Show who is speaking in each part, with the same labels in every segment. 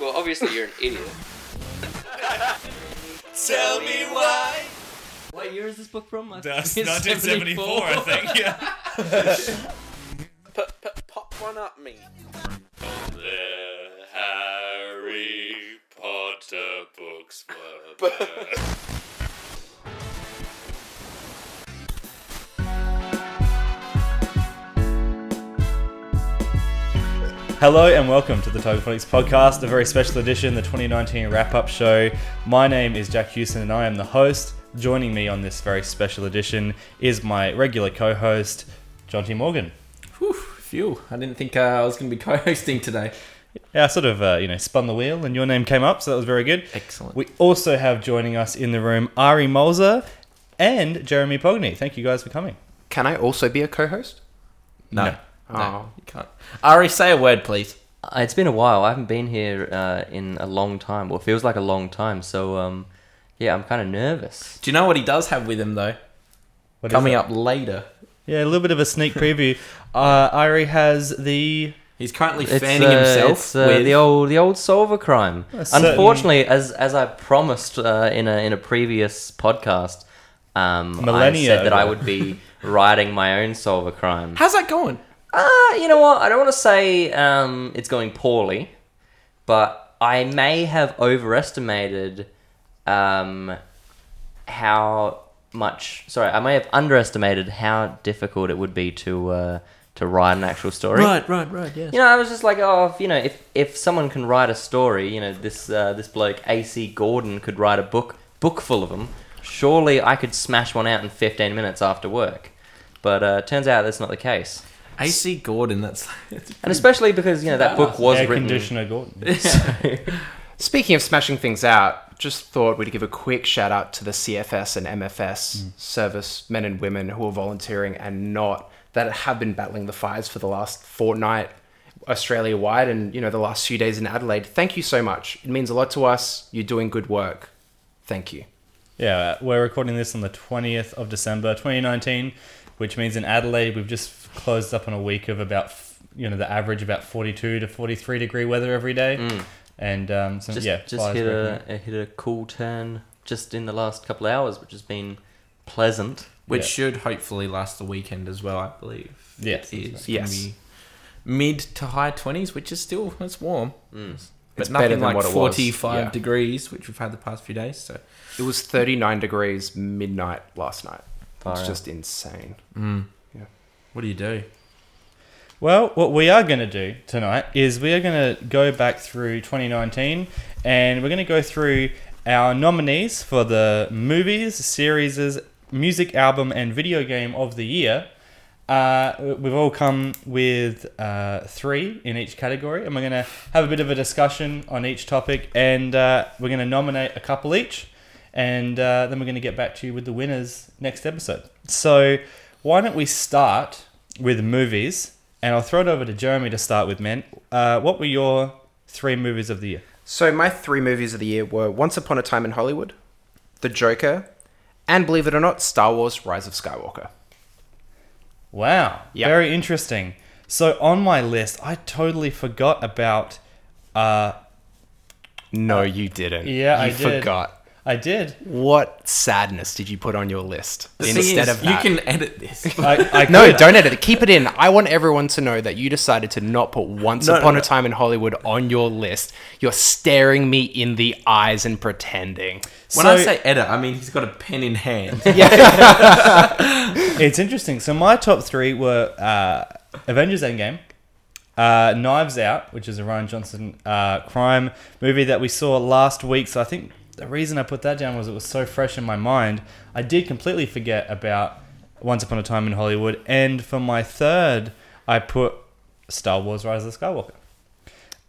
Speaker 1: Well, obviously you're an idiot.
Speaker 2: Tell me why.
Speaker 1: What year is this book from?
Speaker 2: That's 1974, I think. Yeah.
Speaker 3: P- p- pop one up me.
Speaker 2: the Harry Potter books were. Hello and welcome to the Togophonics podcast, a very special edition, the 2019 wrap up show. My name is Jack Hewson and I am the host. Joining me on this very special edition is my regular co host, John T. Morgan.
Speaker 4: Whew, phew. I didn't think uh, I was going to be co-hosting today.
Speaker 2: Yeah, I sort of uh, you know spun the wheel, and your name came up, so that was very good.
Speaker 4: Excellent.
Speaker 2: We also have joining us in the room Ari Molzer and Jeremy Pogney. Thank you guys for coming.
Speaker 5: Can I also be a co-host?
Speaker 4: No.
Speaker 2: No.
Speaker 4: No,
Speaker 5: Oh.
Speaker 4: you can't. Ari, say a word, please.
Speaker 6: Uh, It's been a while. I haven't been here uh, in a long time. Well, it feels like a long time. So, um, yeah, I'm kind of nervous.
Speaker 4: Do you know what he does have with him, though?
Speaker 2: What is
Speaker 4: Coming
Speaker 2: that?
Speaker 4: up later.
Speaker 2: yeah, a little bit of a sneak preview. uh, Ari has the
Speaker 4: He's currently
Speaker 6: It's,
Speaker 4: fanning
Speaker 6: uh,
Speaker 4: himself
Speaker 6: it's, uh,
Speaker 4: with...
Speaker 6: the old the old solver crime.
Speaker 2: certain-
Speaker 6: Unfortunately, as as I promised uh, in a in a previous podcast, um, I
Speaker 2: Millennia
Speaker 6: said that I
Speaker 2: ago.
Speaker 6: would be writing my own solver crime.
Speaker 4: How's that going?
Speaker 6: Uh, you know what? I don't want to say um, it's going poorly, but I may have overestimated um, how much. Sorry, I may have underestimated how difficult it would be to uh, to write an actual story.
Speaker 4: right, right, yes.
Speaker 6: You know, I was just like, oh, if, you know, if if someone can write a story, you know, this uh, this bloke AC Gordon could write a book book full of them. Surely I could smash one out in fifteen minutes after work. But uh, turns out that's not the case.
Speaker 4: AC Gordon, that's... that's
Speaker 6: And especially because, you know, that book was
Speaker 2: air
Speaker 6: written.
Speaker 2: conditioner Gordon.
Speaker 5: Speaking of smashing things out, just thought we'd give a quick shout out to the CFS and MFS service men and women who are volunteering and not that have been battling the fires for the last fortnight Australia wide and you know the last few days in Adelaide. Thank you so much. It means a lot to us. You're doing good work. Thank you.
Speaker 2: Yeah, we're recording this on the 20th of December 2019, which means in Adelaide we've just closed up on a week of about, f- you know, the average about 42 to 43 degree weather every day. And um, so,
Speaker 6: Mm. Just,
Speaker 2: yeah,
Speaker 6: just
Speaker 2: fires
Speaker 6: hit,
Speaker 2: breaking
Speaker 6: a, it hit a cool turn just in the last couple of hours, which has been pleasant.
Speaker 4: Which
Speaker 2: Yeah.
Speaker 4: should hopefully last the weekend as well, I believe.
Speaker 2: Yes,
Speaker 4: It
Speaker 2: that's
Speaker 4: is going to
Speaker 5: right.
Speaker 4: be mid to high 20s, which is still... It's warm. But
Speaker 5: It's better
Speaker 4: nothing
Speaker 5: than
Speaker 4: like
Speaker 5: what it was,
Speaker 4: 45
Speaker 5: yeah.
Speaker 4: degrees, which we've had the past few days, so...
Speaker 5: It was 39 degrees midnight last night.
Speaker 6: Far
Speaker 5: it's
Speaker 6: out.
Speaker 5: just insane.
Speaker 4: What do you do?
Speaker 2: Well, what we are going to do tonight is we are going to go back through 2019 and we're going to go through our nominees for the movies, series, music album, and video game of the year. Uh, we've all come with uh, three in each category, and we're going to have a bit of a discussion on each topic, and uh, we're going to nominate a couple each, and uh, then we're going to get back to you with the winners next episode. So, why don't we start with movies? And I'll throw it over to Jeremy to start with, man. Uh, what were your three movies of the year?
Speaker 5: So my three movies of the year were Once Upon a Time in Hollywood, The Joker, and believe it or not, Star Wars: Rise of Skywalker.
Speaker 2: Wow.
Speaker 5: Yep.
Speaker 2: Very interesting. So on my list, I totally forgot about. Uh,
Speaker 5: No, you didn't.
Speaker 2: yeah, I
Speaker 5: you
Speaker 2: did.
Speaker 5: forgot.
Speaker 2: I did.
Speaker 5: What sadness did you put on your list instead of that?
Speaker 4: You can edit this.
Speaker 2: I, I
Speaker 5: no,
Speaker 2: could-
Speaker 5: don't edit it. Keep it in. I want everyone to know that you decided to not put Once
Speaker 4: No, no,
Speaker 5: Upon
Speaker 4: no.
Speaker 5: a Time in Hollywood on your list. You're staring me in the eyes and pretending.
Speaker 4: When
Speaker 2: So-
Speaker 4: I say edit, I mean he's got a pen in hand.
Speaker 2: It's interesting. So my top three were uh, Avengers Endgame, uh, Knives Out, which is a Ryan Johnson uh, crime movie that we saw last week. So I think the reason I put that down was it was so fresh in my mind. I did completely forget about Once Upon a Time in Hollywood. And for my third, I put Star Wars: Rise of Skywalker.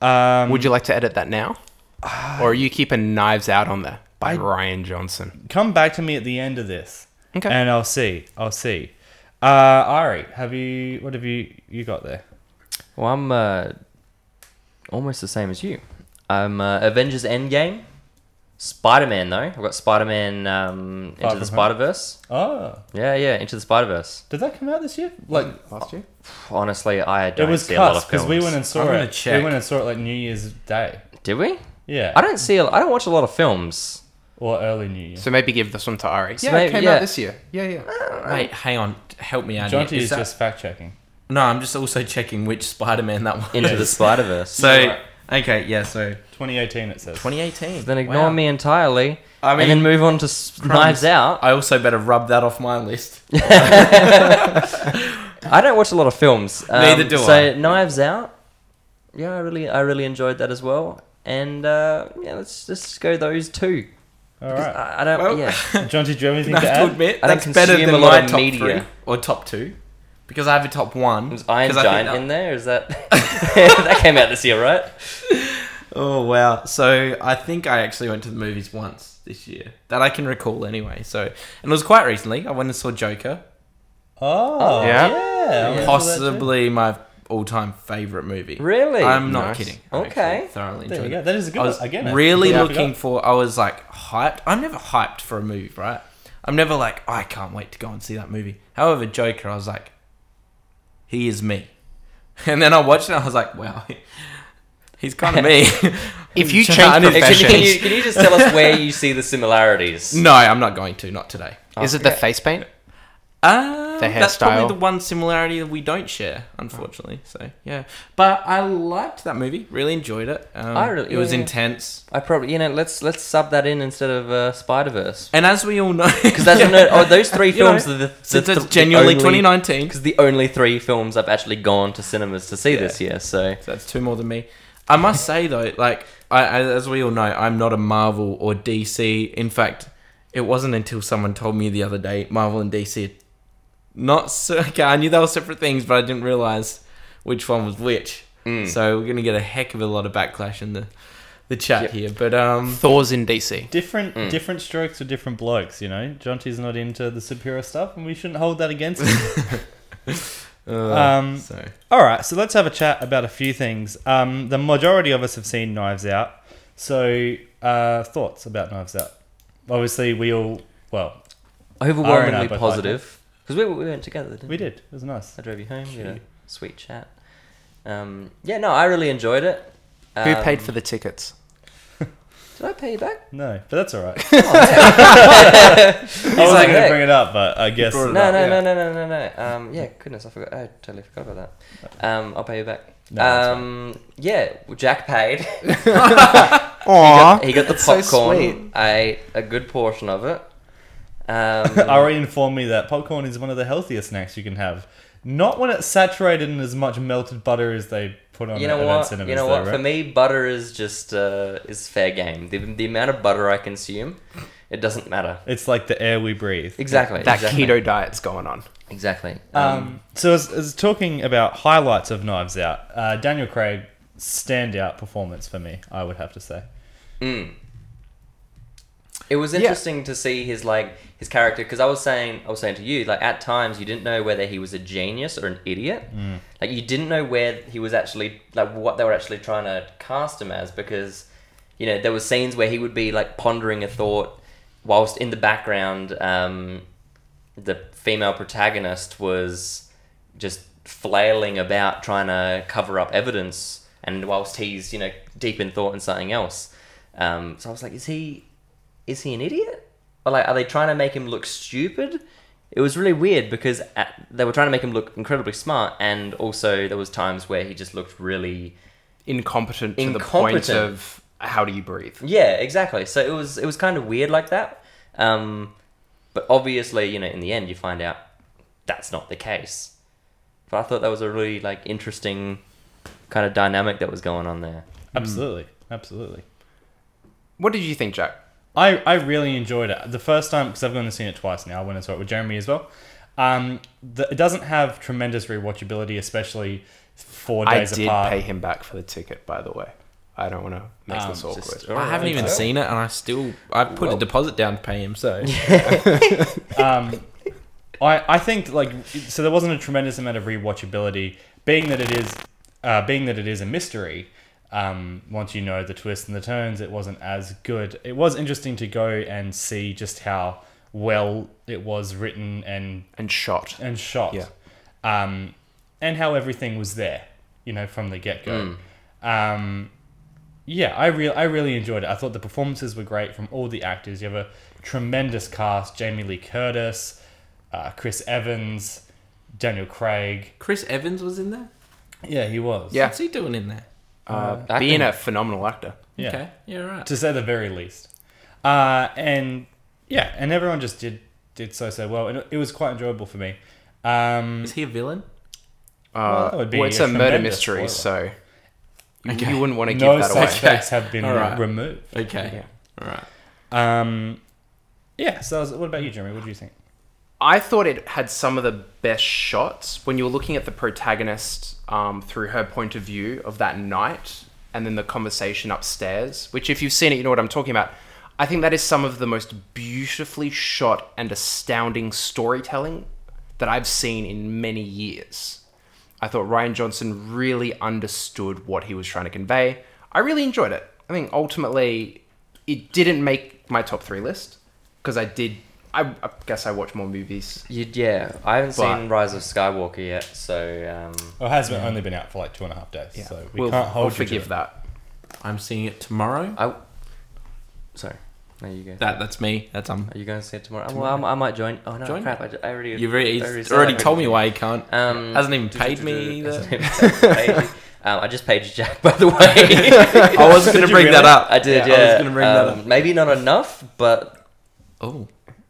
Speaker 2: Um,
Speaker 5: Would you like to edit that now, or are you keeping Knives Out on there by Ryan Johnson?
Speaker 2: come back to me at the end of this,
Speaker 5: Okay.
Speaker 2: and I'll see. I'll see. Uh, Ari, have you? What have you? You got there?
Speaker 6: Well, I'm uh, almost the same as you. I'm uh, Avengers Endgame, Spider Man, though. I've got Spider Man um,
Speaker 2: Far
Speaker 6: Into the
Speaker 2: From Home.
Speaker 6: Spider Verse.
Speaker 2: Oh.
Speaker 6: Yeah, yeah, Into the Spider Verse.
Speaker 2: Did that come out this year? Like
Speaker 5: Last year.
Speaker 6: Honestly, I
Speaker 2: it
Speaker 6: don't
Speaker 2: was
Speaker 6: see a lot
Speaker 2: cuts
Speaker 6: of
Speaker 2: because
Speaker 6: films.
Speaker 2: we went and saw
Speaker 4: I'm gonna
Speaker 2: it.
Speaker 4: check.
Speaker 2: We went and saw it like New Year's Day.
Speaker 6: Did we?
Speaker 2: Yeah.
Speaker 6: I don't see. A, I don't watch a lot of films.
Speaker 2: or early New Year.
Speaker 5: So maybe give this one to Ari. yeah,
Speaker 6: maybe-
Speaker 5: it came
Speaker 6: yeah.
Speaker 5: out this year. Yeah, yeah.
Speaker 4: Wait, hang on. Help me out
Speaker 2: Jonty
Speaker 4: here.
Speaker 2: is,
Speaker 4: Is that-
Speaker 2: just fact checking.
Speaker 4: No, I'm just also checking which Spider-Man that was.
Speaker 6: Into the Spider Verse.
Speaker 4: So, okay, yeah, so
Speaker 2: 2018 it says.
Speaker 4: 2018.
Speaker 6: then ignore
Speaker 4: Wow.
Speaker 6: me entirely.
Speaker 4: I
Speaker 6: and then
Speaker 4: mean,
Speaker 6: move on to s
Speaker 4: Crumbs.
Speaker 6: Knives Out.
Speaker 4: I also better rub that off my list.
Speaker 6: I don't watch a lot of films. Um,
Speaker 4: Neither do
Speaker 6: so
Speaker 4: I.
Speaker 6: Knives Out. Yeah, I really, I really enjoyed that as well. And uh, yeah, let's just go those two.
Speaker 2: All
Speaker 6: 'Cause
Speaker 2: right.
Speaker 6: I, I don't.
Speaker 4: Well,
Speaker 6: yeah,
Speaker 2: Jonty, do you have anything
Speaker 4: I
Speaker 2: to
Speaker 4: have to
Speaker 2: add?
Speaker 4: admit,
Speaker 6: I don't
Speaker 4: that's better
Speaker 6: consume
Speaker 4: than
Speaker 6: a lot
Speaker 4: my
Speaker 6: of
Speaker 4: top
Speaker 6: media.
Speaker 4: three or top two, because I have a top one.
Speaker 6: was Iron
Speaker 4: 'cause I think
Speaker 6: Giant
Speaker 4: that-
Speaker 6: in there? Is that that came out this year, right?
Speaker 4: Oh wow! So I think I actually went to the movies once this year that I can recall anyway. So and it was quite recently. I went and saw Joker,
Speaker 2: Oh,
Speaker 5: Yeah.
Speaker 2: yeah. I remember that too.
Speaker 4: possibly my all-time favorite movie.
Speaker 6: Really?
Speaker 4: I'm not
Speaker 5: Nice.
Speaker 4: kidding. I
Speaker 6: Okay.
Speaker 4: actually thoroughly
Speaker 2: There we
Speaker 4: enjoyed
Speaker 2: go.
Speaker 4: it.
Speaker 2: That is a good
Speaker 4: I
Speaker 2: one.
Speaker 4: was
Speaker 2: Again, I
Speaker 4: really
Speaker 2: completely
Speaker 4: looking
Speaker 2: forgot.
Speaker 4: for. I was like hyped. I'm never hyped for a movie, right? I'm never like "Oh, I can't wait to go and see that movie. However, Joker, I was like, he is me. And then I watched it. and I was like, wow, he's kind of me.
Speaker 5: If you
Speaker 4: Change
Speaker 5: change
Speaker 4: profession.
Speaker 6: Can, you- can
Speaker 5: professions,
Speaker 6: you, can you just tell us where you see the similarities?
Speaker 4: no, I'm not going to. Not today.
Speaker 5: is it the face paint?
Speaker 4: Um,
Speaker 5: The
Speaker 4: That's probably
Speaker 5: hairstyle.
Speaker 4: the one similarity that we don't share, unfortunately. So yeah, but I liked that movie. Really enjoyed it. Um,
Speaker 6: I really-
Speaker 4: it was
Speaker 6: yeah, yeah.
Speaker 4: intense.
Speaker 6: I probably you know let's let's sub that in instead of uh, Spider Verse
Speaker 4: And as we all know,
Speaker 6: because that's no, oh, those three
Speaker 4: You know,
Speaker 6: films are the, the,
Speaker 4: since
Speaker 6: the,
Speaker 4: it's genuinely
Speaker 6: 2019
Speaker 4: 2019,
Speaker 6: because the only three films I've actually gone to cinemas to see
Speaker 4: Yeah.
Speaker 6: this year. So
Speaker 4: so that's two more than me. I must say though, like I, I, as we all know, I'm not a Marvel or DC. In fact, it wasn't until someone told me the other day Marvel and DC. are Not so, okay. I knew they were separate things, but I didn't realize which one was which.
Speaker 5: Mm.
Speaker 4: So we're gonna get a heck of a lot of backlash in the the chat here. But um,
Speaker 5: Thor's in DC.
Speaker 2: Different, different strokes for different blokes, you know. Jonty's not into the superhero stuff, and we shouldn't hold that against him. um,
Speaker 4: so
Speaker 2: All right, so let's have a chat about a few things. Um, the majority of us have seen Knives Out. So, uh, thoughts about Knives Out? Obviously, we all, well,
Speaker 6: overwhelmingly
Speaker 2: both
Speaker 6: positive because we, we went together. Didn't
Speaker 2: we did. It was nice.
Speaker 6: I drove you home. We had a sweet chat. Um, yeah, no, I really enjoyed it.
Speaker 5: Who
Speaker 6: Um,
Speaker 5: paid for the tickets?
Speaker 6: Did I pay you back?
Speaker 2: No, but that's all right. I
Speaker 6: like,
Speaker 2: wasn't going to
Speaker 6: Oh, "Hey."
Speaker 2: bring it up, but I guess.
Speaker 4: brought it
Speaker 6: No,
Speaker 4: up,
Speaker 6: no,
Speaker 4: yeah.
Speaker 6: no, no, no, no, no. Um, yeah, goodness, I forgot. I totally forgot about that. Um, I'll pay you back.
Speaker 2: No, that's fine.
Speaker 6: um, yeah, well, Jack paid. he,
Speaker 5: Aww.
Speaker 6: got, he got the
Speaker 5: That's so
Speaker 6: popcorn.
Speaker 5: sweet.
Speaker 6: I ate a good portion of it. Um,
Speaker 2: Ari informed me that popcorn is one of the healthiest snacks you can have. Not when it's saturated in as much melted butter as they put on
Speaker 6: you know
Speaker 2: event
Speaker 6: what?
Speaker 2: cinemas.
Speaker 6: You know
Speaker 2: though,
Speaker 6: what?
Speaker 2: Right?
Speaker 6: For me, butter is just uh, is fair game. The, the amount of butter I consume, it doesn't matter.
Speaker 2: it's like the air we breathe.
Speaker 6: Exactly.
Speaker 5: That
Speaker 6: exactly.
Speaker 5: keto diet's going on.
Speaker 6: Exactly.
Speaker 2: Um, so, as, as talking about highlights of Knives Out, uh, Daniel Craig standout performance for me. I would have to say.
Speaker 6: It was interesting to see his like his character because I was saying I was saying to you like at times you didn't know whether he was a genius or an idiot. Like you didn't know where he was actually like what they were actually trying to cast him as because you know there were scenes where he would be like pondering a thought whilst in the background um, the female protagonist was just flailing about trying to cover up evidence and whilst he's you know deep in thought and something else um, so i was like is he is he an idiot or like are they trying to make him look stupid it was really weird because at, they were trying to make him look incredibly smart and also there was times where he just looked really
Speaker 5: Incompetent to
Speaker 6: Incompetent.
Speaker 5: the point of how do you breathe?
Speaker 6: Yeah, exactly. So it was it was kind of weird like that. Um, but obviously, you know, in the end, you find out that's not the case. But I thought that was a really like interesting kind of dynamic that was going on there.
Speaker 5: Hmm.
Speaker 2: Absolutely, absolutely.
Speaker 5: What did you think, Jack?
Speaker 2: I, I really enjoyed it the first time because I've gone and seen it twice now. I went and saw it with Jeremy as well. Um, the, it doesn't have tremendous rewatchability, especially four
Speaker 5: I
Speaker 2: days
Speaker 5: did
Speaker 2: apart.
Speaker 5: pay him back for the ticket, by the way. I don't want to make
Speaker 2: Um,
Speaker 5: this awkward.
Speaker 6: Just-
Speaker 4: I haven't even seen it, and I still I put a deposit down to pay him. So
Speaker 2: um, I, I think like so there wasn't a tremendous amount of rewatchability, being that it is uh, being that it is a mystery. Um, once you know the twists and the turns, it wasn't as good. It was interesting to go and see just how well it was written and
Speaker 5: and shot.
Speaker 2: and shot,
Speaker 5: Yeah.
Speaker 4: Mm.
Speaker 2: um, and how everything was there, you know, from the get go. Um, yeah, I re- I really enjoyed it. I thought the performances were great from all the actors. You have a tremendous cast: Jamie Lee Curtis, uh, Chris Evans, Daniel Craig.
Speaker 4: Chris Evans was in there.
Speaker 2: Yeah, he was.
Speaker 5: Yeah.
Speaker 4: What's he doing in there?
Speaker 5: Uh,
Speaker 6: acting.
Speaker 5: being a phenomenal actor.
Speaker 2: yeah.
Speaker 4: Okay. Yeah. Right.
Speaker 2: to say the very least. Uh, and yeah, and everyone just did did so so well, and it- it was quite enjoyable for me. Um,
Speaker 4: Is he a villain?
Speaker 2: Well,
Speaker 5: Uh,
Speaker 2: that would
Speaker 5: well,
Speaker 2: be
Speaker 5: it's
Speaker 2: a
Speaker 5: a murder
Speaker 2: tremendous
Speaker 5: mystery, so you-
Speaker 4: Okay.
Speaker 5: you wouldn't want to
Speaker 2: no
Speaker 5: give that away.
Speaker 2: suspects have been
Speaker 4: All right.
Speaker 2: removed.
Speaker 4: Okay. All right.
Speaker 2: Um, yeah. So, that was, what about you, Jeremy? What do you think?
Speaker 5: I thought it had some of the best shots when you're looking at the protagonist um, through her point of view of that night and then the conversation upstairs, which, if you've seen it, you know what I'm talking about. I think that is some of the most beautifully shot and astounding storytelling that I've seen in many years. I thought Ryan Johnson really understood what he was trying to convey. I really enjoyed it. I think ultimately it didn't make my top three list because I did. I, I guess I watch more movies.
Speaker 6: You, yeah, I haven't
Speaker 5: But-
Speaker 6: seen Rise of Skywalker yet, so um,
Speaker 2: Well, it has been, only been out for like two and a half days, so we
Speaker 5: we'll,
Speaker 2: can't hold
Speaker 5: we'll
Speaker 2: you to
Speaker 5: forgive
Speaker 2: it.
Speaker 5: that.
Speaker 4: I'm seeing it tomorrow.
Speaker 6: I. Sorry, there you go.
Speaker 4: That that's me. That's um.
Speaker 6: Are you going to see it tomorrow? Well, I, I might join. Oh no,
Speaker 4: Join.
Speaker 6: crap! I, ju- I already.
Speaker 4: You've
Speaker 6: I
Speaker 4: already,
Speaker 6: already
Speaker 4: already,
Speaker 6: said that.
Speaker 4: told me why he can't.
Speaker 6: Um,
Speaker 4: Hasn't even paid me either.
Speaker 6: um, I just paid Jack, by the way.
Speaker 4: I was going
Speaker 2: Did
Speaker 4: to
Speaker 2: you
Speaker 4: bring that
Speaker 2: really?
Speaker 4: up.
Speaker 6: I did. Yeah,
Speaker 4: I was going to bring that
Speaker 6: Um,
Speaker 4: up.
Speaker 6: Maybe not enough, but
Speaker 4: Oh,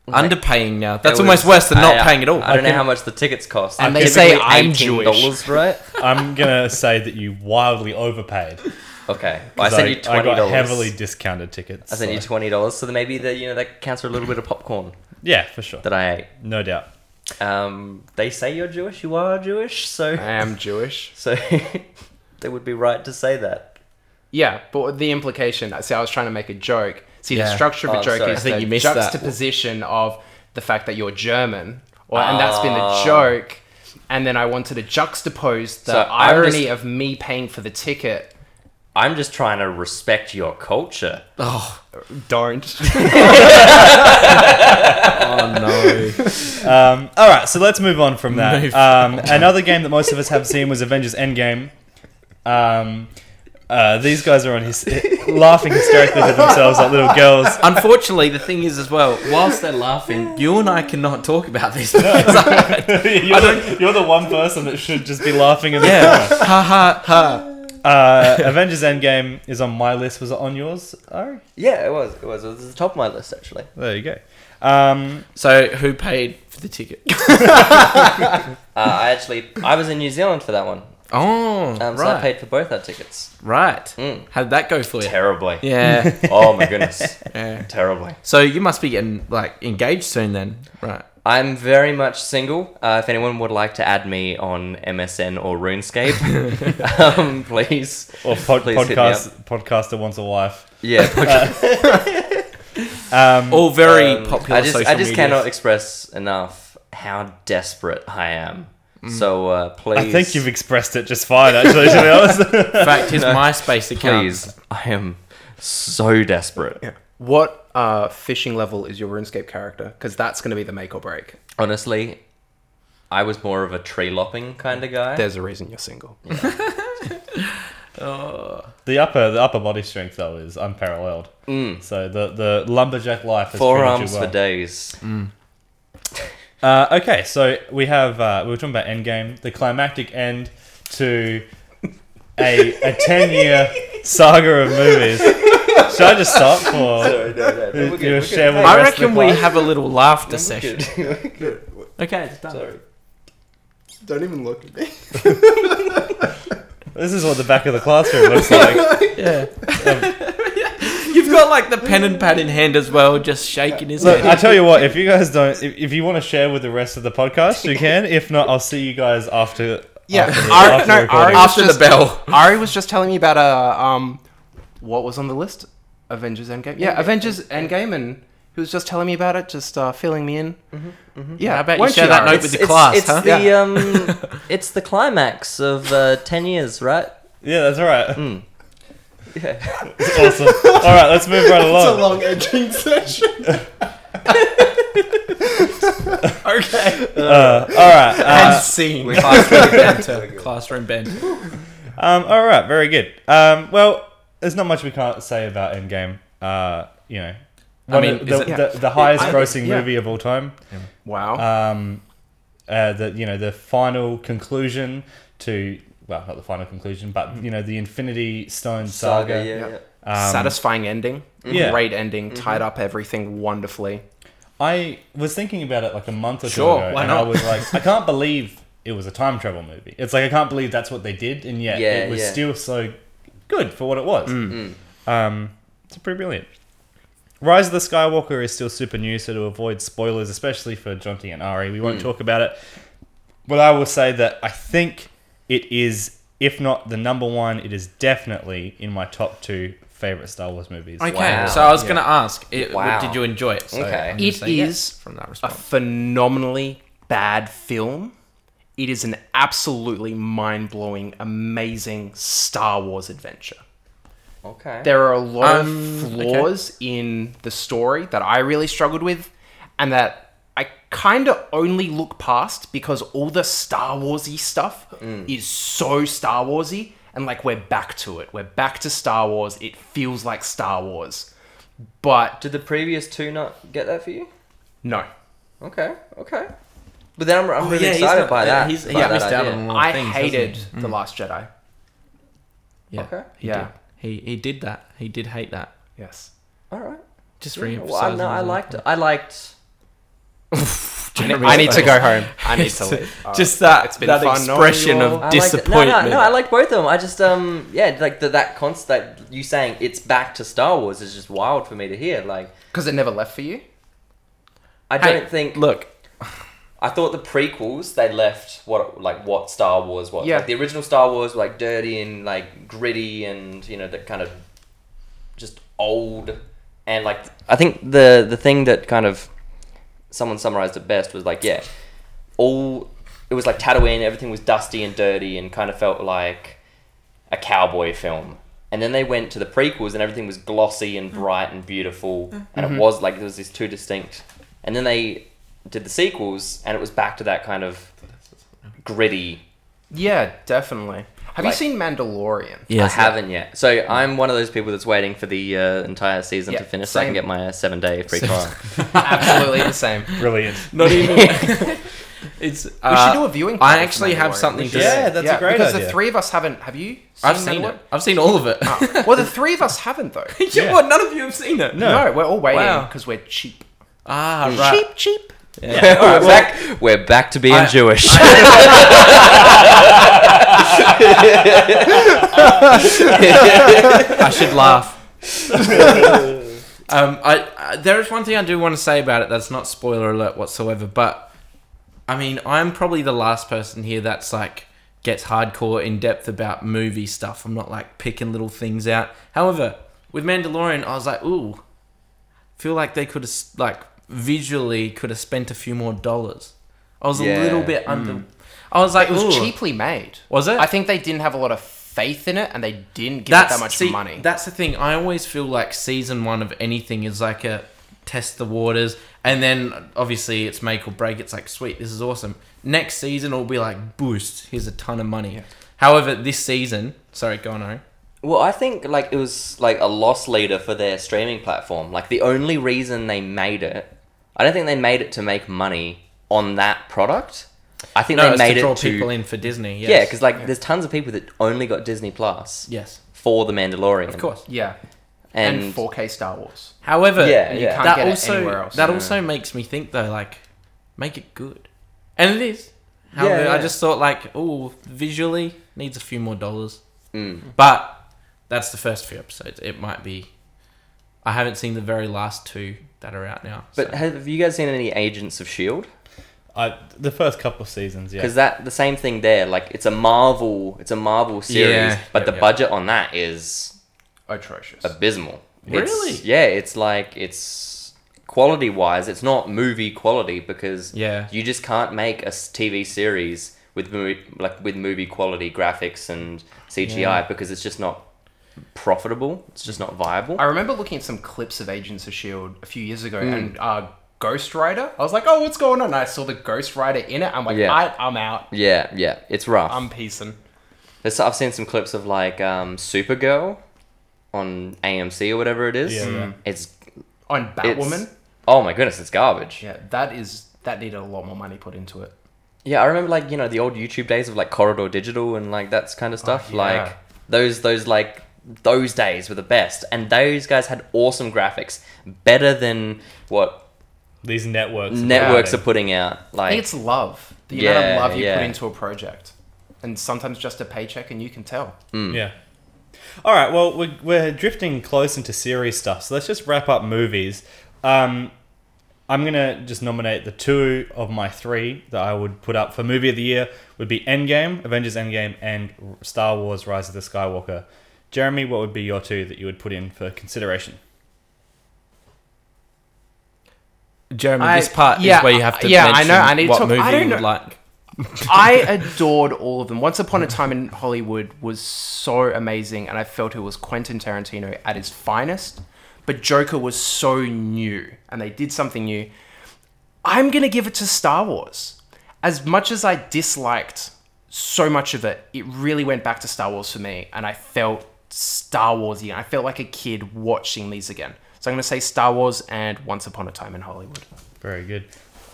Speaker 6: Like,
Speaker 4: underpaying now. That's
Speaker 6: it
Speaker 4: almost
Speaker 6: was-
Speaker 4: worse than not
Speaker 6: I-
Speaker 4: paying at all.
Speaker 6: I don't know
Speaker 2: Okay.
Speaker 6: how much the tickets cost.
Speaker 5: And
Speaker 6: They're
Speaker 5: they say
Speaker 6: typically
Speaker 5: I'm
Speaker 6: $18, right?
Speaker 2: I'm gonna say that you wildly overpaid. 'cause
Speaker 6: Okay, well, I sent you
Speaker 2: I
Speaker 6: twenty
Speaker 2: got
Speaker 6: dollars.
Speaker 2: heavily discounted tickets.
Speaker 6: I sent you
Speaker 2: so-
Speaker 6: twenty dollars, so then maybe that you know that counts for a little bit of popcorn
Speaker 2: yeah, for sure,
Speaker 6: that I ate.
Speaker 2: no doubt.
Speaker 6: Um, they say you're Jewish. You are Jewish, so
Speaker 5: I am Jewish.
Speaker 6: so they would be right to say that.
Speaker 5: Yeah, but the implication. See, I was trying to make a joke. See,
Speaker 4: Yeah.
Speaker 5: the structure of
Speaker 6: Oh,
Speaker 5: a joke
Speaker 6: sorry.
Speaker 5: is
Speaker 6: I
Speaker 4: think
Speaker 5: the
Speaker 4: you missed that.
Speaker 5: juxtaposition of the fact that you're German, or, and that's been the joke. And then I wanted to juxtapose the
Speaker 6: So I'm
Speaker 5: irony
Speaker 6: just-
Speaker 5: of me paying for the ticket.
Speaker 6: I'm just trying to respect your culture.
Speaker 4: Oh,
Speaker 5: Don't.
Speaker 4: oh no.
Speaker 2: Um, all right, so let's move on from that.
Speaker 4: Move
Speaker 2: Um, another game that most of us have seen was Avengers Endgame. Um, uh, these guys are on his laughing hysterically to themselves like little girls.
Speaker 4: Unfortunately, the thing is as well. Whilst they're laughing, you and I cannot talk about these. things.
Speaker 2: you're, the, you're the one person that should just be laughing. In the
Speaker 4: yeah. ha ha ha.
Speaker 2: Uh, Avengers Endgame is on my list. Was it on yours? Ari?
Speaker 6: Yeah, it was. It was. It was at the top of my list actually.
Speaker 2: There you go. Um,
Speaker 4: So who paid for the ticket?
Speaker 6: Uh, I actually I was in New Zealand for that one,
Speaker 4: Oh,
Speaker 6: um, so I
Speaker 4: right,
Speaker 6: paid for both our tickets.
Speaker 4: right.
Speaker 6: Mm.
Speaker 4: How'd that go for you?
Speaker 6: Terribly.
Speaker 4: Yeah.
Speaker 6: Oh my goodness.
Speaker 4: yeah.
Speaker 6: Terribly.
Speaker 4: So you must be getting like engaged soon then, right?
Speaker 6: I'm very much single. Uh, if anyone would like to add me on MSN or RuneScape, um, please.
Speaker 2: or pod-
Speaker 6: Please hit me
Speaker 2: podcast podcaster wants a wife.
Speaker 6: Yeah.
Speaker 2: Um,
Speaker 4: All Oh, very
Speaker 6: um,
Speaker 4: popular
Speaker 6: I just,
Speaker 4: social
Speaker 6: I just
Speaker 4: media.
Speaker 6: cannot express enough how desperate I am.
Speaker 4: Mm.
Speaker 6: So uh, please.
Speaker 2: I think you've expressed it just fine, actually. To be honest.
Speaker 4: In fact, his MySpace account.
Speaker 6: Please, I am so desperate.
Speaker 5: What uh, fishing level is your RuneScape character? Because that's going to be the make or break.
Speaker 6: Honestly, I was more of a tree lopping kind of guy.
Speaker 5: There's a reason you're single.
Speaker 2: The upper the upper body strength though is unparalleled. So the the lumberjack life is
Speaker 6: Mm. Forearms
Speaker 2: well.
Speaker 6: for days.
Speaker 4: Mm.
Speaker 2: Uh, okay, so we have uh, we were talking about Endgame, the climactic end to a a ten year saga of movies. Should I just stop for
Speaker 6: no, no, no,
Speaker 2: you you share with
Speaker 4: I
Speaker 2: the rest of the
Speaker 4: reckon we
Speaker 2: class?
Speaker 4: have a little laughter session. Okay, it's done.
Speaker 5: Don't even look at me.
Speaker 2: This is what the back of the classroom looks like.
Speaker 4: Yeah. You've got like the pen and pad in hand as well, just shaking his
Speaker 2: Look, I
Speaker 4: head.
Speaker 2: tell you what, if you guys don't, if, if you want to share with the rest of the podcast, you can. If not, I'll see you guys after.
Speaker 5: Yeah,
Speaker 2: after the-
Speaker 5: Ari,
Speaker 2: after
Speaker 5: no,
Speaker 2: recording.
Speaker 5: Ari was
Speaker 4: After the
Speaker 5: just-
Speaker 4: bell.
Speaker 5: Ari was just telling me about uh, um, what was on the list? Avengers Endgame. Yeah, Avengers Endgame, and he was just telling me about it, just uh, filling me in. Yeah,
Speaker 4: How about you
Speaker 5: won't
Speaker 4: share that
Speaker 5: Ari?
Speaker 4: note with the class,
Speaker 6: it's
Speaker 4: huh?
Speaker 6: the um, it's the climax of uh, ten years, right?
Speaker 2: Yeah, that's all right.
Speaker 4: Hmm.
Speaker 6: Yeah.
Speaker 2: Awesome. All right, let's move right
Speaker 4: Oh.
Speaker 2: along.
Speaker 5: edging session.
Speaker 2: Uh, all right.
Speaker 4: and
Speaker 2: Uh,
Speaker 4: scene.
Speaker 6: Classroom
Speaker 4: Classroom band.
Speaker 2: um, all right. Very good. Um, well, there's not much we can't say about Endgame. Uh, you know,
Speaker 4: I
Speaker 2: One
Speaker 4: mean,
Speaker 2: of
Speaker 4: is
Speaker 2: the,
Speaker 4: it-
Speaker 2: the, the highest
Speaker 5: I-
Speaker 2: grossing
Speaker 5: yeah.
Speaker 2: movie of all time.
Speaker 5: Wow.
Speaker 2: Um, uh, the you know the final conclusion to well, not the final conclusion, but you know the Infinity Stone saga.
Speaker 6: yeah, yeah.
Speaker 5: Yeah.
Speaker 4: Um,
Speaker 5: Satisfying ending.
Speaker 2: Yeah.
Speaker 5: Great ending. Tied up everything wonderfully.
Speaker 2: I was thinking about it like a month or two
Speaker 4: Sure,
Speaker 2: ago,
Speaker 4: why
Speaker 2: and
Speaker 4: not?
Speaker 2: I was like, I can't believe it was a time travel movie. It's like I can't believe that's what they did, and yet
Speaker 6: Yeah,
Speaker 2: it was
Speaker 6: yeah.
Speaker 2: still so good for what it was.
Speaker 4: Mm.
Speaker 2: Um, it's pretty brilliant. Rise of the Skywalker is still super new, so to avoid spoilers, especially for Jonty and Ari, we
Speaker 4: Mm.
Speaker 2: won't talk about it. But I will say that I think it is, if not the number one, it is definitely in my top two favorite Star Wars movies.
Speaker 4: Okay,
Speaker 6: Wow.
Speaker 4: so I was gonna ask, it,
Speaker 6: Wow.
Speaker 4: did you enjoy it? So
Speaker 6: Okay.
Speaker 4: I'm gonna
Speaker 5: It
Speaker 4: say yes
Speaker 5: is
Speaker 4: from that
Speaker 5: a
Speaker 4: response.
Speaker 5: phenomenally bad film. It is an absolutely mind blowing, amazing Star Wars adventure.
Speaker 6: Okay.
Speaker 5: There are a lot
Speaker 4: Um,
Speaker 5: of flaws in the story that I really struggled with, and that I kind of only look past because all the Star Warsy stuff
Speaker 4: Mm.
Speaker 5: is so Star Warsy, and like we're back to it. We're back to Star Wars. It feels like Star Wars, but
Speaker 6: Did the previous two not get that for you?
Speaker 5: no.
Speaker 6: Okay, okay. But then I'm, I'm really
Speaker 4: Oh, yeah, he's
Speaker 6: excited
Speaker 4: not-
Speaker 6: by
Speaker 4: yeah,
Speaker 6: that.
Speaker 4: he's-
Speaker 6: by
Speaker 4: he's
Speaker 6: that
Speaker 4: missed out
Speaker 6: idea.
Speaker 4: on a lot. Well,
Speaker 5: I
Speaker 4: things, Mm. hasn't
Speaker 5: hated The Last Jedi.
Speaker 4: yeah,
Speaker 6: okay.
Speaker 4: He
Speaker 5: Yeah.
Speaker 4: did. he he did that. He did hate that.
Speaker 5: Yes.
Speaker 6: All right.
Speaker 4: Just
Speaker 6: Yeah,
Speaker 4: re-emphasizing.
Speaker 6: well, I, no, I
Speaker 4: his-
Speaker 6: liked. I liked.
Speaker 4: Jeremy's
Speaker 5: I need to
Speaker 4: face.
Speaker 5: go home. I need to leave. All
Speaker 4: Just that
Speaker 5: It's been
Speaker 4: that
Speaker 5: fun knowing
Speaker 4: expression
Speaker 5: you
Speaker 4: of
Speaker 5: all.
Speaker 6: I liked, no,
Speaker 4: disappointment.
Speaker 6: no, no. I like both of them. I just um, yeah, like the, that const that you saying it's back to Star Wars is just wild for me to hear. Like
Speaker 5: Because it never left for you?
Speaker 6: I
Speaker 4: Hey,
Speaker 6: don't think.
Speaker 4: Look,
Speaker 6: I thought the prequels they left what like what Star Wars was.
Speaker 5: Yeah.
Speaker 6: Like, the original Star Wars were, like dirty and like gritty and you know that kind of just old and like I think the the thing that kind of someone summarized it best was like yeah, all it was like Tatooine. Everything was dusty and dirty and kind of felt like a cowboy film. And then they went to the prequels, and everything was glossy and bright and beautiful, and it was like there was these two distinct. And then they did the sequels, and it was back to that kind of gritty.
Speaker 5: Yeah, definitely. Have
Speaker 6: Like-
Speaker 5: you seen Mandalorian?
Speaker 6: I haven't yet, so I'm one of those people that's waiting for the uh, entire season to
Speaker 5: Yeah,
Speaker 6: finish so I can
Speaker 5: same.
Speaker 6: get my uh, seven day free trial.
Speaker 5: Absolutely the same.
Speaker 2: Brilliant.
Speaker 4: Not even. it's.
Speaker 5: we
Speaker 4: uh,
Speaker 5: should do a viewing.
Speaker 4: I
Speaker 5: party for
Speaker 4: actually have
Speaker 5: Mandalorian.
Speaker 4: something
Speaker 5: We
Speaker 4: to
Speaker 5: should-
Speaker 2: Yeah, that's a great
Speaker 5: because
Speaker 2: idea.
Speaker 5: the three of us haven't. Have you? Seen
Speaker 4: I've seen it. I've seen all of it.
Speaker 5: Mandalorian? well, the three of us haven't though.
Speaker 4: yeah. What? None of you have seen it.
Speaker 5: No, we're all waiting
Speaker 4: Wow.
Speaker 5: because we're cheap.
Speaker 4: Ah, right.
Speaker 5: Cheap, cheap.
Speaker 6: we're, back, we're back to being
Speaker 4: I-
Speaker 6: Jewish.
Speaker 4: I should laugh. um, I, I there is one thing I do want to say about it that's not spoiler alert whatsoever, but I mean I'm probably the last person here that's like gets hardcore in depth about movie stuff. I'm not like picking little things out. However, with Mandalorian, I was like, ooh, feel like they could have s- like visually could have spent a few more dollars. I was
Speaker 6: Yeah.
Speaker 4: a little bit under. I was like,
Speaker 5: Mm. It was
Speaker 4: ooh.
Speaker 5: cheaply made.
Speaker 4: Was it?
Speaker 5: I think they didn't have a lot of faith in it, and they didn't give it that much
Speaker 4: see,
Speaker 5: money.
Speaker 4: That's the thing. I always feel like season one of anything is like a test the waters, and then obviously it's make or break. It's like sweet, this is awesome. Next season will be like boost. Here's a ton of money. However, this season, sorry, go on. Ari.
Speaker 6: Well, I think like it was like a loss leader for their streaming platform. Like the only reason they made it, I don't think they made it to make money on that product. I think
Speaker 4: No,
Speaker 6: they
Speaker 4: it's
Speaker 6: made
Speaker 4: to draw
Speaker 6: it to
Speaker 4: people in for Disney. Yes.
Speaker 6: yeah, because like there's tons of people that only got Disney Plus
Speaker 4: yes,
Speaker 6: for the Mandalorian,
Speaker 4: of course.
Speaker 5: yeah,
Speaker 6: and,
Speaker 5: and 4K Star Wars.
Speaker 4: However,
Speaker 6: Yeah,
Speaker 5: And
Speaker 6: yeah.
Speaker 5: you can't
Speaker 4: that
Speaker 5: get it
Speaker 4: also
Speaker 5: anywhere else.
Speaker 4: that also makes me think though, like, make it good, and it is.
Speaker 6: Yeah,
Speaker 4: However, I
Speaker 6: yeah.
Speaker 4: just thought like, oh, visually needs a few more dollars,
Speaker 5: Mm.
Speaker 4: but that's the first few episodes. It might be. I haven't seen the very last two that are out now.
Speaker 6: But
Speaker 4: so.
Speaker 6: have you guys seen any Agents of Shield?
Speaker 2: I, the first couple of seasons, yeah.
Speaker 6: Because that the same thing there. Like it's a Marvel, it's a Marvel series,
Speaker 4: Yeah,
Speaker 6: but
Speaker 4: yeah,
Speaker 6: the
Speaker 4: yeah.
Speaker 6: budget on that is
Speaker 5: Atrocious.
Speaker 6: abysmal.
Speaker 4: Really?
Speaker 6: It's, yeah, it's like it's quality wise, it's not movie quality because
Speaker 4: Yeah.
Speaker 6: you just can't make a s- TV series with movie like with movie quality graphics and CGI
Speaker 4: Yeah.
Speaker 6: because it's just not profitable. It's just not viable.
Speaker 5: I remember looking at some clips of Agents of Shield E a few years ago,
Speaker 4: Hmm.
Speaker 5: and uh, Ghost Rider. I was like, "Oh, what's going on?" And I saw the Ghost Rider in it. I'm like,
Speaker 6: Yeah.
Speaker 5: I, "I'm out.
Speaker 6: yeah, yeah, it's rough.
Speaker 5: I'm piecing."
Speaker 6: There's, I've seen some clips of like um, Supergirl on AMC or whatever it is.
Speaker 2: Yeah, yeah.
Speaker 6: It's
Speaker 5: on
Speaker 6: it's,
Speaker 5: Batwoman.
Speaker 6: Oh my goodness, it's garbage.
Speaker 5: Yeah, that is that needed a lot more money put into it.
Speaker 6: Yeah, I remember like you know the old YouTube days of like Corridor Digital and like that's
Speaker 2: Oh,
Speaker 6: kind of stuff.
Speaker 5: yeah.
Speaker 6: Like those those like those days were the best, and those guys had awesome graphics, better than what
Speaker 2: These networks.
Speaker 6: networks are
Speaker 2: providing.
Speaker 6: putting out.
Speaker 5: I
Speaker 6: Like
Speaker 5: think it's love. The amount
Speaker 6: Yeah,
Speaker 5: of love you
Speaker 6: yeah.
Speaker 5: put into a project, and sometimes just a paycheck, and you can tell.
Speaker 2: Yeah. All right. Well, we're, we're drifting close into series stuff, so let's just wrap up movies. Um, I'm gonna just nominate the two of my three that I would put up for movie of the year would be Endgame, Avengers Endgame, and Star Wars: Rise of the Skywalker. Jeremy, what would be your two that you would put in for consideration?
Speaker 4: Jeremy,
Speaker 5: I-
Speaker 4: this part
Speaker 5: yeah,
Speaker 4: is where you have to
Speaker 5: yeah, I
Speaker 4: mention
Speaker 5: know, I need to
Speaker 4: what
Speaker 5: talk- I
Speaker 4: movie
Speaker 5: don't
Speaker 4: you
Speaker 5: know-
Speaker 4: would like.
Speaker 5: I adored all of them. Once Upon a Time in Hollywood was so amazing, and I felt it was Quentin Tarantino at his finest. But Joker was so new, and they did something new. I'm going to give it to Star Wars. As much as I disliked so much of it, it really went back to Star Wars for me, and I felt Star Wars again. I felt like a kid watching these again. So I'm going to say Star Wars and Once Upon a Time in Hollywood.
Speaker 2: Very good.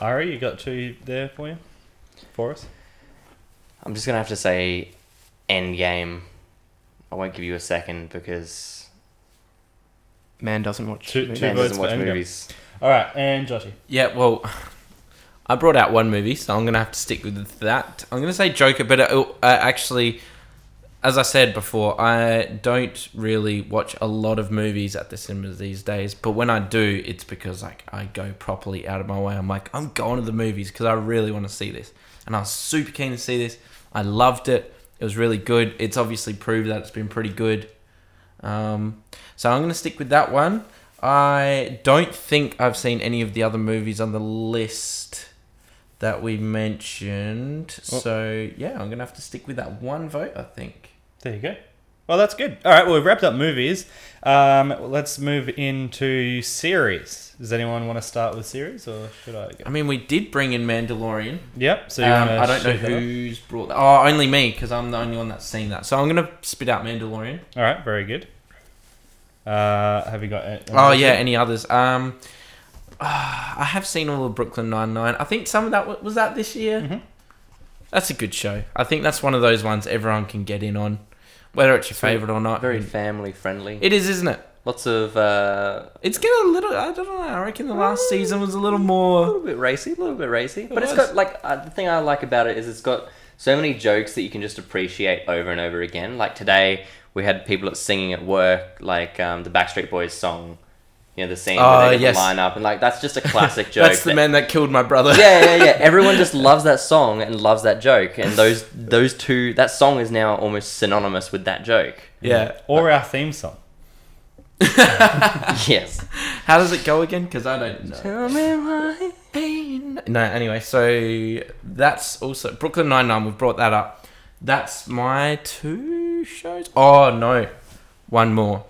Speaker 2: Ari, you got two there for you, for us.
Speaker 6: I'm just gonna have to say Endgame. I won't give you a second because
Speaker 5: Man doesn't watch
Speaker 2: Two-
Speaker 5: movies.
Speaker 2: two
Speaker 6: man
Speaker 2: votes
Speaker 6: doesn't
Speaker 2: for
Speaker 6: watch
Speaker 2: Endgame.
Speaker 6: movies.
Speaker 2: All right, and Joshy.
Speaker 4: Yeah, well, I brought out one movie, so I'm gonna have to stick with that. I'm gonna say Joker, but it, uh, actually, as I said before, I don't really watch a lot of movies at the cinemas these days. But when I do, it's because like I go properly out of my way. I'm like, I'm going to the movies because I really want to see this, and I was super keen to see this. I loved it. It was really good. It's obviously proved that it's been pretty good. Um, so I'm going to stick with that one. I don't think I've seen any of the other movies on the list that we mentioned. So yeah, I'm going to have to stick with that one vote, I think.
Speaker 2: There you go. Well, that's good. All right, well, we've wrapped up movies. Um, let's move into series. Does anyone want to start with series, or should I go?
Speaker 4: I mean, we did bring in Mandalorian.
Speaker 2: Yep. So you
Speaker 4: Um,
Speaker 2: want to
Speaker 4: I don't know who's brought that. Oh, only me, because I'm the only one that's seen that. So I'm going to spit out Mandalorian.
Speaker 2: All right, very good. Uh, have you got? a-
Speaker 4: Oh yeah, any others? Um, ah, I have seen all of Brooklyn Nine Nine. I think some of that wa- was that this year.
Speaker 2: Mhm.
Speaker 4: That's a good show. I think that's one of those ones everyone can get in on, whether it's your
Speaker 6: very-
Speaker 4: favorite or not.
Speaker 2: Hmm.
Speaker 6: Very family friendly.
Speaker 4: It is, isn't it?
Speaker 6: Lots of uh,
Speaker 4: It's getting a little. I don't know. I reckon the last season was a little
Speaker 6: a
Speaker 4: more.
Speaker 6: little bit racy, a little bit racy, but it's
Speaker 4: was.
Speaker 6: got like uh, the thing I like about it is it's got so many jokes that you can just appreciate over and over again. Like today, we had people at singing at work, like um, the Backstreet Boys song, you know, the scene where
Speaker 4: Oh,
Speaker 6: they get
Speaker 4: yes.
Speaker 6: the line up, and like that's just a classic joke.
Speaker 4: That's the
Speaker 6: that-
Speaker 4: man that killed my brother.
Speaker 6: yeah, yeah, yeah. Everyone just loves that song and loves that joke, and those those two that song is now almost synonymous with that joke.
Speaker 4: yeah.
Speaker 2: Or our theme song.
Speaker 6: Yes.
Speaker 4: How does it go again? Because I don't know. No, anyway, so that's also Brooklyn Nine Nine. We've brought that up. That's my two shows. Oh no, one more,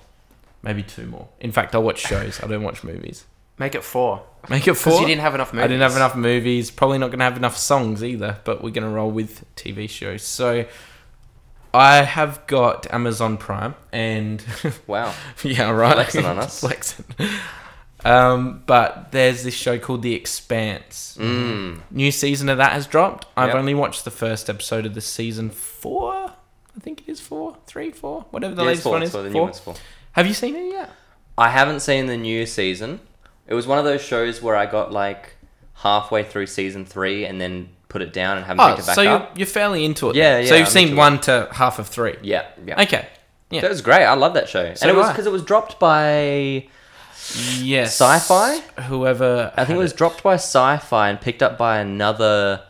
Speaker 4: maybe two more. In fact, I watch shows. I don't watch movies.
Speaker 5: Make it four.
Speaker 4: Make it
Speaker 5: Because
Speaker 4: four.
Speaker 5: you didn't have enough movies.
Speaker 4: I didn't have enough movies. Probably not going to have enough songs either. But we're going to roll with TV shows. So I have got Amazon Prime, and
Speaker 6: Wow.
Speaker 4: yeah, right.
Speaker 6: Flexing on us.
Speaker 4: Flexing. Um, but there's this show called The Expanse.
Speaker 6: Mm.
Speaker 4: New season of that has dropped. I've
Speaker 6: Yep.
Speaker 4: only watched the first episode of the season four. I think it is four, three, four, whatever the
Speaker 6: Yeah, it's
Speaker 4: latest
Speaker 6: for,
Speaker 4: one
Speaker 6: it's
Speaker 4: is.
Speaker 6: for, the new
Speaker 4: four.
Speaker 6: one's for.
Speaker 4: Have you seen it yet?
Speaker 6: I haven't seen the new season. It was one of those shows where I got like halfway through season three and then put it down and haven't
Speaker 4: Oh,
Speaker 6: picked it back
Speaker 4: so you're,
Speaker 6: up.
Speaker 4: you're fairly into it.
Speaker 6: Yeah,
Speaker 4: then.
Speaker 6: yeah,
Speaker 4: So you've
Speaker 6: I'm
Speaker 4: seen
Speaker 6: into it.
Speaker 4: one to half of three.
Speaker 6: Yeah, yeah.
Speaker 4: Okay. Yeah.
Speaker 6: That was great. I love that show. and
Speaker 4: So do
Speaker 6: it was
Speaker 4: I.
Speaker 6: because it was dropped by
Speaker 4: Yes.
Speaker 6: Sci-fi?
Speaker 4: Whoever.
Speaker 6: I think it was dropped by Sci-Fi and picked up by another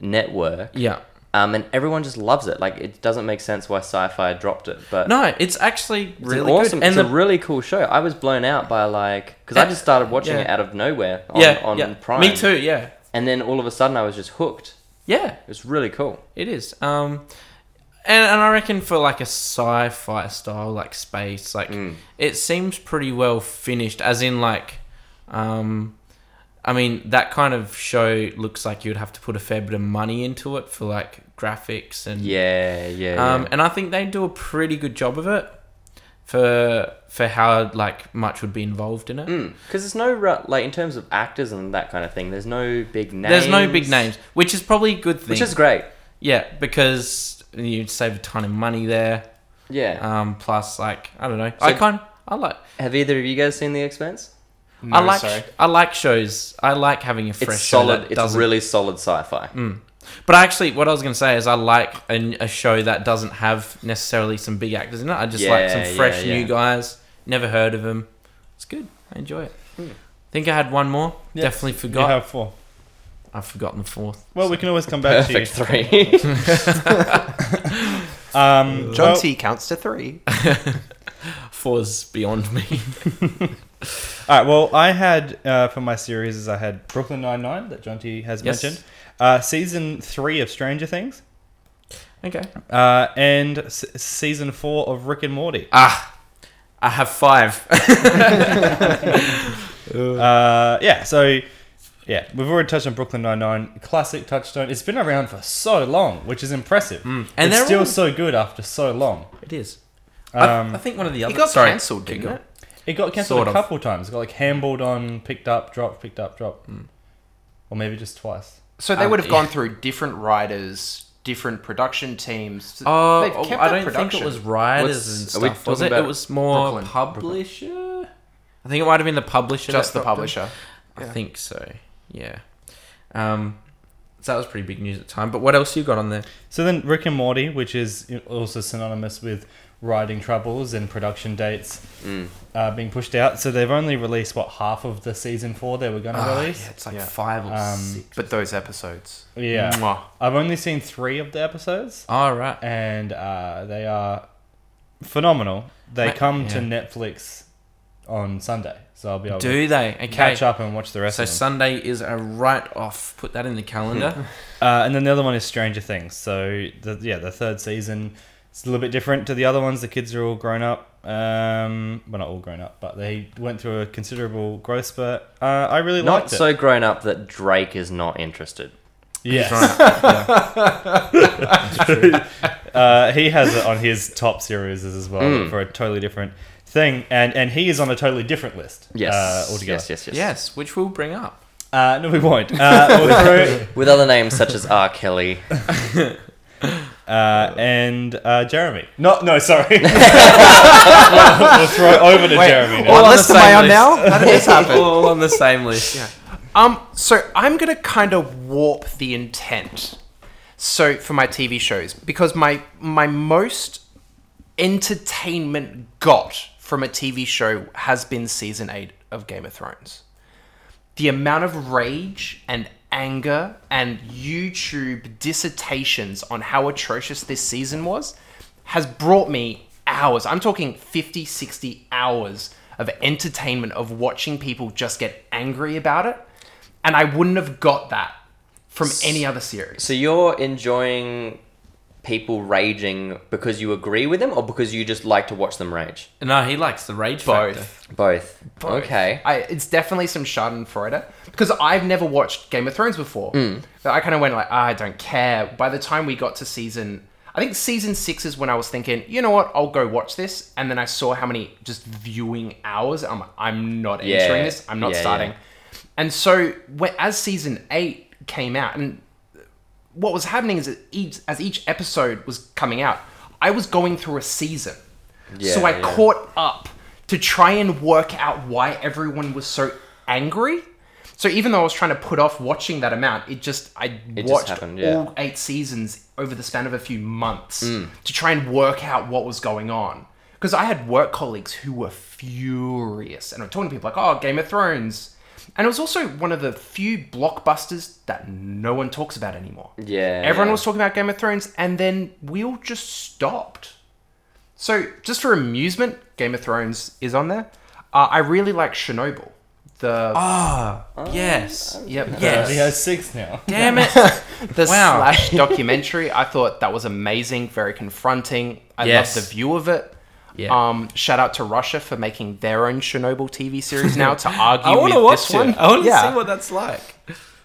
Speaker 6: network.
Speaker 4: Yeah.
Speaker 6: Um, and everyone just loves it. Like it doesn't make sense why Sci-Fi dropped it, but
Speaker 4: No, it's actually
Speaker 6: it's an
Speaker 4: really
Speaker 6: awesome.
Speaker 4: good.
Speaker 6: it's
Speaker 4: And the
Speaker 6: a really cool show. I was blown out by like because I
Speaker 4: Yeah.
Speaker 6: just started watching
Speaker 4: Yeah.
Speaker 6: it out of nowhere on,
Speaker 4: yeah,
Speaker 6: on
Speaker 4: yeah.
Speaker 6: Prime.
Speaker 4: Me too. Yeah.
Speaker 6: And then all of a sudden, I was just hooked.
Speaker 4: Yeah.
Speaker 6: It was really cool.
Speaker 4: It is. Um, and, and I reckon for like a sci-fi style, like space, like
Speaker 6: Hmm.
Speaker 4: it seems pretty well finished. As in, like, um, I mean, that kind of show looks like you'd have to put a fair bit of money into it for like graphics and
Speaker 6: Yeah, yeah.
Speaker 4: um, and I think they do a pretty good job of it. for for how like much would be involved in it.
Speaker 6: Because there's no ru- like in terms of actors and that kind of thing. There's no big names.
Speaker 4: There's no big names, which is probably a good thing.
Speaker 6: which is great.
Speaker 4: yeah, because you'd save a ton of money there.
Speaker 6: Yeah.
Speaker 4: Um, plus, like I don't know, I kind of, I like
Speaker 6: Have either of you guys seen The Expanse?
Speaker 4: I like I like shows. I like having a fresh
Speaker 6: it's
Speaker 4: show
Speaker 6: solid.
Speaker 4: that
Speaker 6: It's
Speaker 4: doesn't. Mm.
Speaker 6: really solid sci-fi.
Speaker 4: but actually, what I was gonna say is I like a, a show that doesn't have necessarily some big actors in it. I just like
Speaker 6: Yeah,
Speaker 4: some fresh
Speaker 6: yeah, yeah.
Speaker 4: new guys. Never heard of them. It's good. I enjoy it. Think I had one more. Definitely
Speaker 2: You
Speaker 4: forgot.
Speaker 2: have four.
Speaker 4: I've forgotten the fourth.
Speaker 2: Well, we can always come back
Speaker 6: Perfect
Speaker 2: to
Speaker 6: three.
Speaker 2: you. Um,
Speaker 5: John
Speaker 2: well,
Speaker 5: T counts to three.
Speaker 4: Four's beyond me.
Speaker 2: All right. Well, I had uh, for my series is I had Brooklyn Nine Nine that John T has
Speaker 4: Yes.
Speaker 2: mentioned, uh, season three of Stranger Things,
Speaker 4: okay.
Speaker 2: uh, and s- season four of Rick and Morty.
Speaker 4: Ah, I have five.
Speaker 2: Uh, yeah. So. Yeah, we've already touched on Brooklyn Nine Nine, classic touchstone. It's been around for so long, which is impressive,
Speaker 4: Mm. And
Speaker 2: and
Speaker 4: they're
Speaker 2: it's still
Speaker 4: all-
Speaker 2: so good after so long.
Speaker 4: it is.
Speaker 2: Um,
Speaker 4: I, I think one of the other.
Speaker 5: got
Speaker 4: sorry,
Speaker 5: cancelled, didn't it?
Speaker 2: It got cancelled
Speaker 4: Sort
Speaker 2: a
Speaker 4: of.
Speaker 2: couple times. It got like handballed on, picked up, dropped, picked up, dropped.
Speaker 4: Mm.
Speaker 2: Or maybe just twice.
Speaker 5: So they
Speaker 4: Um,
Speaker 5: would have
Speaker 4: yeah.
Speaker 5: gone through different writers, different production teams.
Speaker 4: Oh,
Speaker 5: They've kept
Speaker 4: I
Speaker 5: that
Speaker 4: don't think
Speaker 5: production.
Speaker 4: it was writers
Speaker 6: What's-
Speaker 4: and
Speaker 6: are we
Speaker 4: stuff. Was
Speaker 6: talking
Speaker 4: it? It
Speaker 6: about
Speaker 4: was more
Speaker 5: Brooklyn?
Speaker 4: publisher. I think it might have been the publisher.
Speaker 5: just
Speaker 4: that
Speaker 5: the
Speaker 4: dropped
Speaker 5: publisher.
Speaker 4: it. I think so. Yeah. Um, so that was pretty big news at the time. But what else you got on there?
Speaker 2: So then Rick and Morty, which is also synonymous with writing troubles and production dates uh, being pushed out. So they've only released, what, half of the season four they were going to
Speaker 4: Ah,
Speaker 2: release?
Speaker 4: it's like
Speaker 5: Ah, Yeah.
Speaker 4: five or
Speaker 2: Um,
Speaker 4: six.
Speaker 5: But those episodes.
Speaker 2: Yeah.
Speaker 5: Mwah.
Speaker 2: I've only seen three of the episodes,
Speaker 4: All right.
Speaker 2: and uh, they are phenomenal. They
Speaker 4: Ma-
Speaker 2: come to
Speaker 4: yeah.
Speaker 2: Netflix on Sunday. So I'll be able
Speaker 4: Do they? Okay.
Speaker 2: to catch up and watch the rest
Speaker 4: So
Speaker 2: of them.
Speaker 4: Sunday is a write off. Put that in the calendar.
Speaker 2: Uh, and then the other one is Stranger Things. So the, yeah, the third season it's a little bit different to the other ones. The kids are all grown up. Um, well, not all grown up, but they went through a considerable growth spurt. Uh, I really
Speaker 6: Not
Speaker 2: liked
Speaker 6: so
Speaker 2: it.
Speaker 6: grown up that Drake is not interested.
Speaker 2: Yes.
Speaker 4: Right.
Speaker 2: uh, he has it on his top series as well
Speaker 6: Hmm.
Speaker 2: for a totally different thing, and and he is on a totally different list.
Speaker 6: Yes.
Speaker 2: Uh, altogether.
Speaker 6: Yes. Yes. Yes.
Speaker 4: Yes, which we'll bring up.
Speaker 2: Uh, no, we won't. Uh, we'll throw-
Speaker 6: With other names such as R. Kelly.
Speaker 2: uh, and uh, Jeremy. No, no, sorry. we'll, we'll throw it over to Jeremy. Now.
Speaker 5: What
Speaker 4: All on
Speaker 5: list
Speaker 4: the
Speaker 5: am I
Speaker 4: same
Speaker 5: on
Speaker 4: list.
Speaker 5: now? How did this happen?
Speaker 4: All on the same list. Yeah.
Speaker 5: Um, so I'm gonna kind of warp the intent. So for my TV shows, because my my most entertainment got from a TV show has been season eight of Game of Thrones. The amount of rage and anger and YouTube dissertations on how atrocious this season was has brought me hours. I'm talking 50, 60 hours of entertainment of watching people just get angry about it. And I wouldn't have got that from any other series.
Speaker 6: So you're enjoying people raging because you agree with them, or because you just like to watch them rage?
Speaker 4: No, he likes the rage factor.
Speaker 5: Both.
Speaker 6: Both.
Speaker 5: Both.
Speaker 6: Okay.
Speaker 5: I, it's definitely some Schadenfreude because I've never watched Game of Thrones before.
Speaker 6: Hmm.
Speaker 5: So I kind of went like, "Ah, I don't care. By the time we got to season, I think season six is when I was thinking, you know what, I'll go watch this. And then I saw how many just viewing hours. I'm like, I'm not
Speaker 6: Yeah.
Speaker 5: entering this. I'm not
Speaker 6: Yeah,
Speaker 5: starting.
Speaker 6: yeah.
Speaker 5: And so when, as season eight came out, and what was happening is that each, as each episode was coming out, I was going through a season. so
Speaker 6: Yeah,
Speaker 5: I
Speaker 6: yeah.
Speaker 5: caught up to try and work out why everyone was so angry. So even though I was trying to put off watching that amount, it just I
Speaker 6: just
Speaker 5: watched
Speaker 6: happened, yeah.
Speaker 5: all eight seasons over the span of a few months
Speaker 6: Mm.
Speaker 5: to try and work out what was going on. Because I had work colleagues who were furious, and I'm talking to people like, "Oh, Game of Thrones," and it was also one of the few blockbusters that no one talks about anymore.
Speaker 6: Yeah.
Speaker 5: Everyone was talking about Game of Thrones, and then we all just stopped. So, just for amusement, Game of Thrones is on there. Uh, I really like Chernobyl. The
Speaker 6: Oh,
Speaker 4: Ah,
Speaker 5: Oh,
Speaker 4: yes.
Speaker 5: yep,
Speaker 4: yes.
Speaker 2: Uh, He has six now.
Speaker 4: Damn it. Wow.
Speaker 5: the slash documentary. I thought that was amazing, very confronting. I
Speaker 4: Yes.
Speaker 5: love the view of it.
Speaker 4: Yeah.
Speaker 5: Um, shout out to Russia for making their own Chernobyl TV series now to argue
Speaker 4: I want
Speaker 5: with
Speaker 4: to watch
Speaker 5: this
Speaker 4: it.
Speaker 5: one.
Speaker 4: I want to
Speaker 5: Yeah.
Speaker 4: see what that's like.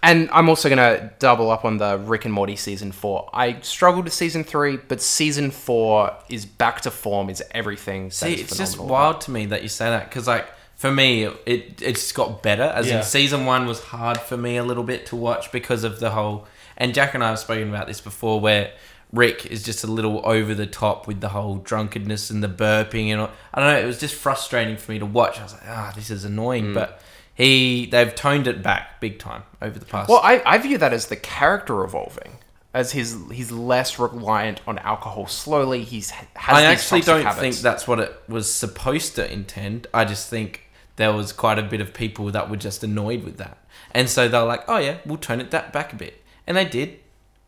Speaker 5: And I'm also going to double up on the Rick and Morty season four. I struggled with season three, but season four is back to form, is everything. that
Speaker 4: See,
Speaker 5: is
Speaker 4: it's just
Speaker 5: phenomenal.
Speaker 4: wild to me that you say that because, like, for me, it it just got better. As
Speaker 2: Yeah.
Speaker 4: in, season one was hard for me a little bit to watch because of the whole. And Jack and I have spoken about this before, where Rick is just a little over the top with the whole drunkenness and the burping and all. I don't know. It was just frustrating for me to watch. I was like, ah, this is annoying,
Speaker 5: Mm.
Speaker 4: but. He, they've toned it back big time over the past.
Speaker 5: Well, I, I view that as the character evolving, as his he's less reliant on alcohol. Slowly, he's has
Speaker 4: I
Speaker 5: these
Speaker 4: actually
Speaker 5: toxic
Speaker 4: don't
Speaker 5: habits.
Speaker 4: think that's what it was supposed to intend. I just think there was quite a bit of people that were just annoyed with that, and so they were like, "Oh yeah, we'll tone it that back a bit," and they did,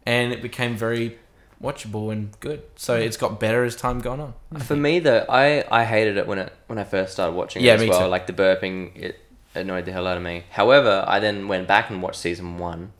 Speaker 4: and it became very watchable and good. So it's got better as time gone on.
Speaker 6: For me though, I, I hated it when it when I first started watching it
Speaker 4: Yeah,
Speaker 6: as
Speaker 4: me
Speaker 6: well.
Speaker 4: too.
Speaker 6: Like the burping, it annoyed the hell out of me. However, I then went back and watched season one,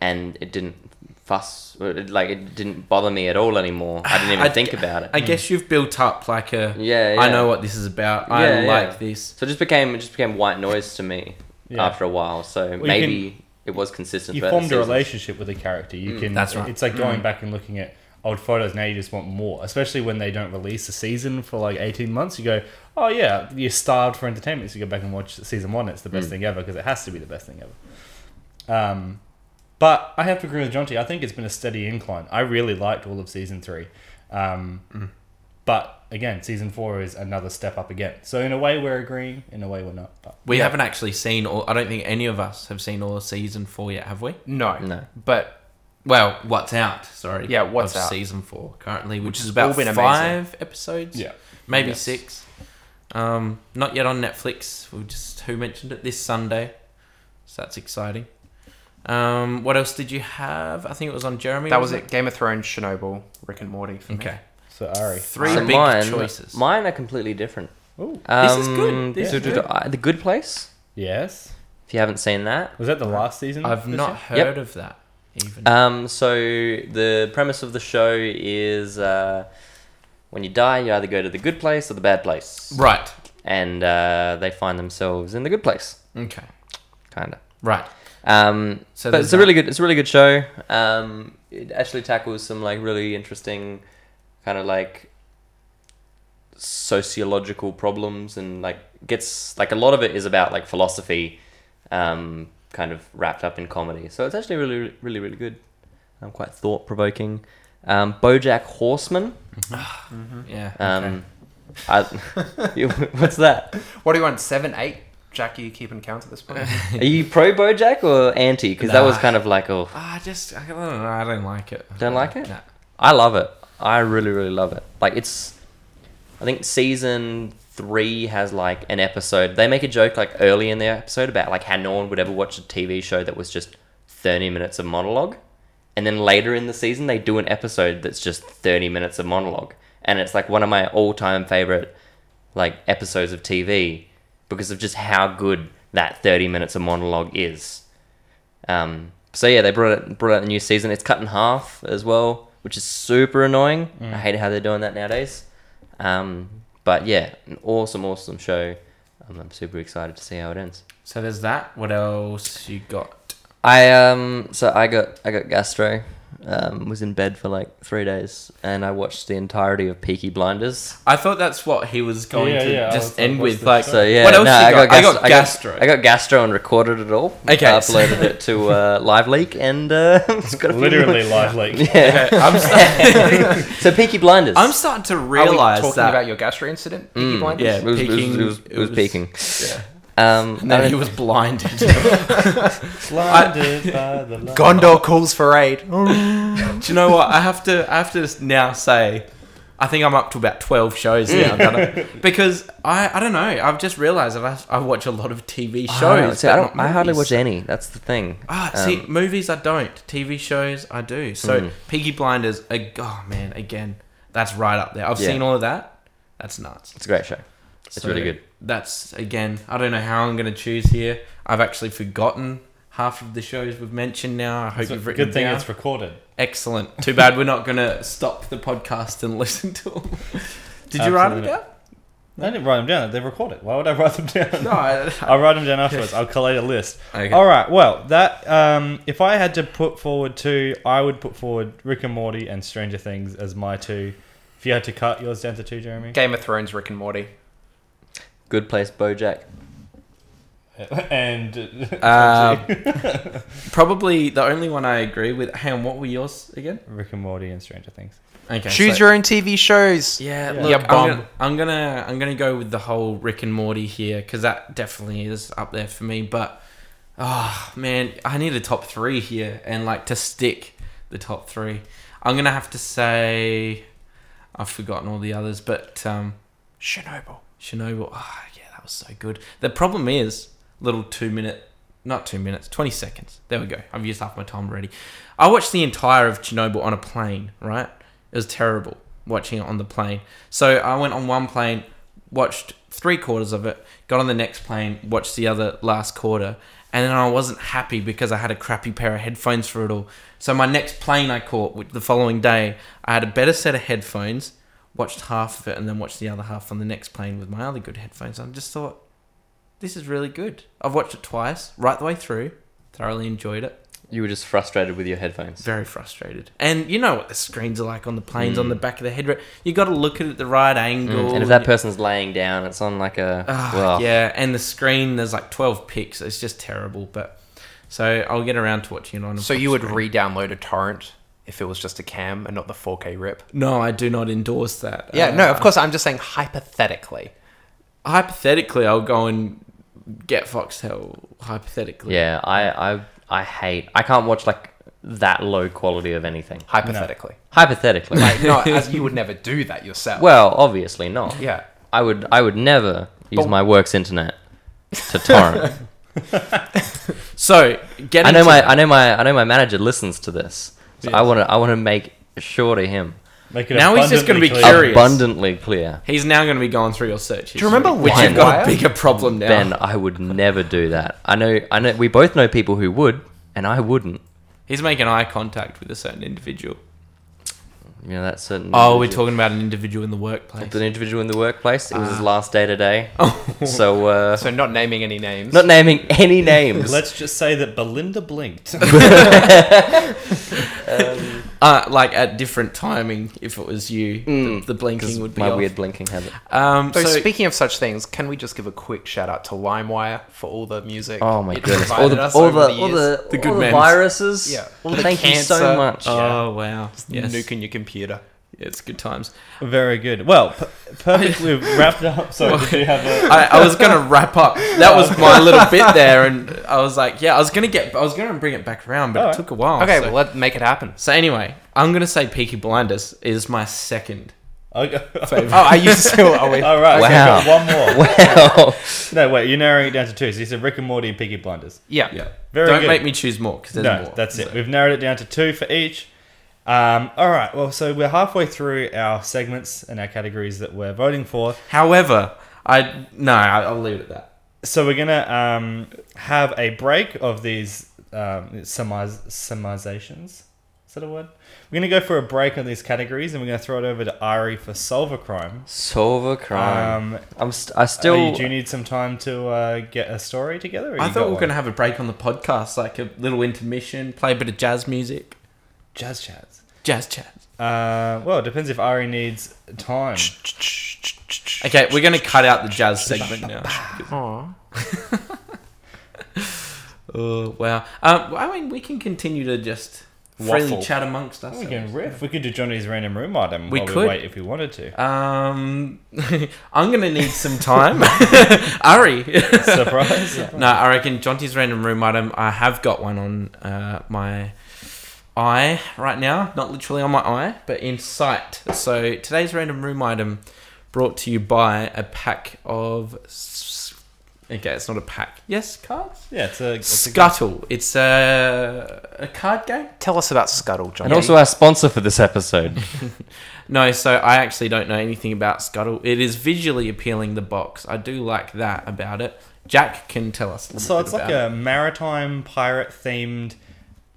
Speaker 6: and it didn't fuss it, like it didn't bother me at all anymore. I didn't even
Speaker 4: I-
Speaker 6: think about it.
Speaker 4: I guess you've built up like a,
Speaker 6: Yeah,
Speaker 4: I
Speaker 6: yeah.
Speaker 4: know what this is about.
Speaker 6: Yeah,
Speaker 4: I
Speaker 6: yeah.
Speaker 4: like this.
Speaker 6: so it just became it just became white noise to me
Speaker 2: Yeah.
Speaker 6: after a while. So
Speaker 2: you
Speaker 6: maybe it was consistent.
Speaker 2: you
Speaker 6: throughout
Speaker 2: formed
Speaker 6: the
Speaker 2: a
Speaker 6: season.
Speaker 2: relationship with a character. You can.
Speaker 4: that's right.
Speaker 2: It's like going back and looking at old photos. Now you just want more, especially when they don't release a season for like eighteen months. You go, oh yeah, you're starved for entertainment. So you go back and watch season one. It's the best thing ever because it has to be the best thing ever. Um, but I have to agree with Jonty. I think it's been a steady incline. I really liked all of season three. Um, But again, season four is another step up again. So in a way, we're agreeing. In a way, we're not. But
Speaker 4: We haven't actually seen all. I don't think any of us have seen all of season four yet, have we?
Speaker 5: no,
Speaker 6: No.
Speaker 5: But
Speaker 4: Well, what's out? Sorry.
Speaker 5: Yeah, What's
Speaker 4: of
Speaker 5: Out.
Speaker 4: Season four currently, which, is
Speaker 5: has
Speaker 4: about
Speaker 5: all been amazing.
Speaker 4: five episodes.
Speaker 2: Yeah.
Speaker 4: maybe
Speaker 5: Yes.
Speaker 4: six. Um, not yet on Netflix. We just who mentioned it this Sunday, so that's exciting. Um, what else did you have? I think it was on Jeremy.
Speaker 5: that was
Speaker 4: wasn't
Speaker 5: it. Game of Thrones, Chernobyl, Rick and Morty. For me.
Speaker 4: Okay,
Speaker 2: so Ari,
Speaker 4: three
Speaker 6: So
Speaker 4: big
Speaker 6: mine,
Speaker 4: choices.
Speaker 6: Mine are completely different.
Speaker 2: Ooh.
Speaker 4: This is good.
Speaker 6: Um,
Speaker 4: This
Speaker 6: so
Speaker 4: is
Speaker 6: did
Speaker 4: good.
Speaker 6: I- the Good Place.
Speaker 2: yes.
Speaker 6: If you haven't seen that,
Speaker 2: Was that the last season?
Speaker 4: I've
Speaker 2: Mm-hmm. this
Speaker 4: not
Speaker 2: year?
Speaker 6: Yep.
Speaker 4: heard of that even.
Speaker 6: Um, so the premise of the show is uh, when you die, you either go to the good place or the bad place,
Speaker 4: right.
Speaker 6: and uh, they find themselves in the good place,
Speaker 4: Okay.
Speaker 6: kind of.
Speaker 4: Right.
Speaker 6: Um,
Speaker 4: So
Speaker 6: but
Speaker 4: there's
Speaker 6: it's a really good, it's a really good show. Um, it actually tackles some like really interesting, kind of like sociological problems, and like gets like a lot of it is about like philosophy, um, kind of wrapped up in comedy. So it's actually really, really, really good. Um, quite thought provoking. Um, BoJack Horseman.
Speaker 2: Mm-hmm.
Speaker 4: Yeah.
Speaker 6: Um, I, what's that?
Speaker 5: What do you want? Seven, eight? Jackie, you keeping count at this point?
Speaker 6: Are you pro BoJack or anti? Because that was
Speaker 4: Nah.
Speaker 6: kind of like oh.
Speaker 4: Ah, just I don't know. I don't like it.
Speaker 6: Don't like it?
Speaker 4: No.
Speaker 6: I love it. I really, really love it. Like it's, I think season three has like an episode. They make a joke like early in the episode about like how no one would ever watch a TV show that was just thirty minutes of monologue, and then later in the season they do an episode that's just thirty minutes of monologue, and it's like one of my all-time favorite like episodes of TV because of just how good that thirty minutes of monologue is. Um, so yeah, they brought it, brought out a new season. It's cut in half as well, which is super annoying.
Speaker 4: Mm.
Speaker 6: I hate how they're doing that nowadays. Um, but yeah, an awesome, awesome show. Um, I'm super excited to see how it ends.
Speaker 4: So there's that. What else you got?
Speaker 6: I um, so I got I got gastro. Um, was in bed for like three days, and I watched the entirety of Peaky Blinders.
Speaker 4: I thought that's what he was going
Speaker 2: Yeah,
Speaker 4: to
Speaker 2: yeah, I was
Speaker 4: just
Speaker 2: like,
Speaker 4: end
Speaker 2: what's
Speaker 4: with.
Speaker 2: the
Speaker 4: Like,
Speaker 6: So yeah,
Speaker 4: what else
Speaker 6: no,
Speaker 4: you
Speaker 6: I got,
Speaker 4: got? I got
Speaker 6: gastro.
Speaker 4: gastro.
Speaker 6: I got, gastro and recorded it all.
Speaker 4: Okay,
Speaker 6: I
Speaker 4: so-
Speaker 6: uploaded it to uh, Live Leak and uh, it's got a few
Speaker 2: Literally
Speaker 6: more-
Speaker 2: live leak.
Speaker 6: Yeah.
Speaker 4: I'm, st-
Speaker 6: So Peaky Blinders.
Speaker 4: I'm starting to
Speaker 5: Are we
Speaker 4: realize
Speaker 5: talking
Speaker 4: that.
Speaker 5: about your gastro incident? Peaky Blinders?
Speaker 4: yeah,
Speaker 6: Mm, It was,
Speaker 4: peaking.
Speaker 6: it was, it was, it was peaking.
Speaker 4: Yeah.
Speaker 6: Um, I
Speaker 4: And then
Speaker 6: don't-
Speaker 4: he was blinded.
Speaker 2: Blinded by the light.
Speaker 5: Gondor calls for aid.
Speaker 4: Do you know what? I have to. I have to now say, I think I'm up to about twelve shows
Speaker 6: Mm.
Speaker 4: now, don't I? because I. I don't know. I've just realized that I, I watch a lot of TV shows.
Speaker 6: I don't know, see, I,
Speaker 4: but
Speaker 6: don't,
Speaker 4: not
Speaker 6: I hardly
Speaker 4: movies.
Speaker 6: watch any. That's the thing.
Speaker 4: Ah,
Speaker 6: Um, Mm.
Speaker 4: see, movies I don't. TV shows I do. So Peaky Blinders. ag- Oh man, again, that's right up there. I've
Speaker 6: Yeah.
Speaker 4: seen all of that. That's nuts.
Speaker 6: it's a great show. It's really good.
Speaker 4: That's again. I don't know how I'm going to choose here. I've actually forgotten half of the shows we've mentioned now. I hope
Speaker 2: It's a
Speaker 4: you've written
Speaker 2: good thing
Speaker 4: down.
Speaker 2: it's recorded.
Speaker 4: Excellent. Too bad we're not going to stop the podcast and listen to them. Did you write it
Speaker 2: Absolutely.
Speaker 4: down?
Speaker 2: I didn't write them down. They record it. Why would I write them down?
Speaker 4: No, I,
Speaker 2: I'll write them down afterwards. I'll collate a list.
Speaker 4: Okay.
Speaker 2: All right. Well, that um, if I had to put forward two, I would put forward Rick and Morty and Stranger Things as my two. If you had to cut yours down to two, Jeremy,
Speaker 5: Game of Thrones, Rick and Morty.
Speaker 6: Good place, BoJack.
Speaker 2: and
Speaker 4: Uh, probably the only one I agree with. Hang on, what were yours again?
Speaker 2: Rick and Morty and Stranger Things.
Speaker 4: Okay,
Speaker 5: Choose
Speaker 4: so-
Speaker 5: your own TV shows.
Speaker 4: Yeah,
Speaker 2: Yeah.
Speaker 4: look,
Speaker 5: Yeah,
Speaker 4: I'm,
Speaker 5: bum.
Speaker 4: gonna, I'm gonna I'm gonna go with the whole Rick and Morty here because that definitely is up there for me. But oh man, I need a top three here and like to stick the top three. I'm gonna have to say I've forgotten all the others, but um,
Speaker 5: Chernobyl.
Speaker 4: Chernobyl. Ah, yeah, that was so good. The problem is, little two minute, not two minutes, twenty seconds. There we go. I've used half my time already. I watched the entire of Chernobyl on a plane. Right, it was terrible watching it on the plane. So I went on one plane, watched three quarters of it, got on the next plane, watched the other last quarter, and then I wasn't happy because I had a crappy pair of headphones for it all. So my next plane I caught which- the following day, I had a better set of headphones watched half of it and then watched the other half on the next plane with my other good headphones. I just thought, this is really good. I've watched it twice, right the way through. Thoroughly enjoyed it.
Speaker 6: You were just frustrated with your headphones.
Speaker 4: Very frustrated. And you know what the screens are like on the planes, on the back of the head. You got to look at it at the right angle.
Speaker 6: Mm. And if that oh. person's laying down, it's on like a.
Speaker 4: Ah,
Speaker 6: well,
Speaker 4: yeah, and the screen there's like twelve pics. It's just terrible. But so I'll get around to watching it on. a
Speaker 5: So you would
Speaker 4: screen.
Speaker 5: re-download a torrent if it was just a cam and not the 4K rip.
Speaker 4: No, I do not endorse that.
Speaker 5: Yeah, no,
Speaker 4: Uh,
Speaker 5: of course. I'm just saying hypothetically.
Speaker 4: Hypothetically, I'll go and get Foxtel. Hypothetically,
Speaker 6: yeah, I, I, I hate. I can't watch like that low quality of anything.
Speaker 5: Hypothetically.
Speaker 6: Hypothetically.
Speaker 5: Like, not as you would never do that yourself.
Speaker 6: well, obviously not.
Speaker 5: yeah.
Speaker 6: I would, I would never use
Speaker 5: But-
Speaker 6: my work's internet to torrent.
Speaker 4: So get.
Speaker 6: I know
Speaker 4: into
Speaker 6: my,
Speaker 4: that.
Speaker 6: I know my, I know my manager listens to this. So I want to, I want to make sure to him
Speaker 2: Make it
Speaker 4: Now he's just gonna
Speaker 2: abundantly
Speaker 4: be
Speaker 2: clear.
Speaker 4: curious.
Speaker 6: abundantly clear.
Speaker 4: He's now going to be going through your search.
Speaker 5: Do you remember
Speaker 4: which you've got a
Speaker 5: LimeWire?
Speaker 4: bigger problem now?
Speaker 6: Ben, I would never do that. I know, I know. We both know people who would, and I wouldn't.
Speaker 4: He's making eye contact with a certain individual.
Speaker 6: You know, that certain.
Speaker 4: Oh, we're
Speaker 6: individual-
Speaker 4: talking about an individual in the workplace.
Speaker 6: It's an individual in the workplace. It was his last day today. so, uh,
Speaker 5: So not naming any names.
Speaker 6: not naming any names.
Speaker 2: Let's just say that Belinda blinked.
Speaker 4: Uh, like at different timing, if it was you, the, the blinking would be
Speaker 6: Mm. my
Speaker 4: off.
Speaker 6: weird blinking habit.
Speaker 4: Um,
Speaker 5: so,
Speaker 4: so
Speaker 5: speaking of such things, can we just give a quick shout out to LimeWire for all the music?
Speaker 6: Oh my
Speaker 5: it
Speaker 6: goodness! All
Speaker 5: provided
Speaker 6: the
Speaker 5: us
Speaker 6: all
Speaker 5: over
Speaker 6: the all
Speaker 5: years?
Speaker 6: the,
Speaker 4: The good
Speaker 6: all the
Speaker 4: mens.
Speaker 6: viruses.
Speaker 5: Yeah. All the
Speaker 6: Thank you so
Speaker 5: cancer.
Speaker 6: much.
Speaker 4: oh wow, yes,
Speaker 5: nuking your computer.
Speaker 4: Yeah, it's good times.
Speaker 2: Very good. Well, p- perfect. We've wrapped up. So did you have a?
Speaker 4: I, I was gonna wrap up. That was my little bit there, and I was like, yeah, I was gonna get, I was gonna bring it back around, but it
Speaker 2: Alright.
Speaker 4: took a while.
Speaker 5: Okay,
Speaker 4: so.
Speaker 5: well let's make it happen.
Speaker 4: so anyway, I'm gonna say Peaky Blinders is my second
Speaker 2: Okay.
Speaker 4: favorite.
Speaker 5: Oh, are you still? Are we?
Speaker 2: All right.
Speaker 6: Wow.
Speaker 2: Okay, we've got one more.
Speaker 6: Wow.
Speaker 2: No, wait. You're narrowing it down to two. So you said Rick and Morty and Piggy Blinders.
Speaker 5: yeah.
Speaker 4: Yeah.
Speaker 2: Very
Speaker 4: Don't
Speaker 2: good.
Speaker 4: make me choose more because there's
Speaker 2: no,
Speaker 4: more.
Speaker 2: that's it. We've narrowed it down to two for each. Um, all right. Well, so we're halfway through our segments and our categories that we're voting for.
Speaker 4: However, I no, I- I'll leave it at that.
Speaker 2: So we're gonna um, have a break of these um, summariz- summarizations. Is that a word? We're gonna go for a break on these categories, and we're gonna throw it over to Ari for solve a crime.
Speaker 6: Solve a crime.
Speaker 2: Um,
Speaker 6: I'm st- I
Speaker 2: Still,
Speaker 6: still.
Speaker 2: do you need some time to uh, get a story together? or
Speaker 4: I
Speaker 2: you got
Speaker 4: thought we were
Speaker 2: one?
Speaker 4: going to have a break on the podcast, like a little intermission, play a bit of jazz music,
Speaker 2: jazz chats.
Speaker 4: jazz chat.
Speaker 2: Uh, well, it depends if Ari needs time.
Speaker 4: Okay, we're going to cut out the jazz segment now.
Speaker 5: Aw.
Speaker 4: Oh wow. Um, I mean, we can continue to just freely
Speaker 5: Waffle.
Speaker 4: chat amongst us.
Speaker 2: We can riff. We could do Johnny's random room item.
Speaker 4: We
Speaker 2: while
Speaker 4: could.
Speaker 2: we wait if we wanted to.
Speaker 4: Um, I'm gonna need some time, Ari.
Speaker 2: Surprise!
Speaker 4: No, I reckon Jonty's random room item. I have got one on uh, my eye right now, not literally on my eye, but in sight. So today's random room item brought to you by a pack of. s- Okay, it's not a pack. Yes, cards.
Speaker 2: Yeah, it's a, it's a
Speaker 4: Scuttle. It's a a card game.
Speaker 5: Tell us about Scuttle, John.
Speaker 6: and also our sponsor for this episode.
Speaker 4: No, so I actually don't know anything about Scuttle. It is visually appealing. The box. I do like that about it. Jack can tell us. A little
Speaker 2: So
Speaker 4: bit
Speaker 2: it's like
Speaker 4: about
Speaker 2: a maritime pirate themed,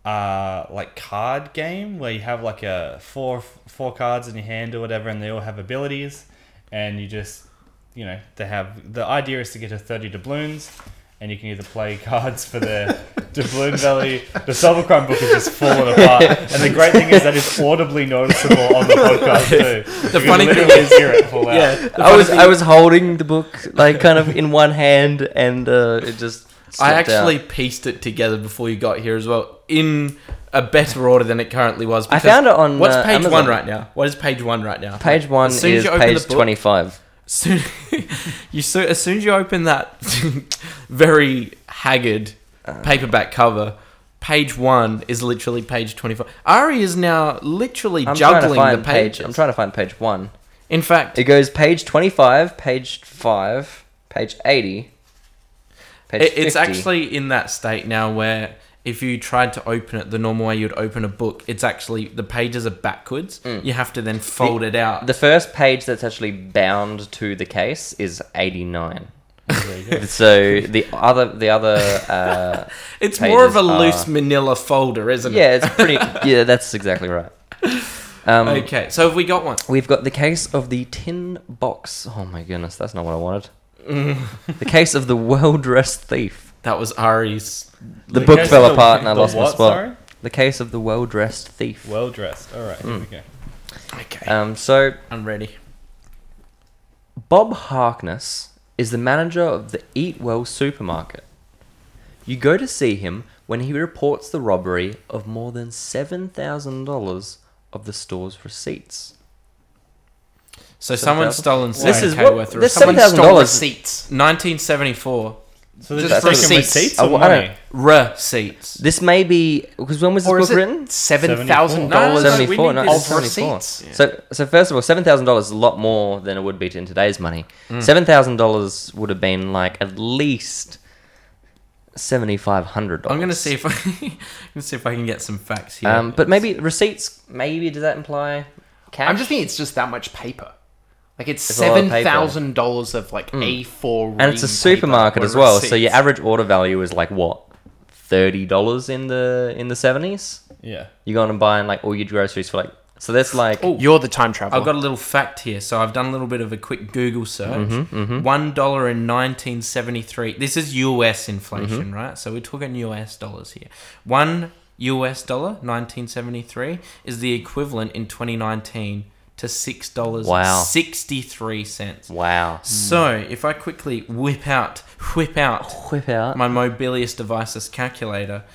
Speaker 2: uh, like card game where you have like a four four cards in your hand or whatever, and they all have abilities, and you just you know they have the idea is to get to 30 doubloons and you can either play cards for their doubloon value. The Cybercrime book has just fallen apart, and the great thing is that it's audibly noticeable on the podcast too.
Speaker 4: The
Speaker 2: you
Speaker 4: funny
Speaker 2: can
Speaker 4: thing
Speaker 2: literally hear it fall out.
Speaker 4: Yeah, the
Speaker 6: I
Speaker 4: funny
Speaker 6: was
Speaker 4: thing-
Speaker 6: I was holding the book like kind of in one hand, and uh, it just.
Speaker 4: I
Speaker 6: slipped out.
Speaker 4: actually pieced it together before you got here as well, in a better order than it currently was.
Speaker 6: I
Speaker 4: because
Speaker 6: found it on,
Speaker 4: what's
Speaker 6: uh,
Speaker 4: page
Speaker 6: Amazon.
Speaker 4: one right now. What is page one right now?
Speaker 6: page one
Speaker 4: As soon as
Speaker 6: is
Speaker 4: you open the
Speaker 6: page
Speaker 4: book-
Speaker 6: twenty five.
Speaker 4: soon you so as soon as you open that very haggard
Speaker 6: Uh.
Speaker 4: paperback cover page one is literally page 24 ari is now literally
Speaker 6: I'm trying to
Speaker 4: juggling the
Speaker 6: find
Speaker 4: pages
Speaker 6: page. I'm trying to find page one.
Speaker 4: in fact
Speaker 6: It goes page twenty five, page five, page eighty. Page
Speaker 4: it- it's
Speaker 6: 50.
Speaker 4: actually in that state now where if you tried to open it the normal way you'd open a book it's actually the pages are backwards you have to then fold it out
Speaker 6: Mm. the first page that's actually bound to the case is eighty nine.
Speaker 2: There you go.
Speaker 6: So the other the other uh,
Speaker 4: it's more of a
Speaker 6: pages are-
Speaker 4: loose manila folder isn't
Speaker 6: yeah,
Speaker 4: it
Speaker 6: it's pretty. Yeah, that's exactly right. Um,
Speaker 4: okay so have we got one
Speaker 6: We've got the case of the tin box. Oh my goodness, that's not what I wanted. the case of the well dressed thief.
Speaker 4: that was ari's
Speaker 6: The,
Speaker 2: The
Speaker 6: book
Speaker 2: case
Speaker 6: fell
Speaker 2: of the-
Speaker 6: apart and I
Speaker 2: the
Speaker 6: lost my
Speaker 2: what,
Speaker 6: spot.
Speaker 2: sorry?
Speaker 6: The case of the well dressed thief.
Speaker 2: Well dressed. All right,
Speaker 6: Hmm.
Speaker 2: here we go.
Speaker 4: okay
Speaker 6: Um, so
Speaker 4: i'm ready
Speaker 6: Bob Harkness is the manager of the Eatwell supermarket. You go to see him when he reports the robbery of more than seven thousand dollars of the store's receipts.
Speaker 4: So someone's stolen
Speaker 6: This is
Speaker 4: 7k
Speaker 6: what-
Speaker 4: worth of
Speaker 6: this
Speaker 4: receipts.
Speaker 6: seven thousand dollars.
Speaker 5: Seats.
Speaker 4: 1974
Speaker 2: So they're
Speaker 4: Just
Speaker 2: just freaking
Speaker 4: receipts.
Speaker 2: receipts
Speaker 6: I
Speaker 2: or
Speaker 6: wa- Oh, I don't-
Speaker 2: money?
Speaker 4: receipts.
Speaker 6: This may be because when was this
Speaker 5: Or
Speaker 6: book
Speaker 5: is
Speaker 6: written?
Speaker 5: it seven thousand
Speaker 4: No,
Speaker 5: dollars
Speaker 4: no, no, we
Speaker 5: of
Speaker 4: need
Speaker 6: 74 no,
Speaker 4: this-
Speaker 6: it's 74
Speaker 5: receipts?
Speaker 6: so so first of all $7000 is a lot more than it would be to- in today's money
Speaker 4: Mm.
Speaker 6: $7000 would have been like at least $7500
Speaker 4: I'm gonna see if I I'm gonna see if I can get some facts here.
Speaker 6: um, but maybe receipts maybe does that imply cash
Speaker 5: I'm just thinking it's just that much paper. Like it's
Speaker 6: a lot of
Speaker 5: seven
Speaker 6: paper.
Speaker 5: thousand dollars of like A4.
Speaker 6: and it's a
Speaker 5: ream
Speaker 6: supermarket
Speaker 5: paper.
Speaker 6: as well so your
Speaker 4: receipts.
Speaker 6: average order value is like what $30 in the in the 70s
Speaker 2: Yeah.
Speaker 6: you go on and buy and like all your groceries for like so that's like
Speaker 4: Oh.
Speaker 5: Oh, You're the time traveler.
Speaker 4: I've got a little fact here. So I've done a little bit of a quick Google search.
Speaker 6: Mm-hmm,
Speaker 4: One dollar in 1973. This is US inflation,
Speaker 6: Mm-hmm.
Speaker 4: right? So we're talking US dollars here. One US dollar 1973 is the equivalent in 2019 to six dollars
Speaker 6: Wow.
Speaker 4: 63 cents.
Speaker 6: wow
Speaker 4: So if I quickly whip out, whip out
Speaker 6: whip out
Speaker 4: my mobilious devices calculator.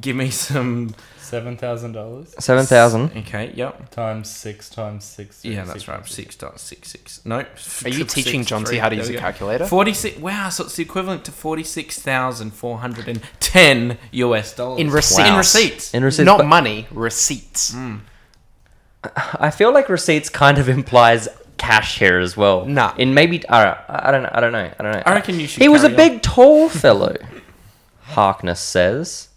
Speaker 4: Give me some.
Speaker 2: Seven thousand dollars
Speaker 6: 7000
Speaker 4: Okay, yep.
Speaker 2: times six times six.
Speaker 4: Yeah,
Speaker 2: six,
Speaker 4: that's
Speaker 2: six,
Speaker 4: right.
Speaker 2: six.
Speaker 4: Six dot six six. Nope.
Speaker 5: Are you
Speaker 4: Triple
Speaker 5: teaching
Speaker 4: six,
Speaker 5: John C
Speaker 4: three.
Speaker 5: how to
Speaker 4: There
Speaker 5: use
Speaker 4: we
Speaker 5: a
Speaker 4: go.
Speaker 5: calculator?
Speaker 4: Forty-six. Wow, so it's the equivalent to forty-six thousand four hundred and ten US dollars
Speaker 5: In receipts.
Speaker 4: In receipts.
Speaker 6: in receipts
Speaker 5: Not
Speaker 6: but-
Speaker 5: money, receipts.
Speaker 6: I feel like receipts kind of implies cash here as well.
Speaker 5: Nah.
Speaker 6: In maybe I don't, I don't know. I don't know. I don't know.
Speaker 4: I reckon you should.
Speaker 6: He was a
Speaker 4: carry on.
Speaker 6: big, tall fellow. Harkness says,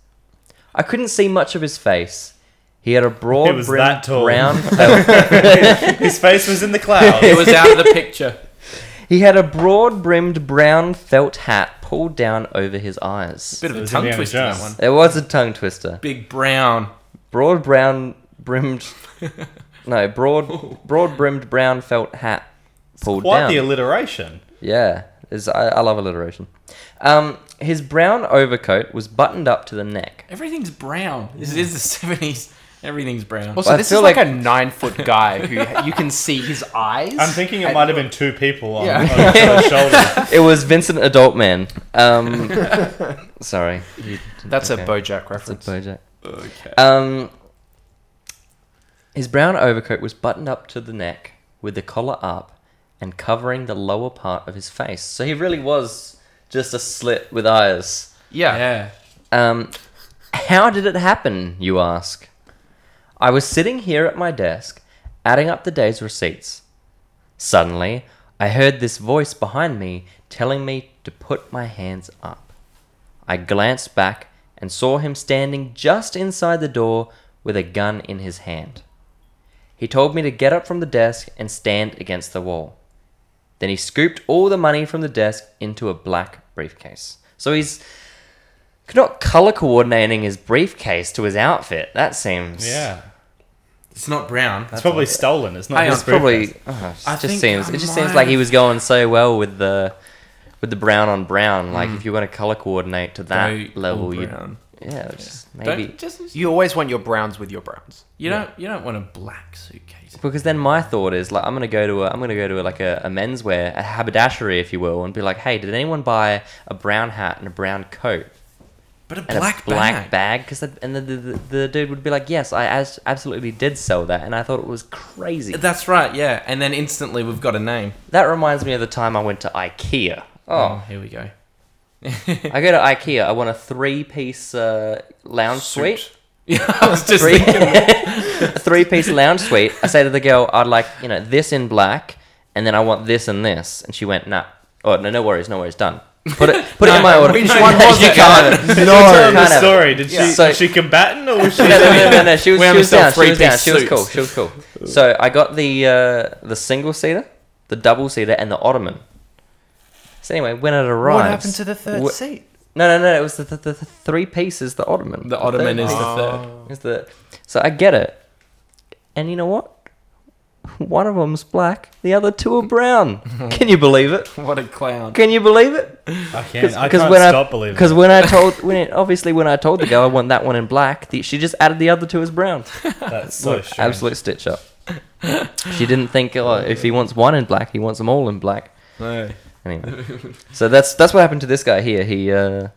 Speaker 6: "I couldn't see much of his face. He had a broad,
Speaker 2: was
Speaker 6: brimmed
Speaker 2: that tall.
Speaker 6: brown. felt-
Speaker 2: His face was in the
Speaker 4: It
Speaker 2: clouds.
Speaker 4: was out of the picture.
Speaker 6: he had a broad-brimmed brown felt hat pulled down over his eyes.
Speaker 4: Bit of a
Speaker 2: was
Speaker 4: tongue
Speaker 2: Indiana
Speaker 4: twister that
Speaker 2: Jones.
Speaker 4: one.
Speaker 6: It was a tongue twister.
Speaker 4: Big brown.
Speaker 6: Broad, brown-brimmed. no, broad, broad-brimmed brown felt hat pulled
Speaker 2: Quite
Speaker 6: down.
Speaker 2: the alliteration.
Speaker 6: Yeah, is I, I love alliteration. Um, his brown overcoat was buttoned up to the neck.
Speaker 4: Everything's brown. This is the seventies. Everything's brown.
Speaker 5: Also,
Speaker 6: I
Speaker 5: this
Speaker 6: feel
Speaker 5: is like,
Speaker 6: like-
Speaker 5: a nine foot guy who you can see his eyes.
Speaker 2: I'm thinking it
Speaker 5: and-
Speaker 2: might have been two people on,
Speaker 5: Yeah.
Speaker 2: on the shoulder.
Speaker 6: It was Vincent Adult Man. Um, sorry,
Speaker 5: That's
Speaker 6: Okay.
Speaker 5: a BoJack
Speaker 6: it's a
Speaker 5: reference.
Speaker 6: BoJack. Okay. Um, his brown overcoat was buttoned up to the neck with the collar up and covering the lower part of his face. So he really was just a slit with eyes.
Speaker 5: yeah.
Speaker 4: yeah.
Speaker 6: Um, how did it happen, you ask? I was sitting here at my desk, adding up the day's receipts. Suddenly, I heard this voice behind me telling me to put my hands up. I glanced back and saw him standing just inside the door with a gun in his hand. He told me to get up from the desk and stand against the wall. Then he scooped all the money from the desk into a black briefcase. So he's not color coordinating his briefcase to his outfit. That seems
Speaker 2: Yeah.
Speaker 4: It's not brown. That's
Speaker 2: It's probably
Speaker 4: all.
Speaker 2: stolen. It's not
Speaker 4: Hang
Speaker 2: his
Speaker 6: It's
Speaker 4: on,
Speaker 2: briefcase.
Speaker 6: probably. Oh,
Speaker 4: I
Speaker 6: it
Speaker 4: think
Speaker 6: just seems.
Speaker 4: I
Speaker 6: It just seems like
Speaker 4: might-
Speaker 6: he was going so well with the, with the brown on brown. Like if you want to color coordinate to that
Speaker 4: Go Hmm. all
Speaker 6: level, you
Speaker 4: brown.
Speaker 6: yeah, it's just maybe
Speaker 4: Don't, just, you
Speaker 5: You always want your browns with your browns.
Speaker 4: don't you don't want a black suitcase.
Speaker 6: because then my thought is like I'm gonna go to a I'm gonna go to a, like a, a menswear a haberdashery if you will and be like hey did anyone buy a brown hat and a brown coat
Speaker 4: But a
Speaker 6: and
Speaker 4: black
Speaker 6: a black
Speaker 4: bag.
Speaker 6: bag because and the, the, the, the dude would be like yes I as, absolutely did sell that and I thought it was crazy
Speaker 4: That's right, yeah. And then instantly we've got a name.
Speaker 6: that reminds me of the time I went to IKEA oh
Speaker 4: here we go.
Speaker 6: I go to IKEA. I want a three-piece uh, lounge suite.
Speaker 4: Yeah, I was just
Speaker 6: Three,
Speaker 4: thinking.
Speaker 6: a three-piece lounge suite. I say to the girl, "I'd like you know this in black, and then I want this and this." And she went, "Nah, oh no, no worries, no worries, done. Put it, put it in my order."
Speaker 4: which
Speaker 6: No,
Speaker 4: one was
Speaker 6: you
Speaker 4: it?
Speaker 6: can't.
Speaker 2: No,
Speaker 6: Can't
Speaker 2: the
Speaker 6: have it.
Speaker 2: story. Did she
Speaker 6: Oh, Yeah.
Speaker 2: was
Speaker 6: So-
Speaker 2: she combatant or was she?
Speaker 6: No, no, no, no, no. She was,
Speaker 4: Wearing
Speaker 6: she was
Speaker 4: herself
Speaker 6: down. She was
Speaker 4: three-piece
Speaker 6: down. She was
Speaker 4: suits.
Speaker 6: cool. She was cool. So I got the uh, the single seater, the double seater, and the ottoman. So anyway, when it arrived,
Speaker 5: What happened to the third seat?
Speaker 6: No, no, no. It was the, the, the, the three pieces. The ottoman.
Speaker 4: The ottoman
Speaker 6: third
Speaker 4: is
Speaker 6: piece.
Speaker 4: the third.
Speaker 6: Is the so I get it, and you know what? One of them's black, the other two are brown. Can you believe it?
Speaker 4: What a clown.
Speaker 6: Can you believe it?
Speaker 2: I can't. I
Speaker 6: Because
Speaker 2: can't
Speaker 6: when
Speaker 2: stop
Speaker 6: I
Speaker 2: believing.
Speaker 6: because when I told when it, obviously when I told the girl I want that one in black, the, she just added the other two as brown.
Speaker 2: it. that's so strange.
Speaker 6: Absolute stitch up. She didn't think oh, if he wants one in black, he wants them all in black.
Speaker 4: No.
Speaker 6: Anyway, so that's that's what happened to this guy here. He uh,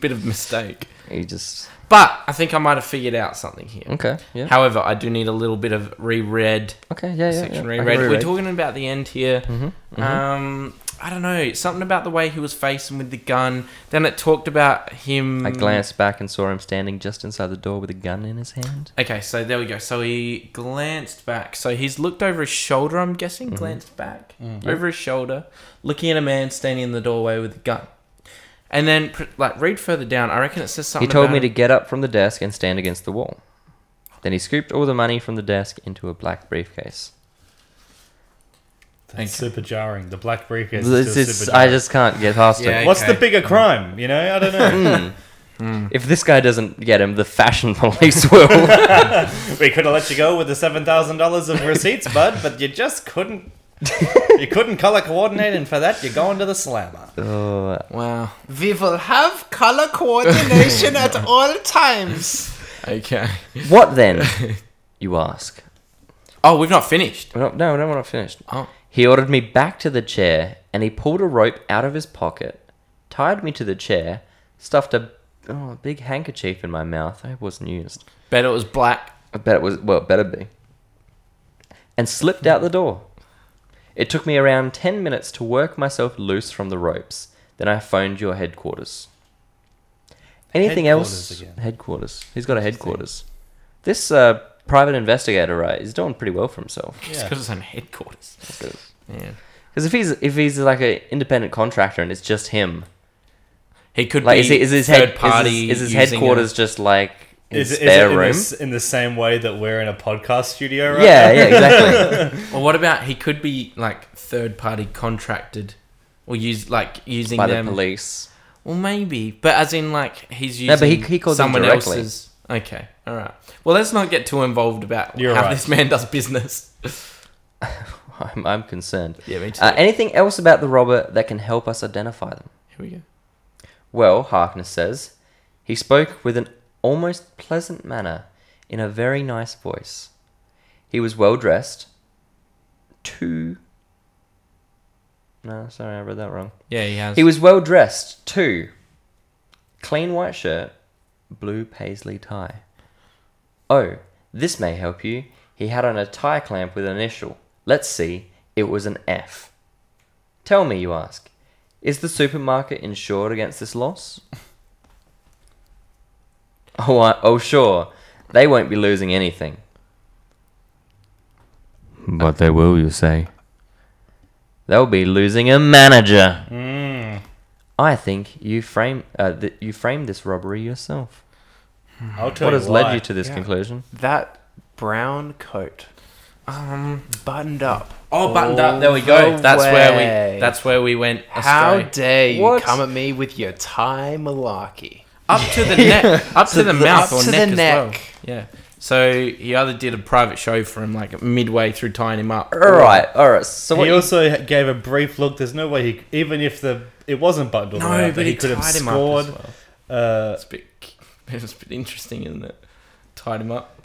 Speaker 4: Bit of mistake.
Speaker 6: he just
Speaker 4: But I think I might have figured out something here.
Speaker 6: okay yeah
Speaker 4: However, I do need a little bit of reread.
Speaker 6: okay yeah yeah, yeah.
Speaker 4: section
Speaker 6: I can
Speaker 4: reread. We're
Speaker 6: reread.
Speaker 4: talking about the end here.
Speaker 6: Mm-hmm.
Speaker 4: Um, I don't know. Something about the way he was facing with the gun. Then it talked about him.
Speaker 6: I
Speaker 2: Mm.
Speaker 6: glanced back and saw him standing just inside the door with a gun in his hand.
Speaker 4: Okay, so there we go. So he glanced back. So he's looked over his shoulder, I'm guessing.
Speaker 6: Mm-hmm.
Speaker 4: Glanced back over his shoulder, looking at a man standing in the doorway with a gun. And then, pr- like, read further down. I reckon it says
Speaker 6: He
Speaker 4: something.
Speaker 6: told me
Speaker 4: about
Speaker 6: to
Speaker 4: him-
Speaker 6: get up from the desk and stand against the wall. Then he scooped all the money from the desk into a black briefcase.
Speaker 2: That's super jarring. The black briefcase. Is
Speaker 6: This
Speaker 2: still
Speaker 6: is,
Speaker 2: super
Speaker 6: I
Speaker 2: jarring.
Speaker 6: just can't get past
Speaker 4: Yeah.
Speaker 6: it.
Speaker 2: What's the
Speaker 4: Okay.
Speaker 2: bigger crime? You know, I don't know.
Speaker 6: If this guy doesn't get him, the fashion police will.
Speaker 2: we could have let you go with the seven thousand dollars of receipts, bud, but you just couldn't. you couldn't color coordinate, and for that, you're going to the slammer.
Speaker 6: oh,
Speaker 4: Wow.
Speaker 5: We will have color coordination at all times.
Speaker 4: Okay.
Speaker 6: what then? You ask.
Speaker 4: Oh, we've not finished.
Speaker 6: We're not- No, no, we're not finished.
Speaker 4: Oh.
Speaker 6: He ordered me back to the chair, and he pulled a rope out of his pocket, tied me to the chair, stuffed a, oh, a big handkerchief in my mouth. I hope it wasn't used.
Speaker 4: Bet it was black.
Speaker 6: I bet it was. Well, it better be. And slipped out the door. It took me around ten minutes to work myself loose from the ropes. Then I phoned your headquarters. Anything else?
Speaker 2: Headquarters again.
Speaker 6: Headquarters. He's got a headquarters. This uh, private investigator, right? He's doing pretty well for himself.
Speaker 4: It's
Speaker 2: Yeah.
Speaker 4: got its own headquarters. Yeah.
Speaker 6: Because if he's if he's like an independent contractor and it's just him,
Speaker 4: He could
Speaker 6: like
Speaker 4: be
Speaker 6: is, he, is his
Speaker 4: third
Speaker 6: head
Speaker 4: party.
Speaker 6: is his, is his
Speaker 4: using
Speaker 6: headquarters just like in
Speaker 2: Is, it- is
Speaker 6: spare
Speaker 2: it in,
Speaker 6: room?
Speaker 2: this- in the same way that we're in a podcast studio right
Speaker 6: yeah, yeah, exactly.
Speaker 4: a- Or what about he could be like third party contracted, or use like using
Speaker 6: By the
Speaker 4: them.
Speaker 6: police.
Speaker 4: Well, maybe, but as in like he's using
Speaker 6: No, but he- he called them
Speaker 4: someone
Speaker 6: directly.
Speaker 4: else's. Okay, all right. Well, let's not get too involved about
Speaker 2: You're
Speaker 4: how
Speaker 2: right.
Speaker 4: this man does business.
Speaker 6: I'm, I'm concerned.
Speaker 4: Yeah, me too.
Speaker 6: Uh, anything else about the robber that can help us identify them?
Speaker 4: Here we go.
Speaker 6: Well, Harkness says, he spoke with an almost pleasant manner in a very nice voice. He was well dressed. Too. No, sorry, I read that wrong.
Speaker 4: Yeah, he has.
Speaker 6: He was well dressed, too. Clean white shirt, blue paisley tie. Oh, this may help you. He had on a tie clamp with an initial. Let's see, it was an F. Tell me, you ask, is the supermarket insured against this loss? Oh, I, oh, sure. They won't be losing anything. But they will, you say. They'll be losing a manager. I think you frame uh, th- you framed this robbery yourself.
Speaker 2: now? I'll tell
Speaker 6: What
Speaker 2: you
Speaker 6: has led
Speaker 2: why.
Speaker 6: you to this
Speaker 5: Yeah.
Speaker 6: conclusion?
Speaker 5: That brown coat,
Speaker 4: um,
Speaker 5: buttoned up.
Speaker 4: oh, buttoned up. There we
Speaker 5: All
Speaker 4: go.
Speaker 5: the
Speaker 4: That's where
Speaker 5: way.
Speaker 4: we. That's where we went.
Speaker 5: How
Speaker 4: astray.
Speaker 5: dare you
Speaker 6: What?
Speaker 5: come at me with your tie malarkey?
Speaker 4: up to the neck, up to the mouth
Speaker 5: up
Speaker 4: or
Speaker 5: to the
Speaker 4: neck as
Speaker 5: neck.
Speaker 4: well. Yeah. So he either did a private show for him, like midway through tying him up.
Speaker 6: All right, all right. So what?
Speaker 2: he
Speaker 6: you-
Speaker 2: also ha- gave a brief look. There's no way he, even if the it wasn't bundled,
Speaker 4: No,
Speaker 2: out,
Speaker 4: but, he,
Speaker 2: could have
Speaker 4: tied him
Speaker 2: scored.
Speaker 4: up as well.
Speaker 2: Uh,
Speaker 4: It's a bit, it's a bit interesting, isn't it? Tied him up.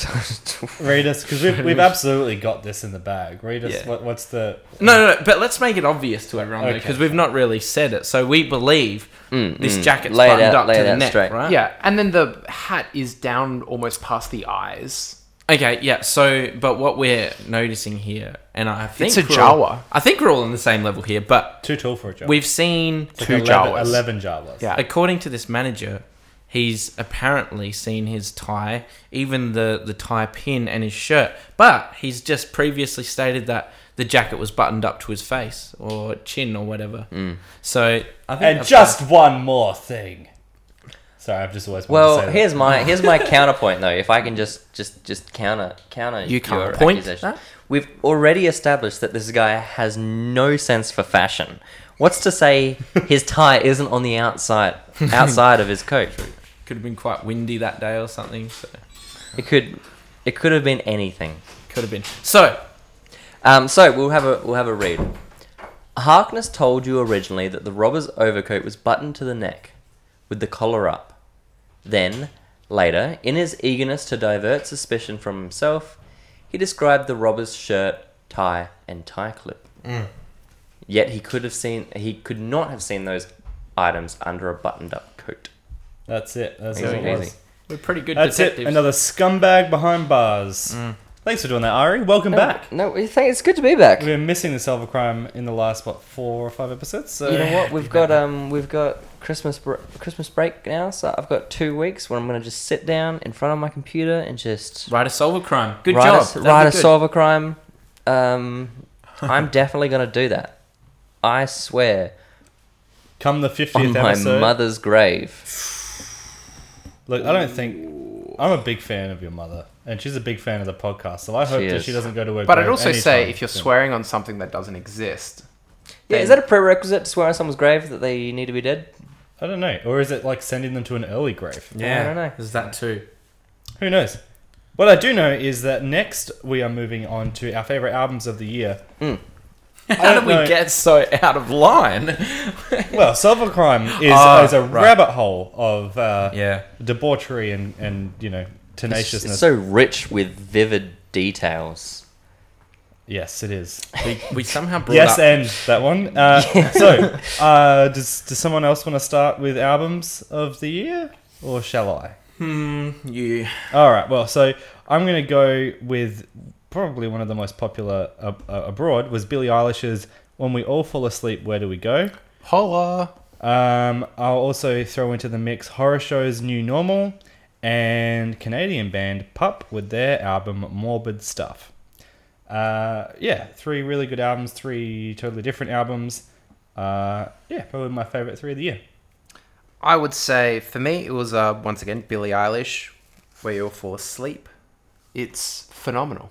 Speaker 2: read us because we've, we've absolutely got this in the bag. Read us
Speaker 4: Yeah.
Speaker 2: what, what's the
Speaker 4: No, no, no, but let's make it obvious to everyone
Speaker 2: Okay.
Speaker 4: because we've not really said it. So we believe this jacket's
Speaker 6: Mm, Lay it
Speaker 4: buttoned
Speaker 6: out-
Speaker 4: up
Speaker 6: lay
Speaker 4: to
Speaker 6: it
Speaker 4: the
Speaker 6: out
Speaker 4: neck,
Speaker 6: straight.
Speaker 4: right?
Speaker 5: Yeah, and then the hat is down almost past the eyes.
Speaker 4: Okay, yeah. So, but what we're noticing here, and I think
Speaker 5: a
Speaker 4: we're all-
Speaker 5: Jawa.
Speaker 4: I think we're all on the same level here, but
Speaker 2: too tall for a job?
Speaker 4: we've seen
Speaker 5: two Jawas.
Speaker 2: eleven Jawas.
Speaker 5: Yeah.
Speaker 4: According to this manager, he's apparently seen his tie, even the, the tie pin and his shirt. But he's just previously stated that the jacket was buttoned up to his face or chin or whatever.
Speaker 6: Mm.
Speaker 4: So I think
Speaker 2: And
Speaker 4: that's
Speaker 2: just one more thing. Sorry, I've just always wanted to say
Speaker 6: well,
Speaker 2: that.
Speaker 6: here's my here's my counterpoint though. If I can just just just counter counter
Speaker 5: You can't
Speaker 6: your
Speaker 4: point
Speaker 6: accusation.
Speaker 4: that?
Speaker 6: We've already established that this guy has no sense for fashion. What's to say his tie isn't on the outside outside of his coat?
Speaker 4: could have been quite windy that day or something. So
Speaker 6: It could it could have been anything.
Speaker 4: could have been. So
Speaker 6: Um, so we'll have a we'll have a read. Harkness told you originally that the robber's overcoat was buttoned to the neck, with the collar up. Then, later, in his eagerness to divert suspicion from himself, he described the robber's shirt, tie, and tie clip. Yet he could have seen he could not have seen those items under a buttoned-up coat.
Speaker 2: That's it. That's
Speaker 6: Easy,
Speaker 2: all it was.
Speaker 6: easy.
Speaker 4: we're pretty good
Speaker 2: That's
Speaker 4: detectives.
Speaker 2: it. Another scumbag behind bars. Thanks for doing that, Ari. Welcome back.
Speaker 6: No, we think it's good to be back.
Speaker 2: We were missing the silver crime in the last what four or five episodes. So
Speaker 6: you know what? We've got um, we've got Christmas br- Christmas break now, so I've got two weeks where I'm gonna just sit down in front of my computer and just
Speaker 4: Write a solver crime. Good
Speaker 6: write
Speaker 4: job.
Speaker 6: a,
Speaker 4: That'd be
Speaker 6: write a
Speaker 4: good.
Speaker 6: solve a crime. Um, I'm definitely gonna do that. I swear
Speaker 2: come the
Speaker 6: on
Speaker 2: fiftieth
Speaker 6: Oh, my
Speaker 2: episode.
Speaker 6: mother's grave.
Speaker 2: Look, I don't think I'm a big fan of your mother, and she's a big fan of the podcast. So I hope
Speaker 6: She
Speaker 2: that
Speaker 6: is.
Speaker 2: she doesn't go to work.
Speaker 5: But I'd also say if you're swearing on something that doesn't exist,
Speaker 6: Yeah, is that a prerequisite to swear on someone's grave that they need to be dead?
Speaker 2: I don't know, or is it like sending them to an early grave?
Speaker 4: Yeah,
Speaker 6: I don't know.
Speaker 4: There's that too.
Speaker 2: Who knows? What I do know is that next we are moving on to our favorite albums of the year.
Speaker 4: Hmm. How did
Speaker 2: don't
Speaker 4: we
Speaker 2: know.
Speaker 4: get so out of line?
Speaker 2: Well, Silver Crime is,
Speaker 4: Ah,
Speaker 2: is a
Speaker 4: right.
Speaker 2: rabbit hole of uh,
Speaker 4: yeah.
Speaker 2: debauchery and, and you know
Speaker 6: It's,
Speaker 2: tenaciousness.
Speaker 6: it's so rich with vivid details.
Speaker 2: yes, it is.
Speaker 4: We, we somehow brought
Speaker 2: Yes,
Speaker 4: up
Speaker 2: and that one. Uh, so, uh, does does someone else want to start with albums of the year, or shall I?
Speaker 4: you
Speaker 2: All right. Well, so I'm going to go with probably one of the most popular ab- uh, abroad was Billie Eilish's "When We All Fall Asleep, Where Do We Go."
Speaker 5: holla.
Speaker 2: Um, I'll also throw into the mix horror shows "New Normal" and Canadian band Pup with their album "Morbid Stuff." Uh, yeah, three really good albums, three totally different albums. Uh, yeah, probably my favorite three of the year.
Speaker 5: I would say for me, it was uh, once again Billie Eilish, where you'll fall asleep. It's phenomenal.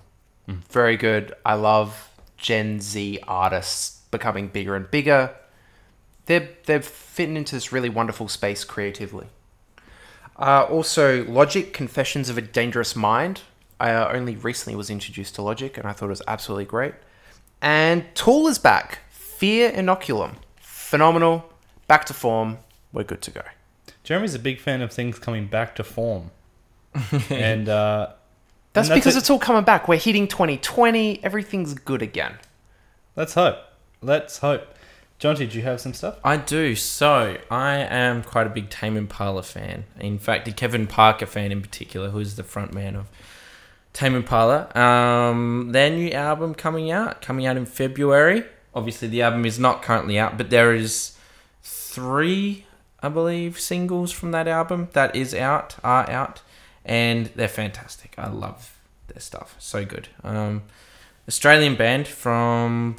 Speaker 5: Very good. I love Gen Z artists becoming bigger and bigger. They're, they're fitting into this really wonderful space creatively. Uh, also, Logic Confessions of a Dangerous Mind. I uh, only recently was introduced to Logic and I thought it was absolutely great. And Tool is back. Fear Inoculum. Phenomenal. Back to form. We're good to go.
Speaker 2: Jeremy's a big fan of things coming back to form, and uh,
Speaker 5: That's,
Speaker 2: that's
Speaker 5: because
Speaker 2: it.
Speaker 5: it's all coming back. We're hitting 2020. Everything's good again.
Speaker 2: Let's hope. Let's hope. Jonty, do you have some stuff?
Speaker 4: I do. So I am quite a big Tame Impala fan. In fact, a Kevin Parker fan in particular, who is the front man of Tame Impala. Um, their new album coming out, coming out in February. Obviously, the album is not currently out, but there is three, I believe, singles from that album that is out, are out, and they're fantastic. I love their stuff. So good. Um, Australian band from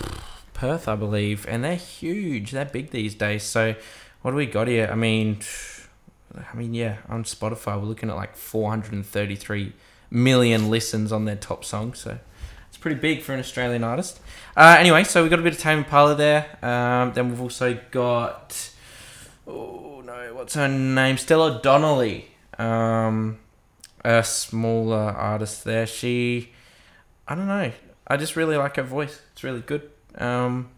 Speaker 4: Perth, I believe, and they're huge. They're big these days. So, what do we got here? I mean, I mean, yeah, on Spotify, we're looking at like 433 million listens on their top song. So, it's pretty big for an Australian artist. Uh, anyway, so we've got a bit of Tame Impala there. Um, then we've also got, oh no, what's her name? Stella Donnelly. Um, a smaller artist there. She, I don't know. I just really like her voice. It's really good. Um,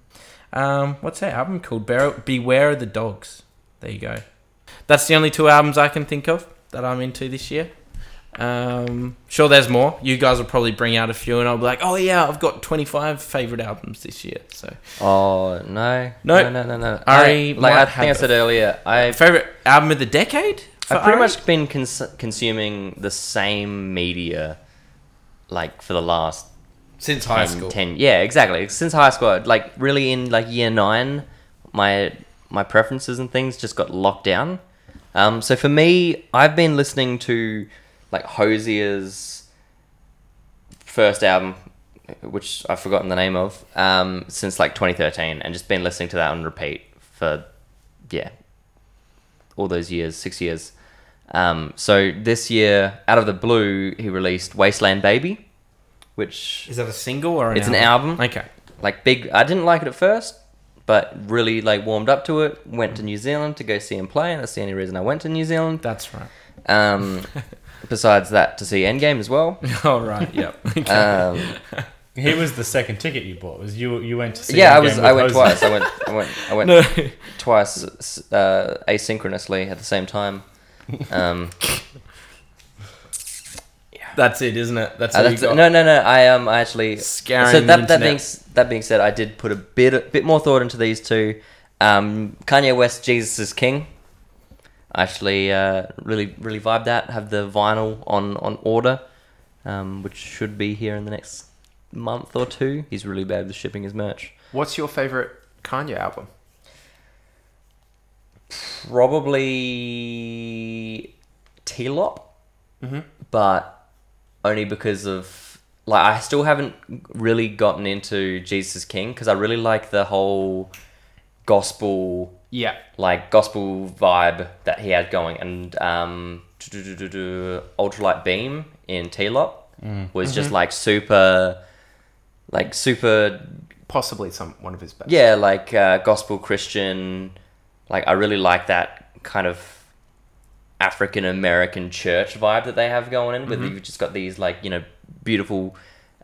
Speaker 4: um, what's her album called? Bear- Beware of the Dogs. There you go. That's the only two albums I can think of that I'm into this year. Um, sure, there's more. You guys will probably bring out a few, and I'll be like, "Oh yeah, I've got 25 favorite albums this year." So
Speaker 6: Oh no,
Speaker 4: No.
Speaker 6: no, no, no. no.
Speaker 4: Ari
Speaker 6: I, like
Speaker 4: might
Speaker 6: I
Speaker 4: have
Speaker 6: think I said earlier, I
Speaker 4: favorite album of the decade. for
Speaker 6: I've pretty
Speaker 4: Ari?
Speaker 6: much been cons- consuming the same media, like for the last
Speaker 4: since
Speaker 6: 10, 10 yeah, exactly. Since high school, like really in like year nine, my my preferences and things just got locked down. Um, so for me, I've been listening to like Hosier's first album, which I've forgotten the name of, um, since like 2013, and just been listening to that on repeat for yeah, all those years, six years. Um, so this year, out of the blue, he released Wasteland Baby, which
Speaker 4: Is that a single or an
Speaker 6: It's an
Speaker 4: album?
Speaker 6: album.
Speaker 4: Okay.
Speaker 6: like big i didn't like it at first but really like warmed up to it went to new zealand to go see him play and that's the only reason i went to new zealand
Speaker 4: That's right.
Speaker 6: um, besides that to see endgame as well
Speaker 4: All right. Yep. Okay.
Speaker 6: um,
Speaker 2: He was the second ticket you bought. Was you you went to see?
Speaker 6: yeah i
Speaker 2: Endgame
Speaker 6: was
Speaker 2: with
Speaker 6: i went
Speaker 2: Jose.
Speaker 6: twice i went i went i went
Speaker 4: no.
Speaker 6: twice uh, asynchronously at the same time um,
Speaker 4: That's it, isn't it? That's
Speaker 6: uh,
Speaker 4: all
Speaker 6: that's,
Speaker 4: you got.
Speaker 6: no no no i um i actually
Speaker 4: Scouring
Speaker 6: so that,
Speaker 4: the
Speaker 6: that
Speaker 4: internet.
Speaker 6: being s- that being said i did put a bit a bit more thought into these two um, kanye west jesus is king actually uh, really really vibe that have the vinyl on on order um, which should be here in the next month or two he's really bad with shipping his merch
Speaker 5: What's your favorite Kanye album?
Speaker 6: probably T-Lop, but only because of like I still haven't really gotten into Jesus King because I really like the whole gospel
Speaker 5: Yeah.
Speaker 6: like gospel vibe that he had going, and um, ultralight beam in T-Lop was just like super, like super
Speaker 5: Possibly some one of his best.
Speaker 6: yeah, like uh, gospel Christian. Like I really like that kind of African American church vibe that they have going in. With you've just got these like you know beautiful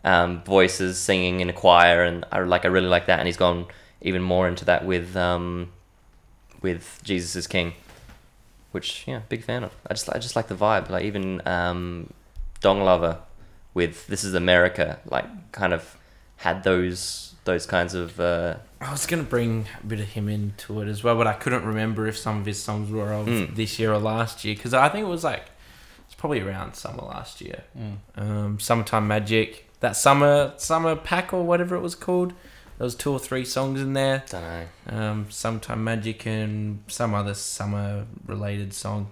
Speaker 6: um, voices singing in a choir, and I like I really like that. And he's gone even more into that with um, with Jesus is King, which yeah, big fan of. I just I just like the vibe. Like even um, Dong Lover with This Is America, like kind of had those those kinds of. Uh,
Speaker 4: I was gonna bring a bit of him into it as well, but I couldn't remember if some of his songs were of
Speaker 6: Hmm.
Speaker 4: this year or last year because I think it was like it's probably around summer last year,
Speaker 2: Mm.
Speaker 4: um, summertime magic. That summer summer pack or whatever it was called. There was two or three songs in there.
Speaker 6: don't know.
Speaker 4: um, Sometime Magic and some other summer related song.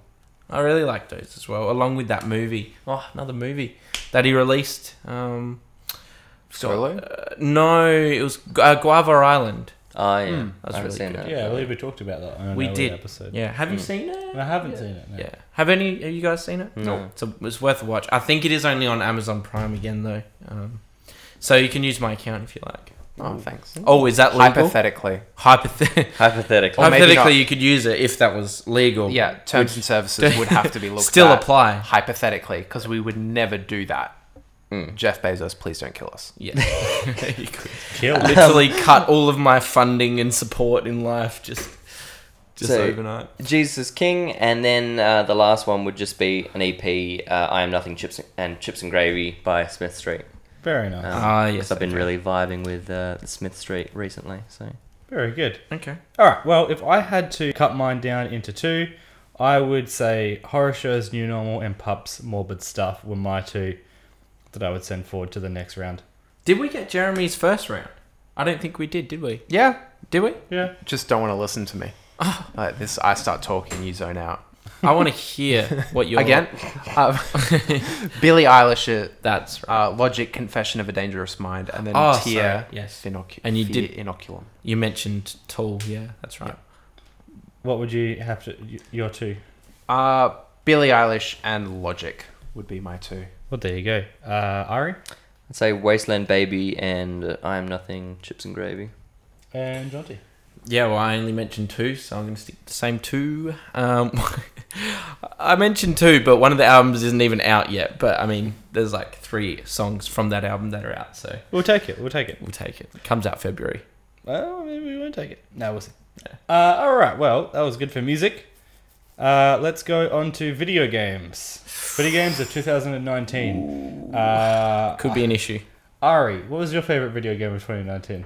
Speaker 4: I really like those as well, along with that movie. Oh, another movie that he released. Um,
Speaker 5: Solo?
Speaker 4: uh, no, it was Gu- uh, Guava Island.
Speaker 6: Oh yeah, I
Speaker 4: That's
Speaker 6: haven't
Speaker 4: really
Speaker 6: seen
Speaker 4: Hmm. good.
Speaker 6: that.
Speaker 2: Yeah, I believe we talked about that. On an
Speaker 4: We
Speaker 2: earlier
Speaker 4: did.
Speaker 2: episode.
Speaker 4: Yeah, have you seen it?
Speaker 2: And I haven't seen it. No.
Speaker 4: Yeah, have any? Have you guys seen it?
Speaker 6: No.
Speaker 4: It's, a, it's worth a watch. I think it is only on Amazon Prime again though, um, so you can use my account if you like.
Speaker 5: Oh, thanks.
Speaker 4: Oh, is that legal?
Speaker 5: Hypothetically.
Speaker 4: Hypothet-
Speaker 6: Hypothetical.
Speaker 5: Or maybe not.
Speaker 4: Hypothetically, you could use it if that was legal.
Speaker 5: Yeah, terms and services would have to be looked
Speaker 4: Still
Speaker 5: at
Speaker 4: apply.
Speaker 5: hypothetically because we would never do that.
Speaker 4: Hmm.
Speaker 5: Jeff Bezos, please don't kill us.
Speaker 4: Yeah. you could.
Speaker 2: Killed.
Speaker 4: literally
Speaker 5: Um,
Speaker 4: cut all of my funding and support in life just just
Speaker 6: So-
Speaker 4: overnight.
Speaker 6: Jesus is King, and then uh, the last one would just be an EP, uh, I Am Nothing Chips and Chips and Gravy by Smith Street.
Speaker 2: Very nice.
Speaker 4: Ah, yes,
Speaker 6: yes, I've been
Speaker 4: okay.
Speaker 6: really vibing with uh, Smith Street recently. So
Speaker 2: Very good.
Speaker 4: Okay.
Speaker 2: All right. Well, if I had to cut mine down into two, I would say horror shows, new normal, and pubs, morbid stuff were my two that I would send forward to the next round.
Speaker 4: Did we get Jeremy's first round? I don't think we did, did we?
Speaker 5: Yeah,
Speaker 4: Did we?
Speaker 2: Yeah.
Speaker 5: just don't want to listen to me. Like this, I start talking, you zone out.
Speaker 4: I want to hear what you're
Speaker 5: Again, um, Billie Eilish,
Speaker 4: That's right.
Speaker 5: uh, Logic, Confession of a Dangerous Mind, and then
Speaker 4: Oh, sorry,
Speaker 5: Tear,
Speaker 4: yes.
Speaker 5: Inocu-
Speaker 4: And you
Speaker 5: Fear
Speaker 4: did-
Speaker 5: Inoculum.
Speaker 4: You mentioned Tool. Yeah, that's right.
Speaker 2: What would you have to? y- Your two.
Speaker 5: Uh, Billie Eilish and Logic would be my two.
Speaker 2: Well, there you go. Uh, Ari
Speaker 6: I'd say Wasteland Baby and I Am Nothing Chips and Gravy.
Speaker 2: and Jonty.
Speaker 4: Yeah, well, I only mentioned two, so I'm going to stick to the same two. Um, I mentioned two, but one of the albums isn't even out yet. But I mean, there's like three songs from that album that are out, so
Speaker 2: We'll take it. We'll take it.
Speaker 4: we'll take it. It comes out February.
Speaker 2: Well, maybe we won't take it. No, we'll see. Uh, all right. Well, that was good for music. Uh, let's go on to video games. Video games of 2019. Uh,
Speaker 4: Could be an issue.
Speaker 2: Ari, what was your favorite video game of 2019?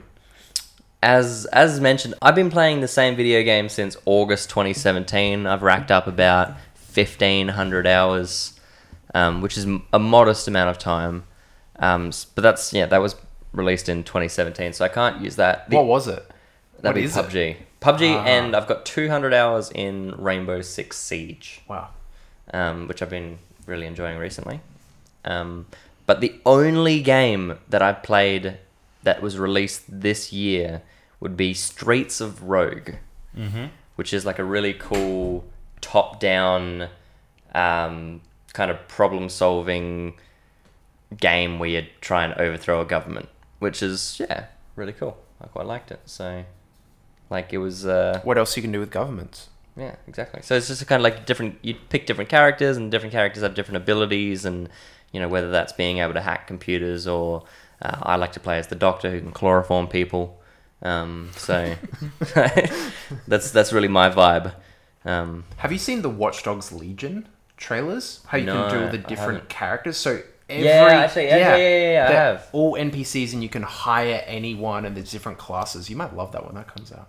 Speaker 6: As as mentioned, I've been playing the same video game since August 2017. I've racked up about 1500 hours, um, which is m- a modest amount of time. Um, s- but that's yeah, that was released in 2017, so I can't use that. The-
Speaker 5: What was it?
Speaker 6: that'd
Speaker 5: what
Speaker 6: be
Speaker 5: is it?
Speaker 6: PUBG. PUBG, and I've got 200 hours in Rainbow Six Siege
Speaker 5: Wow.
Speaker 6: um, which I've been really enjoying recently. Um, but the only game that I played that was released this year would be Streets of Rogue, Mm-hmm. which is like a really cool top down um, kind of problem solving game where you try and overthrow a government, which is, yeah, really cool. I quite liked it. So, like, it was. Uh,
Speaker 5: What else you can do with governments?
Speaker 6: yeah, exactly. So it's just kind of like different. You pick different characters, and different characters have different abilities, and you know whether that's being able to hack computers or uh, I like to play as the doctor who can chloroform people. Um, so that's that's really my vibe. Um,
Speaker 5: Have you seen the Watch Dogs Legion trailers? How you
Speaker 6: No,
Speaker 5: can do all
Speaker 6: I
Speaker 5: the different
Speaker 6: haven't.
Speaker 5: characters. So every
Speaker 6: actually- actually, yeah, yeah, yeah, I
Speaker 5: they're
Speaker 6: have.
Speaker 5: all NPCs, and you can hire anyone, and there's different classes. You might love that when that comes out.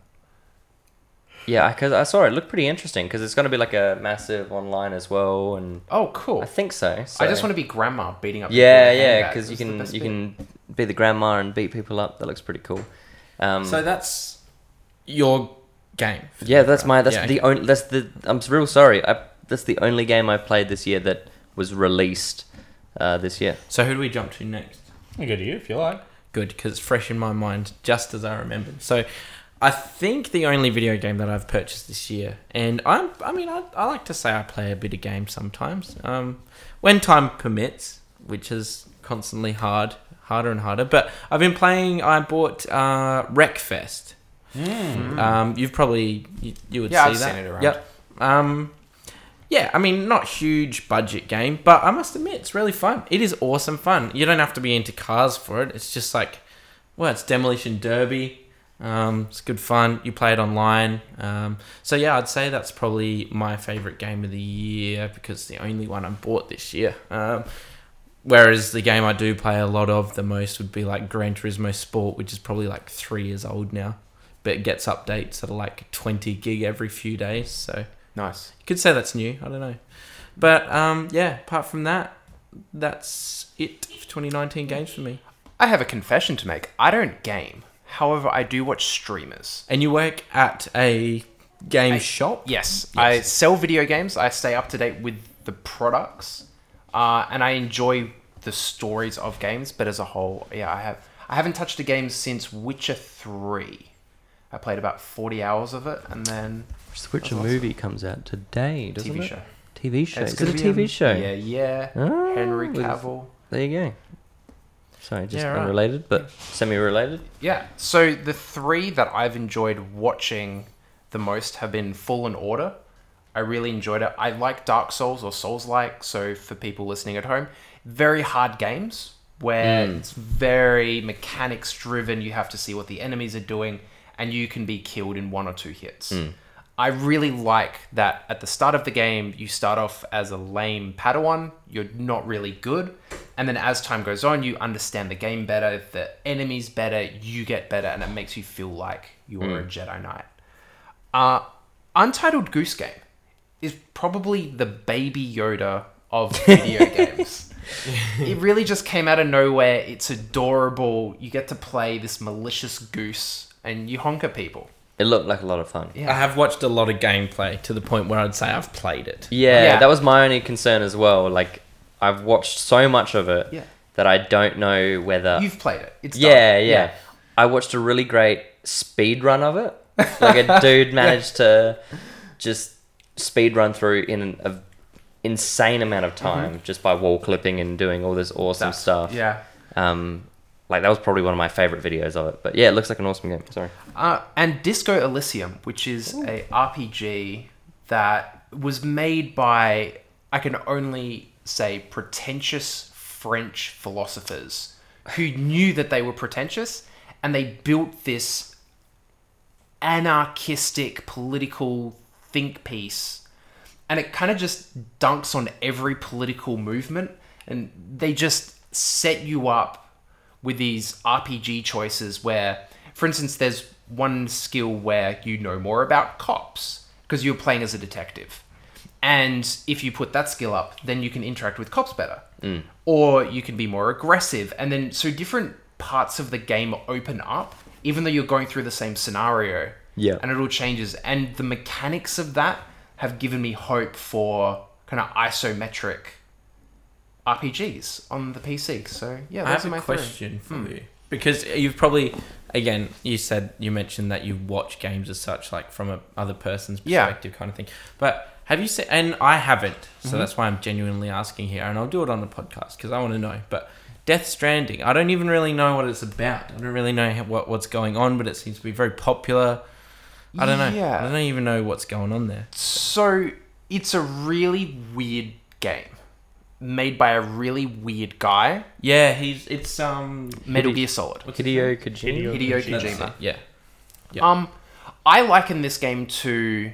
Speaker 6: yeah, because I saw it looked pretty interesting because it's going to be like a massive online as well, and
Speaker 5: Oh, cool!
Speaker 6: I think so. so.
Speaker 5: I just want to be grandma beating up. people
Speaker 6: Yeah,
Speaker 5: with
Speaker 6: yeah,
Speaker 5: handbags.
Speaker 6: because you
Speaker 5: It's the
Speaker 6: can
Speaker 5: best
Speaker 6: you
Speaker 5: bit.
Speaker 6: can be the grandma and beat people up. That looks pretty cool. Um,
Speaker 4: So that's your game.
Speaker 6: Yeah,
Speaker 5: Uh,
Speaker 6: that's my that's
Speaker 4: Yeah,
Speaker 6: the only that's the I'm real sorry. I that's the only game I played this year that was released uh, this year.
Speaker 4: So who do we jump to next?
Speaker 2: I'll go to you if you like.
Speaker 4: Good, because it's fresh in my mind, just as I remembered. So I think the only video game that I've purchased this year, and I'm, I mean, I, I like to say I play a bit of games sometimes, um, when time permits, which is constantly hard, harder and harder. But I've been playing. I bought uh, Wreckfest. Um, you've probably you, you would
Speaker 5: Mm. Yeah,
Speaker 4: see
Speaker 5: I've
Speaker 4: that.
Speaker 5: seen it around.
Speaker 4: Yep. Um, yeah, I mean, not huge budget game, but I must admit it's really fun. It is awesome fun. You don't have to be into cars for it. It's just like, well, it's demolition derby. Um, it's good fun. You play it online. Um, so yeah, I'd say that's probably my favorite game of the year because it's the only one I bought this year. Um, Whereas the game I do play a lot of the most would be like Gran Turismo Sport, which is probably like three years old now, but it gets updates that are like 20 gig every few days. So
Speaker 5: nice.
Speaker 4: you could say that's new. I don't know. But um, yeah, apart from that, that's it for 2019 games for me.
Speaker 5: I have a confession to make. I don't game. However, I do watch streamers.
Speaker 4: And you work at a game shop?
Speaker 5: Yes, I sell video games. I stay up to date with the products, uh, and I enjoy the stories of games. But as a whole, yeah, I have I haven't touched a game since Witcher Three. I played about forty hours of it, and then
Speaker 6: Which
Speaker 5: awesome.
Speaker 6: movie comes out today? Doesn't
Speaker 5: TV
Speaker 6: it?
Speaker 5: show.
Speaker 6: TV show.
Speaker 5: It's
Speaker 6: Is
Speaker 5: gonna
Speaker 6: it a TV
Speaker 5: be, um,
Speaker 6: show?
Speaker 5: Yeah, yeah.
Speaker 6: Ah,
Speaker 5: Henry
Speaker 6: what is-
Speaker 5: Cavill.
Speaker 6: There you go. Sorry, just
Speaker 4: Yeah, right.
Speaker 6: unrelated, but semi-related.
Speaker 5: Yeah. So the three that I've enjoyed watching the most have been Fallen Order. I really enjoyed it. I like Dark Souls or Souls like. So for people listening at home, very hard games where it's very mechanics driven. You have to see what the enemies are doing, and you can be killed in one or two hits. I really like that at the start of the game, you start off as a lame Padawan. You're not really good. And then as time goes on, you understand the game better, the enemies better, you get better, and it makes you feel like you're
Speaker 6: Mm.
Speaker 5: a Jedi Knight. Uh, Untitled Goose Game is probably the baby Yoda of video games. It really just came out of nowhere. It's adorable. You get to play this malicious goose and you honker people.
Speaker 6: It looked like a lot of fun.
Speaker 4: I have watched a lot of gameplay to the point where I'd say I've played it.
Speaker 6: Yeah,
Speaker 5: Oh, Yeah.
Speaker 6: that was my only concern as well. Like, I've watched so much of it
Speaker 5: Yeah.
Speaker 6: that I don't know whether
Speaker 5: You've played it. It's done.
Speaker 6: Yeah, yeah, I watched a really great speed run of it. Like a dude managed to just speed run through in an insane amount of time just by wall clipping and doing all this awesome stuff.
Speaker 5: Yeah.
Speaker 6: Um, like that was probably one of my favorite videos of it. But yeah, it looks like an awesome game. Sorry.
Speaker 5: Uh, and Disco Elysium, which is a RPG that was made by I can only say pretentious French philosophers who knew that they were pretentious and they built this anarchistic political think piece and it kind of just dunks on every political movement and they just set you up with these RPG choices where for instance there's one skill where you know more about cops because you're playing as a detective and if you put that skill up then you can interact with cops better or you can be more aggressive and then so different parts of the game open up even though you're going through the same scenario
Speaker 6: Yeah.
Speaker 5: and it all changes and the mechanics of that have given me hope for kind of isometric RPGs on the PC. So yeah,
Speaker 4: I
Speaker 5: those
Speaker 4: have
Speaker 5: are my
Speaker 4: a
Speaker 5: three. Hmm.
Speaker 4: question for you because you've probably again you said you mentioned that you watch games as such like from a other person's
Speaker 5: Yeah.
Speaker 4: perspective kind of thing but have you seen and i haven't so
Speaker 5: Mm-hmm.
Speaker 4: that's why i'm genuinely asking here and i'll do it on the podcast because i want to know but death stranding i don't even really know what it's about i don't really know how- what, what's going on but it seems to be very popular i don't know
Speaker 5: Yeah.
Speaker 4: i don't even know what's going on there
Speaker 5: So it's a really weird game made by a really weird guy,
Speaker 4: yeah he's it's um
Speaker 5: Metal Gear Solid,
Speaker 6: Hideo Kojima.
Speaker 5: Hideo
Speaker 4: that's it,
Speaker 5: Kojima.
Speaker 4: yeah yeah.
Speaker 5: Um, I liken this game to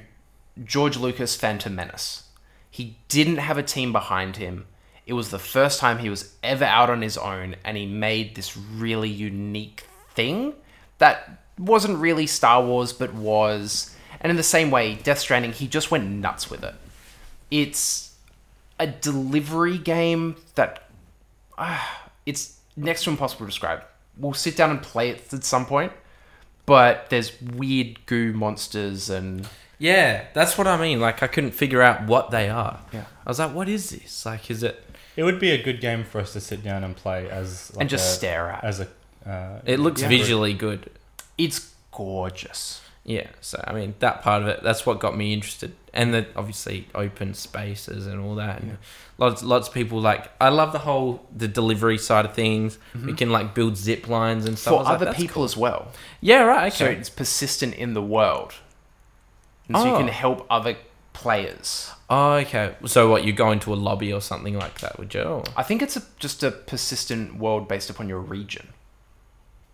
Speaker 5: George Lucas' Phantom Menace. He didn't have a team behind him. It was the first time he was ever out on his own, and he made this really unique thing that wasn't really Star Wars, but was. And in the same way, Death Stranding, he just went nuts with it. It's a delivery game that ah, it's next to impossible to describe. We'll sit down and play it at some point, but there's weird goo monsters and
Speaker 4: Yeah, that's what I mean. Like, I couldn't figure out what they are.
Speaker 5: Yeah.
Speaker 4: I was like, what is this? Like, is it.
Speaker 2: It would be a good game for us to sit down and play as like
Speaker 5: and just
Speaker 2: a-
Speaker 5: stare at.
Speaker 2: as a. Uh,
Speaker 4: It looks visually good.
Speaker 5: it's gorgeous.
Speaker 4: Yeah, so, I mean, that part of it, that's what got me interested. And the, obviously, open spaces and all that. And lots, lots of people, like, I love the whole, the delivery side of things. We can, like, build zip lines and stuff. I
Speaker 5: Mm-hmm. For
Speaker 4: was like,
Speaker 5: other
Speaker 4: "That's
Speaker 5: people
Speaker 4: cool."
Speaker 5: as well.
Speaker 4: Yeah, right,
Speaker 5: So
Speaker 4: okay.
Speaker 5: it's persistent in the world. And so you
Speaker 4: Oh.
Speaker 5: can help other players.
Speaker 4: oh, okay. So, what, you go into a lobby or something like that, would you? Oh. Or-
Speaker 5: I think it's a, just a persistent world based upon your region.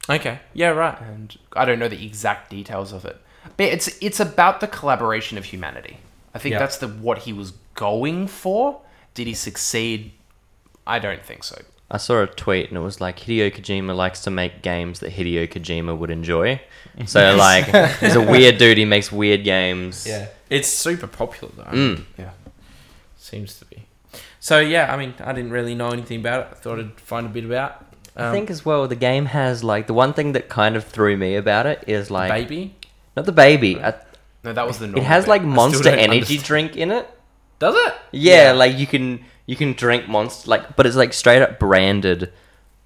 Speaker 4: Okay. Yeah, right.
Speaker 5: and I don't know the exact details of it. But it's it's about the collaboration of humanity. I think
Speaker 4: Yeah.
Speaker 5: that's the what he was going for. Did he succeed? I don't think so.
Speaker 6: I saw a tweet and it was like Hideo Kojima likes to make games that Hideo Kojima would enjoy. So like, he's a weird dude. He makes weird games.
Speaker 4: Yeah. It's super popular, though.
Speaker 6: Mm.
Speaker 5: Yeah.
Speaker 4: Seems to be. So yeah, I mean, I didn't really know anything about it. I thought I'd find a bit about. Um,
Speaker 6: I think as well the game has like the one thing that kind of threw me about it is like
Speaker 4: baby
Speaker 6: not the baby. I,
Speaker 5: No, that was the normal.
Speaker 6: it has
Speaker 5: bit.
Speaker 6: like Monster
Speaker 4: don't
Speaker 6: Energy
Speaker 4: understand.
Speaker 6: drink in it.
Speaker 4: does it?
Speaker 6: Yeah, like you can you can drink Monster like, but it's like straight up branded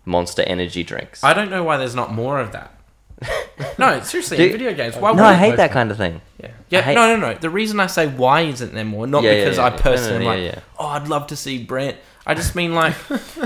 Speaker 6: Monster Energy drinks.
Speaker 4: I don't know why there's not more of that. no, seriously,
Speaker 6: Do-
Speaker 4: in video games. Why
Speaker 6: no, I
Speaker 4: wouldn't-
Speaker 6: hate that kind of thing.
Speaker 4: Yeah,
Speaker 6: I
Speaker 4: yeah
Speaker 6: hate-
Speaker 4: no, no, no. The reason I say why isn't there more, not
Speaker 6: Yeah, yeah,
Speaker 4: because
Speaker 6: yeah,
Speaker 4: I
Speaker 6: yeah. No, no,
Speaker 4: personally
Speaker 6: no,
Speaker 4: am
Speaker 6: yeah,
Speaker 4: like, oh, I'd love to see brand. I just mean like,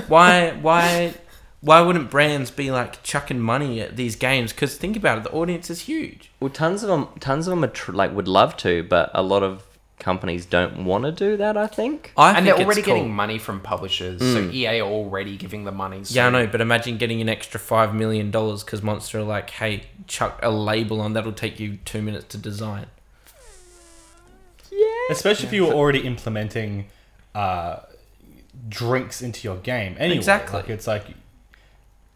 Speaker 4: why, why, why wouldn't brands be like chucking money at these games? Because think about it, the audience is huge.
Speaker 6: Well, tons of them, tons of them are tr- like would love to, but a lot of companies don't want to do that. I think.
Speaker 4: I
Speaker 5: and
Speaker 4: think
Speaker 5: they're already
Speaker 4: it's cool.
Speaker 5: getting money from publishers,
Speaker 6: Mm.
Speaker 5: so EA are already giving the money. So
Speaker 4: Yeah, I know, but imagine getting an extra five million dollars because Monster are like, hey, chuck a label on that'll take you two minutes to design.
Speaker 2: especially if you were already implementing uh, drinks into your game. Anyway,
Speaker 4: Exactly.
Speaker 2: Like it's like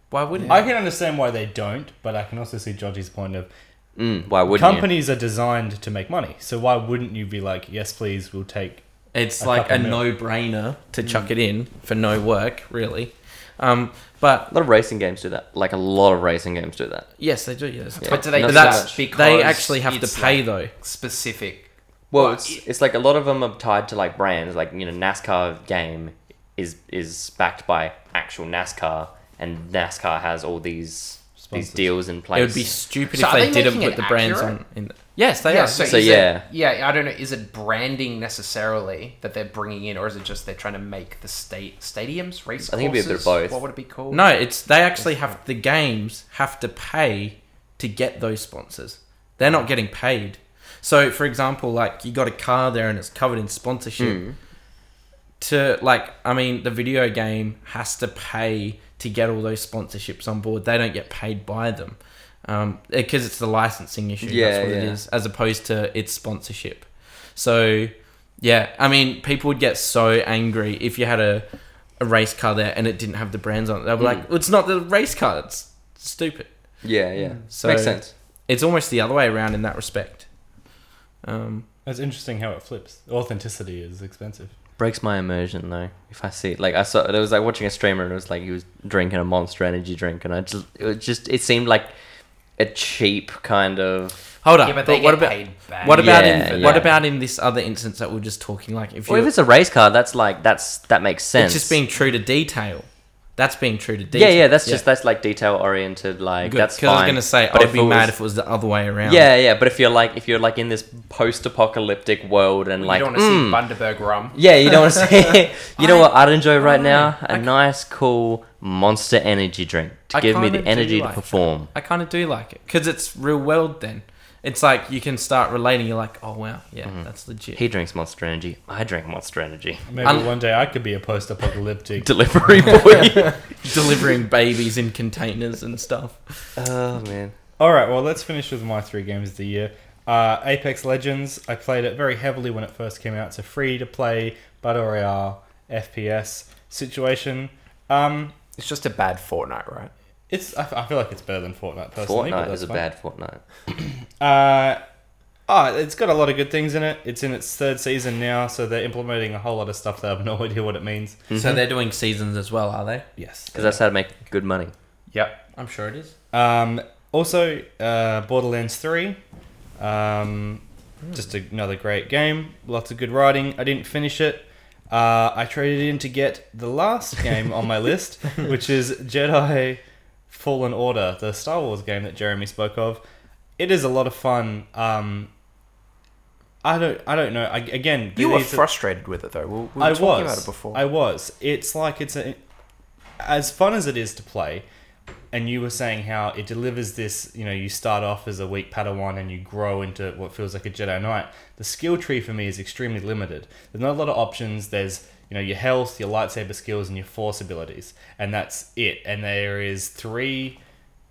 Speaker 4: Why wouldn't?
Speaker 2: I can understand why they don't, but I can also see Georgie's point of
Speaker 6: Mm, why wouldn't you?
Speaker 2: companies are designed to make money. So why wouldn't you be like, yes, please, we'll take
Speaker 4: It's
Speaker 2: A
Speaker 4: like a
Speaker 2: couple mil.
Speaker 4: no-brainer to
Speaker 5: Mm.
Speaker 4: chuck it in for no work, really. Um, but
Speaker 6: A lot of racing games do that. Like a lot of racing games do that.
Speaker 4: yes, they do. Yes,
Speaker 5: but do they
Speaker 6: Not
Speaker 5: do
Speaker 6: that
Speaker 5: that
Speaker 6: much.
Speaker 5: because
Speaker 4: they actually have to
Speaker 5: it's,
Speaker 4: pay
Speaker 5: like,
Speaker 4: though.
Speaker 5: specific?
Speaker 6: Well,
Speaker 5: Well,
Speaker 6: it's, it's like a lot of them are tied to like brands. Like you know, NASCAR game is is backed by actual NASCAR, and NASCAR has all these
Speaker 2: Sponsors.
Speaker 6: these deals in
Speaker 4: It
Speaker 6: place.
Speaker 4: would be stupid
Speaker 5: So
Speaker 4: if
Speaker 5: are
Speaker 4: they,
Speaker 5: they
Speaker 4: didn't
Speaker 5: making
Speaker 4: put
Speaker 5: it
Speaker 4: the brands
Speaker 5: accurate?
Speaker 4: on. In the, yes, they
Speaker 5: Yeah,
Speaker 4: are.
Speaker 5: so,
Speaker 6: So,
Speaker 5: is
Speaker 6: yeah.
Speaker 5: it, yeah, I don't know. Is it branding necessarily that they're bringing in, or is it just they're trying to make the state stadiums race?
Speaker 6: I think it'd be a bit of
Speaker 5: courses?
Speaker 6: both.
Speaker 5: What would it be called?
Speaker 4: no, it's they actually have the games have to pay to get those sponsors. They're not getting paid. So, for example, like you got a car there and it's covered in sponsorship. To like, I mean, the video game has to pay to get all those sponsorships on board. They don't get paid by them um, because it's the licensing issue.
Speaker 6: Yeah,
Speaker 4: that's what it
Speaker 6: yeah.
Speaker 4: is, as opposed to its sponsorship. So, yeah, I mean, people would get so angry if you had a, a race car there and it didn't have the brands on it. They'd be
Speaker 6: Mm.
Speaker 4: like, "Well, it's not the race car. It's stupid."
Speaker 6: Yeah, yeah.
Speaker 4: So-
Speaker 6: Makes sense.
Speaker 4: It's almost the other way around in that respect. Um,
Speaker 2: It's interesting how it flips. Authenticity is expensive.
Speaker 6: Breaks my immersion though. If I see, like, I saw, it was like watching a streamer and it was like he was drinking a Monster Energy drink, and I just, it was just, it seemed like a cheap kind of.
Speaker 4: hold up,
Speaker 5: Yeah, but
Speaker 4: but,
Speaker 5: they
Speaker 4: what
Speaker 5: get
Speaker 4: about
Speaker 5: paid back.
Speaker 4: what about
Speaker 6: Yeah,
Speaker 4: in
Speaker 6: yeah.
Speaker 4: what about in this other instance that we we're just talking? Like, if
Speaker 6: Well,
Speaker 4: you
Speaker 6: if it's a race car, that's like that's that makes sense.
Speaker 4: it's just being true to detail. That's being true to
Speaker 6: Yeah,
Speaker 4: detail.
Speaker 6: yeah. That's just that's like detail oriented. Like
Speaker 4: Good,
Speaker 6: that's
Speaker 4: 'cause
Speaker 6: fine.
Speaker 4: I was gonna say
Speaker 6: But
Speaker 4: I'd
Speaker 6: if
Speaker 4: be
Speaker 6: it was-
Speaker 4: mad if it was the other way around.
Speaker 6: Yeah, yeah, but if you're like if you're like in this post-apocalyptic world and like
Speaker 5: you don't want
Speaker 6: "Mm,
Speaker 5: to see Bundaberg rum.
Speaker 6: yeah, you don't want to see you know what I'd enjoy right now a nice cool Monster Energy drink to
Speaker 4: I
Speaker 6: give me the
Speaker 4: kinda do
Speaker 6: energy
Speaker 4: like
Speaker 6: to
Speaker 4: that.
Speaker 6: perform.
Speaker 4: I kind of do like it because it's real world. Then it's like you can start relating. You're like, oh wow, yeah, that's legit.
Speaker 6: Mm-hmm. He drinks Monster Energy. I drink Monster Energy.
Speaker 2: Maybe
Speaker 4: Un-
Speaker 2: one day I could be a post-apocalyptic.
Speaker 6: Delivery boy.
Speaker 4: delivering babies in containers and stuff.
Speaker 6: oh man.
Speaker 2: All right, well, let's finish with my three games of the year. Uh, Apex Legends. I played it very heavily when it first came out. It's a free-to-play battle royale FPS situation. Um,
Speaker 5: It's just a bad Fortnite, right?
Speaker 2: it's. I, f- I feel like it's better than Fortnite personally. but
Speaker 6: Fortnite
Speaker 2: that's
Speaker 6: is a
Speaker 2: fine.
Speaker 6: bad Fortnite.
Speaker 2: Uh, oh, it's got a lot of good things in it. It's in its third season now, so they're implementing a whole lot of stuff that I have no idea what it means.
Speaker 6: Mm-hmm.
Speaker 4: So they're doing seasons as well, are they?
Speaker 2: Yes.
Speaker 6: Because that's how to make good money.
Speaker 5: Yep.
Speaker 4: I'm sure it is.
Speaker 2: Um, also, uh, Borderlands 3. Um, Just another great game. Lots of good writing. I didn't finish it. Uh, I traded in to get the last game on my list, which is Jedi Fallen Order, the Star Wars game that Jeremy spoke of. It is a lot of fun. Um, I don't. I don't know. I, again,
Speaker 5: You were
Speaker 2: these are-
Speaker 5: frustrated with it though. We, we were
Speaker 2: I
Speaker 5: talking
Speaker 2: was.
Speaker 5: about it before.
Speaker 2: I was. It's like it's a, as fun as it is to play, and you were saying how it delivers this. You know, you start off as a weak Padawan and you grow into what feels like a Jedi Knight. The skill tree for me is extremely limited. There's not a lot of options. There's you know your health, your lightsaber skills, and your force abilities, and that's it. And there is three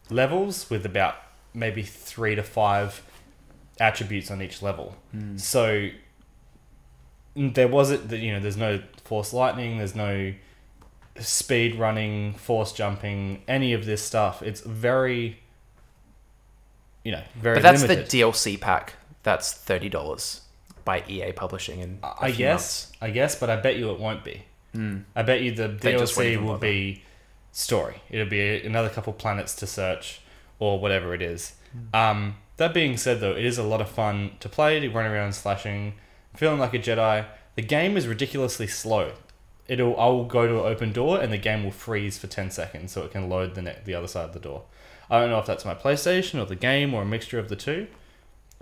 Speaker 2: levels with about maybe three to five attributes on each level.
Speaker 5: Hmm.
Speaker 2: So there wasn't that you know there's no force lightning there's no speed running force jumping any of this stuff it's very you know very
Speaker 5: but that's
Speaker 2: limited
Speaker 5: the DLC pack. That's thirty dollars by EA Publishing, and
Speaker 2: i guess i guess but i bet you it won't be i bet you the
Speaker 5: Hmm. They just won't
Speaker 2: dlc
Speaker 5: even
Speaker 2: will
Speaker 5: bother.
Speaker 2: be story it'll be another couple planets to search or whatever it is
Speaker 5: Hmm.
Speaker 2: um, that being said though it is a lot of fun to play to run around slashing feeling like a jedi the game is ridiculously slow it'll I will go to an open door and the game will freeze for ten seconds so it can load the ne- the other side of the door. I don't know if that's my PlayStation or the game or a mixture of the two,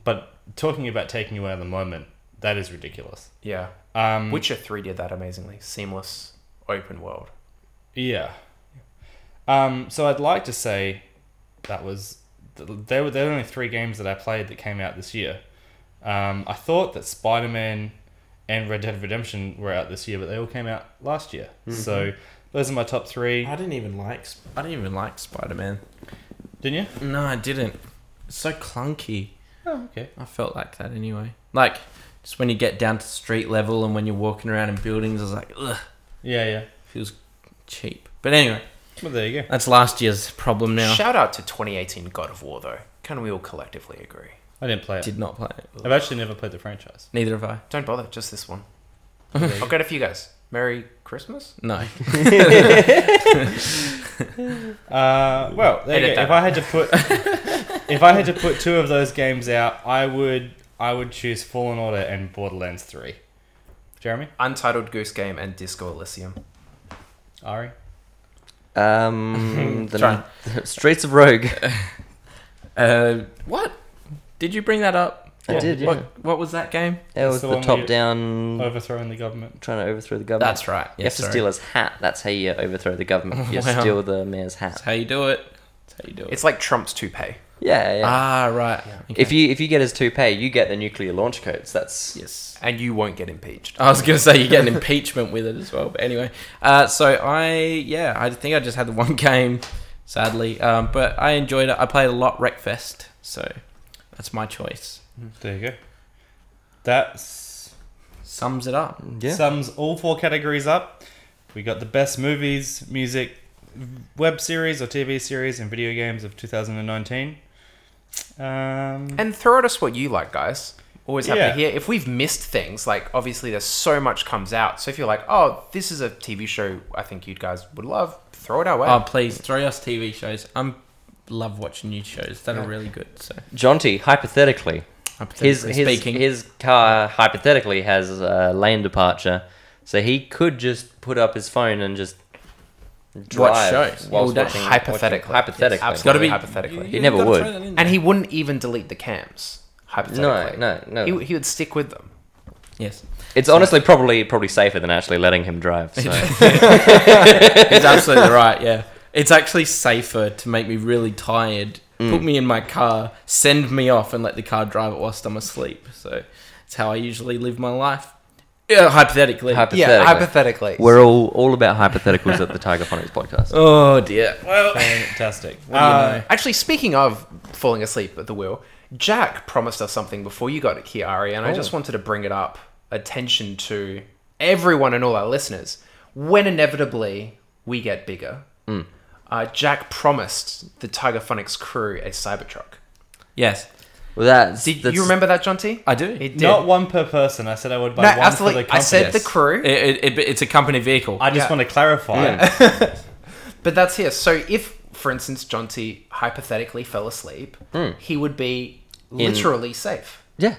Speaker 2: but talking about taking you out of the moment, that is ridiculous.
Speaker 5: Yeah.
Speaker 2: Um,
Speaker 5: Witcher three did that amazingly. Seamless open world.
Speaker 2: yeah. Um, so I'd like to say that was th- there were there were only three games that I played that came out this year. Um, I thought that Spider Man and Red Dead Redemption were out this year, but they all came out last year.
Speaker 5: Mm-hmm.
Speaker 2: So those are my top three.
Speaker 4: I didn't even like. Sp- I didn't even like Spider Man.
Speaker 2: Didn't you?
Speaker 4: No, I didn't. It's so clunky.
Speaker 2: Oh, okay.
Speaker 4: I felt like that anyway. Like just when you get down to street level and when you're walking around in buildings, it's like ugh,
Speaker 2: Yeah, yeah.
Speaker 4: feels cheap. But anyway,
Speaker 2: Well, there you go.
Speaker 4: that's last year's problem. Now
Speaker 5: Shout out to 2018 God of War though. Can we all collectively agree?
Speaker 2: I didn't play it.
Speaker 4: did not play it.
Speaker 2: I've actually never played the franchise.
Speaker 4: Neither have I.
Speaker 5: Don't bother. Just this one. I'll go to for you guys. Merry Christmas.
Speaker 4: No.
Speaker 2: Uh, well, there you go.
Speaker 5: Edit that
Speaker 2: if I had to put if I had to put two of those games out, I would I would choose Fallen Order and Borderlands Three. Jeremy,
Speaker 5: Untitled Goose Game and Disco Elysium.
Speaker 2: Ari,
Speaker 6: Um,
Speaker 4: Sorry.
Speaker 6: the, the Streets of Rogue.
Speaker 4: Uh, what? Did you bring that up?
Speaker 6: I
Speaker 2: Yeah.
Speaker 6: did. Yeah.
Speaker 4: What, what was that game?
Speaker 6: It
Speaker 2: It's
Speaker 6: was
Speaker 2: the
Speaker 6: the,
Speaker 2: one where you-
Speaker 6: top down,
Speaker 2: overthrowing the government.
Speaker 6: trying to overthrow the government.
Speaker 4: That's right.
Speaker 6: You
Speaker 4: Yeah,
Speaker 6: have to
Speaker 4: sorry.
Speaker 6: steal his hat. That's how you overthrow the government. You
Speaker 4: Wow.
Speaker 6: steal the mayor's
Speaker 4: That's
Speaker 6: hat.
Speaker 4: how you do it. That's how you do it.
Speaker 5: It's like Trump's toupee.
Speaker 6: Yeah, yeah.
Speaker 4: Ah, right. Okay.
Speaker 6: If you if you get his toupee, you get the nuclear launch codes. That's
Speaker 4: yes.
Speaker 5: and you won't get impeached.
Speaker 4: I was gonna say you get an impeachment with it as well, but anyway. Uh, so I yeah, I think I just had the one game, sadly. Um, but I enjoyed it. I played a lot Wreckfest, so that's my choice.
Speaker 2: There you go. That s-
Speaker 4: Sums it up.
Speaker 6: Yeah.
Speaker 2: sums all four categories up. We got the best movies, music, v- web series or TV series, and video games of 2019. Um,
Speaker 5: And throw at us what you like, guys. Always happy
Speaker 2: Yeah.
Speaker 5: to hear. If we've missed things, like obviously there's so much comes out. So if you're like, oh, this is a TV show I think you guys would love, throw it our way.
Speaker 4: Oh please throw us TV shows. I'm love watching new shows that are really good. So
Speaker 6: Jonty. Hypothetically, his
Speaker 4: hypothetically
Speaker 6: his, his car hypothetically has a lane departure, so he could just put up his phone and just drive
Speaker 4: shows.
Speaker 6: whilst
Speaker 4: All day.
Speaker 6: watching-
Speaker 5: hypothetically.
Speaker 6: watching- hypothetically.
Speaker 5: Yes,
Speaker 4: Gotta
Speaker 5: absolutely
Speaker 4: be-
Speaker 5: hypothetically.
Speaker 6: He never
Speaker 4: gotta
Speaker 6: would.
Speaker 4: throw that in there.
Speaker 5: and he wouldn't even delete the cams,
Speaker 6: No,
Speaker 5: hypothetically.
Speaker 6: no, no.
Speaker 5: He, he would stick with them.
Speaker 4: yes,
Speaker 6: It's honestly probably probably safer than actually letting him drive. So.
Speaker 4: He's absolutely right. Yeah, it's actually safer to make me really tired.
Speaker 6: Mm.
Speaker 4: Put me in my car, send me off, and let the car drive it whilst I'm asleep. So that's how I usually live my life. Yeah, hypothetically.
Speaker 6: Hypo-
Speaker 5: Yeah,
Speaker 6: Hypothetically.
Speaker 5: hypothetically.
Speaker 6: We're all all about hypotheticals at the Tiger Phonics podcast.
Speaker 4: oh dear. Well,
Speaker 2: fantastic.
Speaker 6: Um,
Speaker 4: you know?
Speaker 5: Uh, Actually, speaking of falling asleep at the wheel, Jack promised us something before you got here, Ari, and I
Speaker 2: Oh.
Speaker 5: just wanted to bring it up. Attention to everyone and all our listeners. When inevitably we get bigger,
Speaker 2: Mm.
Speaker 5: uh, Jack promised the Tiger Phonics crew a Cybertruck.
Speaker 4: yes,
Speaker 6: Well, that's,
Speaker 5: Did
Speaker 6: that's-
Speaker 5: you remember that, John T?
Speaker 4: I do.
Speaker 5: It did.
Speaker 2: Not one per person. I said I would buy
Speaker 5: no,
Speaker 2: one for
Speaker 5: absolutely.
Speaker 2: the
Speaker 5: I
Speaker 2: company.
Speaker 5: said the
Speaker 4: Yes.
Speaker 5: crew.
Speaker 4: It, it, it- it's a company vehicle.
Speaker 2: I just
Speaker 5: Yeah.
Speaker 2: want to clarify.
Speaker 5: But that's here. So if, for instance, Jonty hypothetically fell asleep,
Speaker 2: Hmm.
Speaker 5: he would be literally safe.
Speaker 6: Yeah.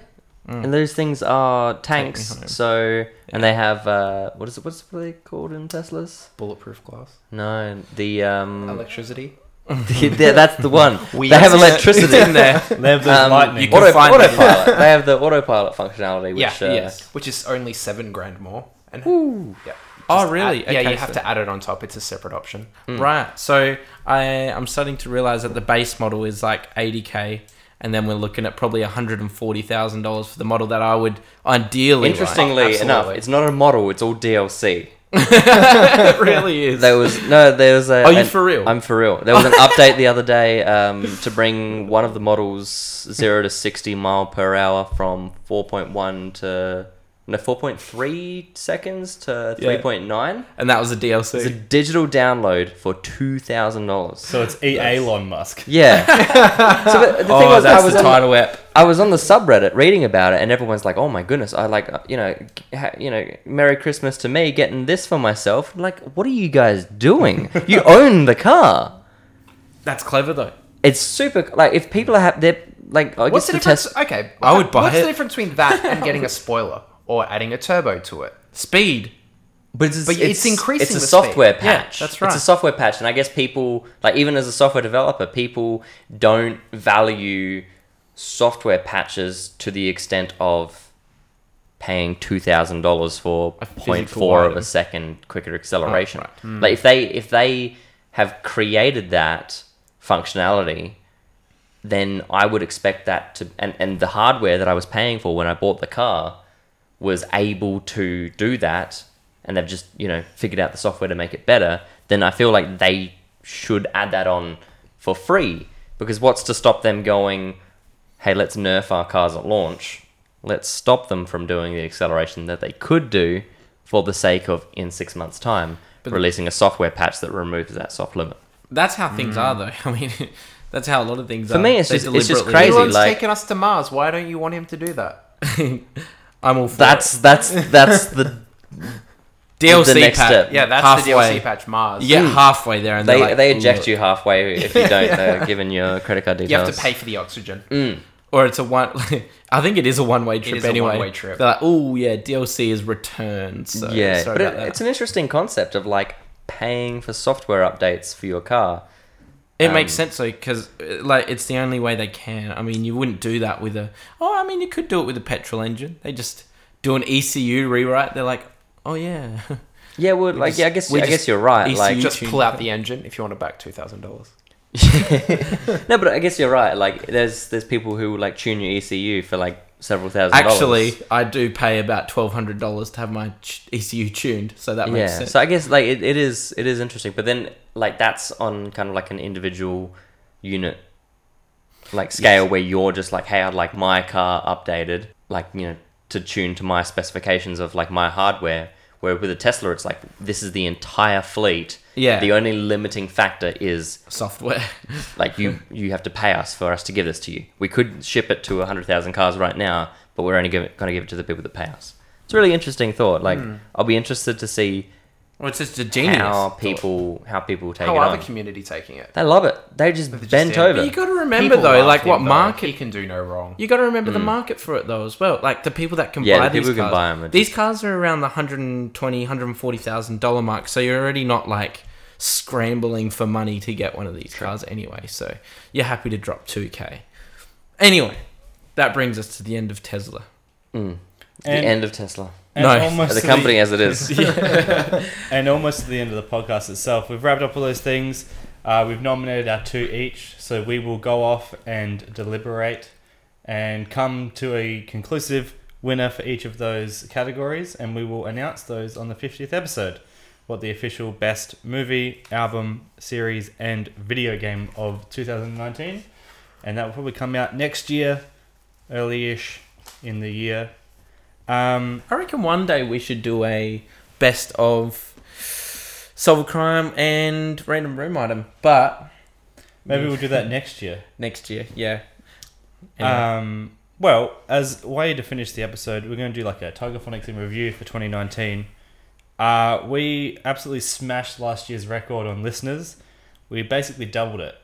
Speaker 6: And those things are tanks, so and they have uh, what is it? What's what are they called in Teslas?
Speaker 5: Bulletproof glass,
Speaker 6: No, the um,
Speaker 5: electricity.
Speaker 6: the, the- that's the one.
Speaker 5: We-
Speaker 6: they have electricity
Speaker 4: in there.
Speaker 2: They have those
Speaker 6: Um,
Speaker 2: lightning.
Speaker 4: you can
Speaker 6: Auto,
Speaker 4: find it.
Speaker 6: autopilot. they have the autopilot functionality, which
Speaker 5: Yeah,
Speaker 6: uh,
Speaker 4: yes.
Speaker 5: which is only seven grand more. And yeah,
Speaker 4: Oh,
Speaker 5: Just
Speaker 4: really?
Speaker 5: add- yeah,
Speaker 4: Okay,
Speaker 5: you have
Speaker 4: so-
Speaker 5: to add it on top. It's a separate option.
Speaker 6: Hmm.
Speaker 4: Right. So I I'm starting to realize that the base model is like 80k, and then we're looking at probably 140,000 dollars for the model that I would ideally. like.
Speaker 6: Interestingly
Speaker 5: Absolutely.
Speaker 6: enough, it's not a model; it's all DLC.
Speaker 4: it really is.
Speaker 6: There was no, there was a.
Speaker 4: Are you
Speaker 6: an-
Speaker 4: for real?
Speaker 6: I'm for real. There was an update the other day um, to bring one of the models zero to sixty mile per hour from four point one to no four point three seconds to
Speaker 4: Yeah.
Speaker 6: three point nine.
Speaker 4: and that was a
Speaker 6: It's a
Speaker 4: DLC.
Speaker 6: digital download for two thousand dollars.
Speaker 2: so it's E. Elon Musk.
Speaker 6: Yeah. so the, the thing
Speaker 4: Oh,
Speaker 6: was, I
Speaker 4: that's
Speaker 6: was
Speaker 4: the
Speaker 6: on,
Speaker 4: title app.
Speaker 6: I was on the subreddit reading about it, and everyone's like, "Oh my goodness!" I like, uh, you know, g- ha- you know, Merry Christmas to me, getting this for myself. Like, what are you guys doing? you own the car.
Speaker 4: That's clever though.
Speaker 6: It's super. Like, if people are happy, they're like, I
Speaker 5: What's
Speaker 6: guess
Speaker 5: the,
Speaker 6: the
Speaker 5: difference?
Speaker 6: test.
Speaker 5: Okay,
Speaker 4: I would buy
Speaker 5: What's
Speaker 4: it.
Speaker 5: the difference between that and getting a spoiler or adding a turbo to it?
Speaker 4: Speed.
Speaker 6: But it's,
Speaker 5: But it's increasing
Speaker 6: It's a
Speaker 5: the speed.
Speaker 6: software
Speaker 4: Yeah,
Speaker 6: patch.
Speaker 4: that's right.
Speaker 6: It's a software patch, and I guess people, like, even as a software developer, people don't value software patches to the extent of paying two thousand dollars for
Speaker 4: physical
Speaker 6: 0.4 of
Speaker 4: item.
Speaker 6: a second quicker acceleration. Like if they if they have created that functionality, then I would expect that to and, and the hardware that I was paying for when I bought the car was able to do that and they've just, you know, figured out the software to make it better, then I feel like they should add that on for free. Because what's to stop them going, hey, let's nerf our cars at launch. Let's stop them from doing the acceleration that they could do for the sake of, in six months' time, releasing a software patch that removes that soft limit.
Speaker 4: That's how things are though. I mean, that's how a lot of things are.
Speaker 6: Hmm. For me, it's
Speaker 4: They
Speaker 6: just- it's just
Speaker 4: deliberately-
Speaker 6: Crazy,
Speaker 5: Elon's
Speaker 6: like-
Speaker 5: taking us to Mars. Why don't you want him to do that?
Speaker 4: I'm all for
Speaker 6: That's that's that's the
Speaker 4: it.
Speaker 6: the
Speaker 4: DLC
Speaker 6: next
Speaker 4: pack.
Speaker 6: step. Hmm.
Speaker 5: Yeah, that's
Speaker 4: halfway.
Speaker 5: the DLC patch. Mars.
Speaker 4: You get halfway there, and
Speaker 6: they
Speaker 4: they're like,
Speaker 6: they
Speaker 4: "Ooh,
Speaker 6: eject you halfway if you don't uh, give in your credit card details. Mm,
Speaker 5: You have to pay for the oxygen.
Speaker 4: or it's a one. I think it is a one way trip
Speaker 5: is a
Speaker 4: anyway.
Speaker 5: one-way trip.
Speaker 4: They're like, oh yeah, DLC is returned. So
Speaker 6: yeah,
Speaker 4: sorry
Speaker 6: but
Speaker 4: about
Speaker 6: it,
Speaker 4: that.
Speaker 6: it's an interesting concept of like paying for software updates for your car.
Speaker 4: It
Speaker 6: Um,
Speaker 4: makes sense though, because like it's the only way they can. I mean, you wouldn't do that with a. Oh, I mean, you could do it with a petrol engine. They just do an ECU rewrite. They're like, oh yeah,
Speaker 6: Yeah, well, like
Speaker 4: just-
Speaker 6: yeah, I guess
Speaker 4: we
Speaker 6: I
Speaker 4: just
Speaker 6: guess you're right.
Speaker 4: ECU
Speaker 6: Like
Speaker 5: Just
Speaker 4: YouTube.
Speaker 5: pull out the engine if you want to back two thousand dollars.
Speaker 6: no, but I guess you're right. Like, there's there's people who like tune your ECU for like several thousand. dollars.
Speaker 4: Actually, I do pay about twelve hundred dollars to have my ch- ECU tuned, so that makes
Speaker 6: yeah.
Speaker 4: sense.
Speaker 6: So I guess like it, it is it is interesting, but then like that's on kind of like an individual unit like scale where you're just like, hey, I'd like my car updated, like you know, to tune to my specifications of like my hardware. Where with a Tesla, it's like this is the entire fleet.
Speaker 4: Yeah.
Speaker 6: The only limiting factor is
Speaker 4: Software.
Speaker 6: like you you have to pay us for us to give this to you. We could ship it to 100,000 cars right now, but we're only going to give it to the people that pay us. It's a really interesting thought. Like
Speaker 4: Hmm.
Speaker 6: I'll be interested to see
Speaker 4: well, it's just a genius.
Speaker 6: how people how people take
Speaker 5: How
Speaker 6: it
Speaker 5: are
Speaker 6: on.
Speaker 5: the community taking it?
Speaker 6: they love it. They just
Speaker 5: just
Speaker 6: bent
Speaker 5: do it.
Speaker 6: over.
Speaker 4: But you got to remember
Speaker 5: People
Speaker 4: though,
Speaker 5: love
Speaker 4: like
Speaker 5: him,
Speaker 4: what
Speaker 5: though.
Speaker 4: market
Speaker 5: he can do no wrong.
Speaker 4: You got to remember the market for it though as well. Like the people that can
Speaker 6: Mm. Yeah,
Speaker 4: buy
Speaker 6: the people
Speaker 4: these
Speaker 6: who can
Speaker 4: cars.
Speaker 6: buy 'em are
Speaker 4: these cars are around the 120, 140,000 dollar mark, so you're already not like scrambling for money to get one of these cars anyway. So you're happy to drop 2k. Anyway, that brings us to the end of Tesla.
Speaker 6: the
Speaker 2: And-
Speaker 6: end of Tesla.
Speaker 2: And
Speaker 4: No,
Speaker 2: almost
Speaker 6: The
Speaker 2: to
Speaker 6: company as it is.
Speaker 2: and almost to the end of the podcast itself. We've wrapped up all those things. Uh, we've nominated our two each, so we will go off and deliberate and come to a conclusive winner for each of those categories, and we will announce those on the 50th episode. What the official best movie, album, series, and video game of 2019, and that will probably come out next year, early-ish in the year. Um,
Speaker 4: I reckon one day we should do a best of solve a crime and random room item, but
Speaker 2: Maybe we'll do that next year.
Speaker 4: next year, yeah. Anyway.
Speaker 2: Um, well, as a way to finish the episode, we're going to do like a Tiger Phonics in review for 2019. Uh, we absolutely smashed last year's record on listeners. We basically doubled it.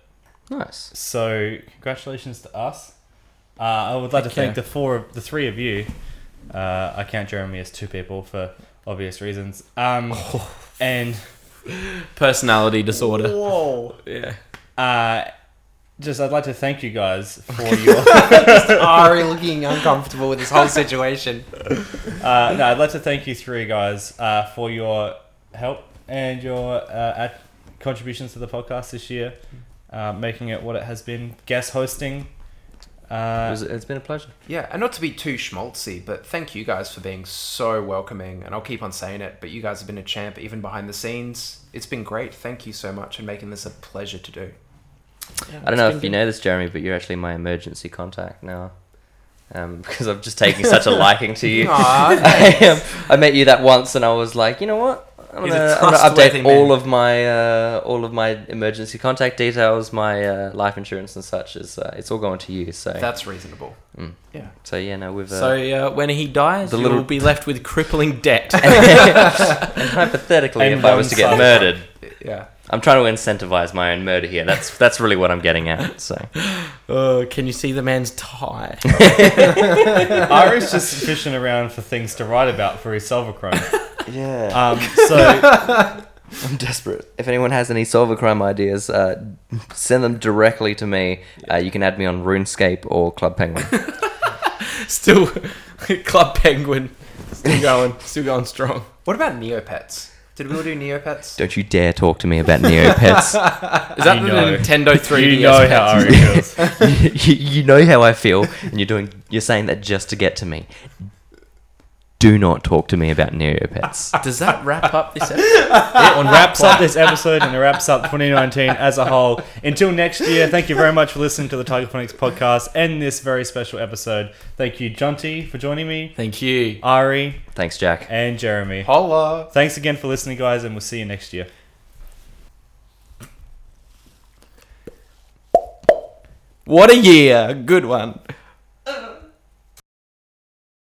Speaker 6: nice.
Speaker 2: So congratulations to us. Uh, I would like to
Speaker 4: Thank you.
Speaker 2: thank the four, of, the three of you. Uh, I count Jeremy as two people for obvious reasons. Um, and
Speaker 4: personality disorder.
Speaker 5: Whoa!
Speaker 4: Yeah.
Speaker 2: uh, just I'd like to thank you guys for your.
Speaker 5: Ari looking uncomfortable with this whole situation.
Speaker 2: Uh, no, I'd like to thank you three guys uh, for your help and your uh, at- contributions to the podcast this year, uh, making it what it has been. Guest hosting.
Speaker 6: It
Speaker 2: Uh,
Speaker 6: was, it's been a pleasure.
Speaker 5: Yeah, and not to be too schmaltzy, but thank you guys for being so welcoming. And I'll keep on saying it, but you guys have been a champ, even behind the scenes. It's been great. Thank you so much, and making this a pleasure to do.
Speaker 6: I don't know if you know this, Jeremy, but you're actually my emergency contact now. Um, because I'm just taking such a liking to you.
Speaker 5: Aw,
Speaker 6: I, um, I met you that once, and I was like, you know what? I'm
Speaker 4: He's
Speaker 6: gonna,
Speaker 4: a
Speaker 6: I'm gonna
Speaker 4: trustworthy
Speaker 6: update
Speaker 4: man.
Speaker 6: all of my uh, all of my emergency contact details, my uh, life insurance and such. Is uh, it's all going to you? So
Speaker 5: that's reasonable.
Speaker 6: Mm.
Speaker 5: Yeah.
Speaker 6: so yeah, no, we've uh,
Speaker 4: So uh, when he dies,
Speaker 6: The
Speaker 4: you
Speaker 6: little-
Speaker 4: will be left with crippling debt.
Speaker 6: and hypothetically,
Speaker 2: And
Speaker 6: if I was to get
Speaker 2: one-sided.
Speaker 6: murdered,
Speaker 5: Yeah.
Speaker 6: I'm trying to incentivize my own murder here. That's that's really what I'm getting at. So
Speaker 4: uh, can you see the man's tie?
Speaker 2: Irish just fishing around for things to write about for his Silverchrome.
Speaker 6: yeah,
Speaker 2: Um, so
Speaker 6: I'm desperate. If anyone has any solver crime ideas, uh, send them directly to me. Uh, you can add me on RuneScape or Club Penguin.
Speaker 4: Still, Club Penguin, still going, still going strong.
Speaker 5: What about Neopets? Did we all do Neopets?
Speaker 6: Don't you dare talk to me about Neopets.
Speaker 4: Is that
Speaker 2: You
Speaker 4: the
Speaker 2: know.
Speaker 4: Nintendo 3DS?
Speaker 2: you know how
Speaker 4: pets?
Speaker 2: Irish feels.
Speaker 6: you, you know how I feel, and you're doing you're saying that just to get to me. Do not talk to me about Neopets.
Speaker 4: Does that wrap up this episode?
Speaker 2: It wraps up this episode and it wraps up 2019 as a whole. Until next year, thank you very much for listening to the Tiger Phonics podcast and this very special episode. Thank you, Jonty, for joining me,
Speaker 4: Thank you.
Speaker 2: Ari,
Speaker 6: Thanks, Jack.
Speaker 2: and Jeremy.
Speaker 5: Holla!
Speaker 2: Thanks again for listening, guys, and we'll see you next year.
Speaker 4: What a year. Good one.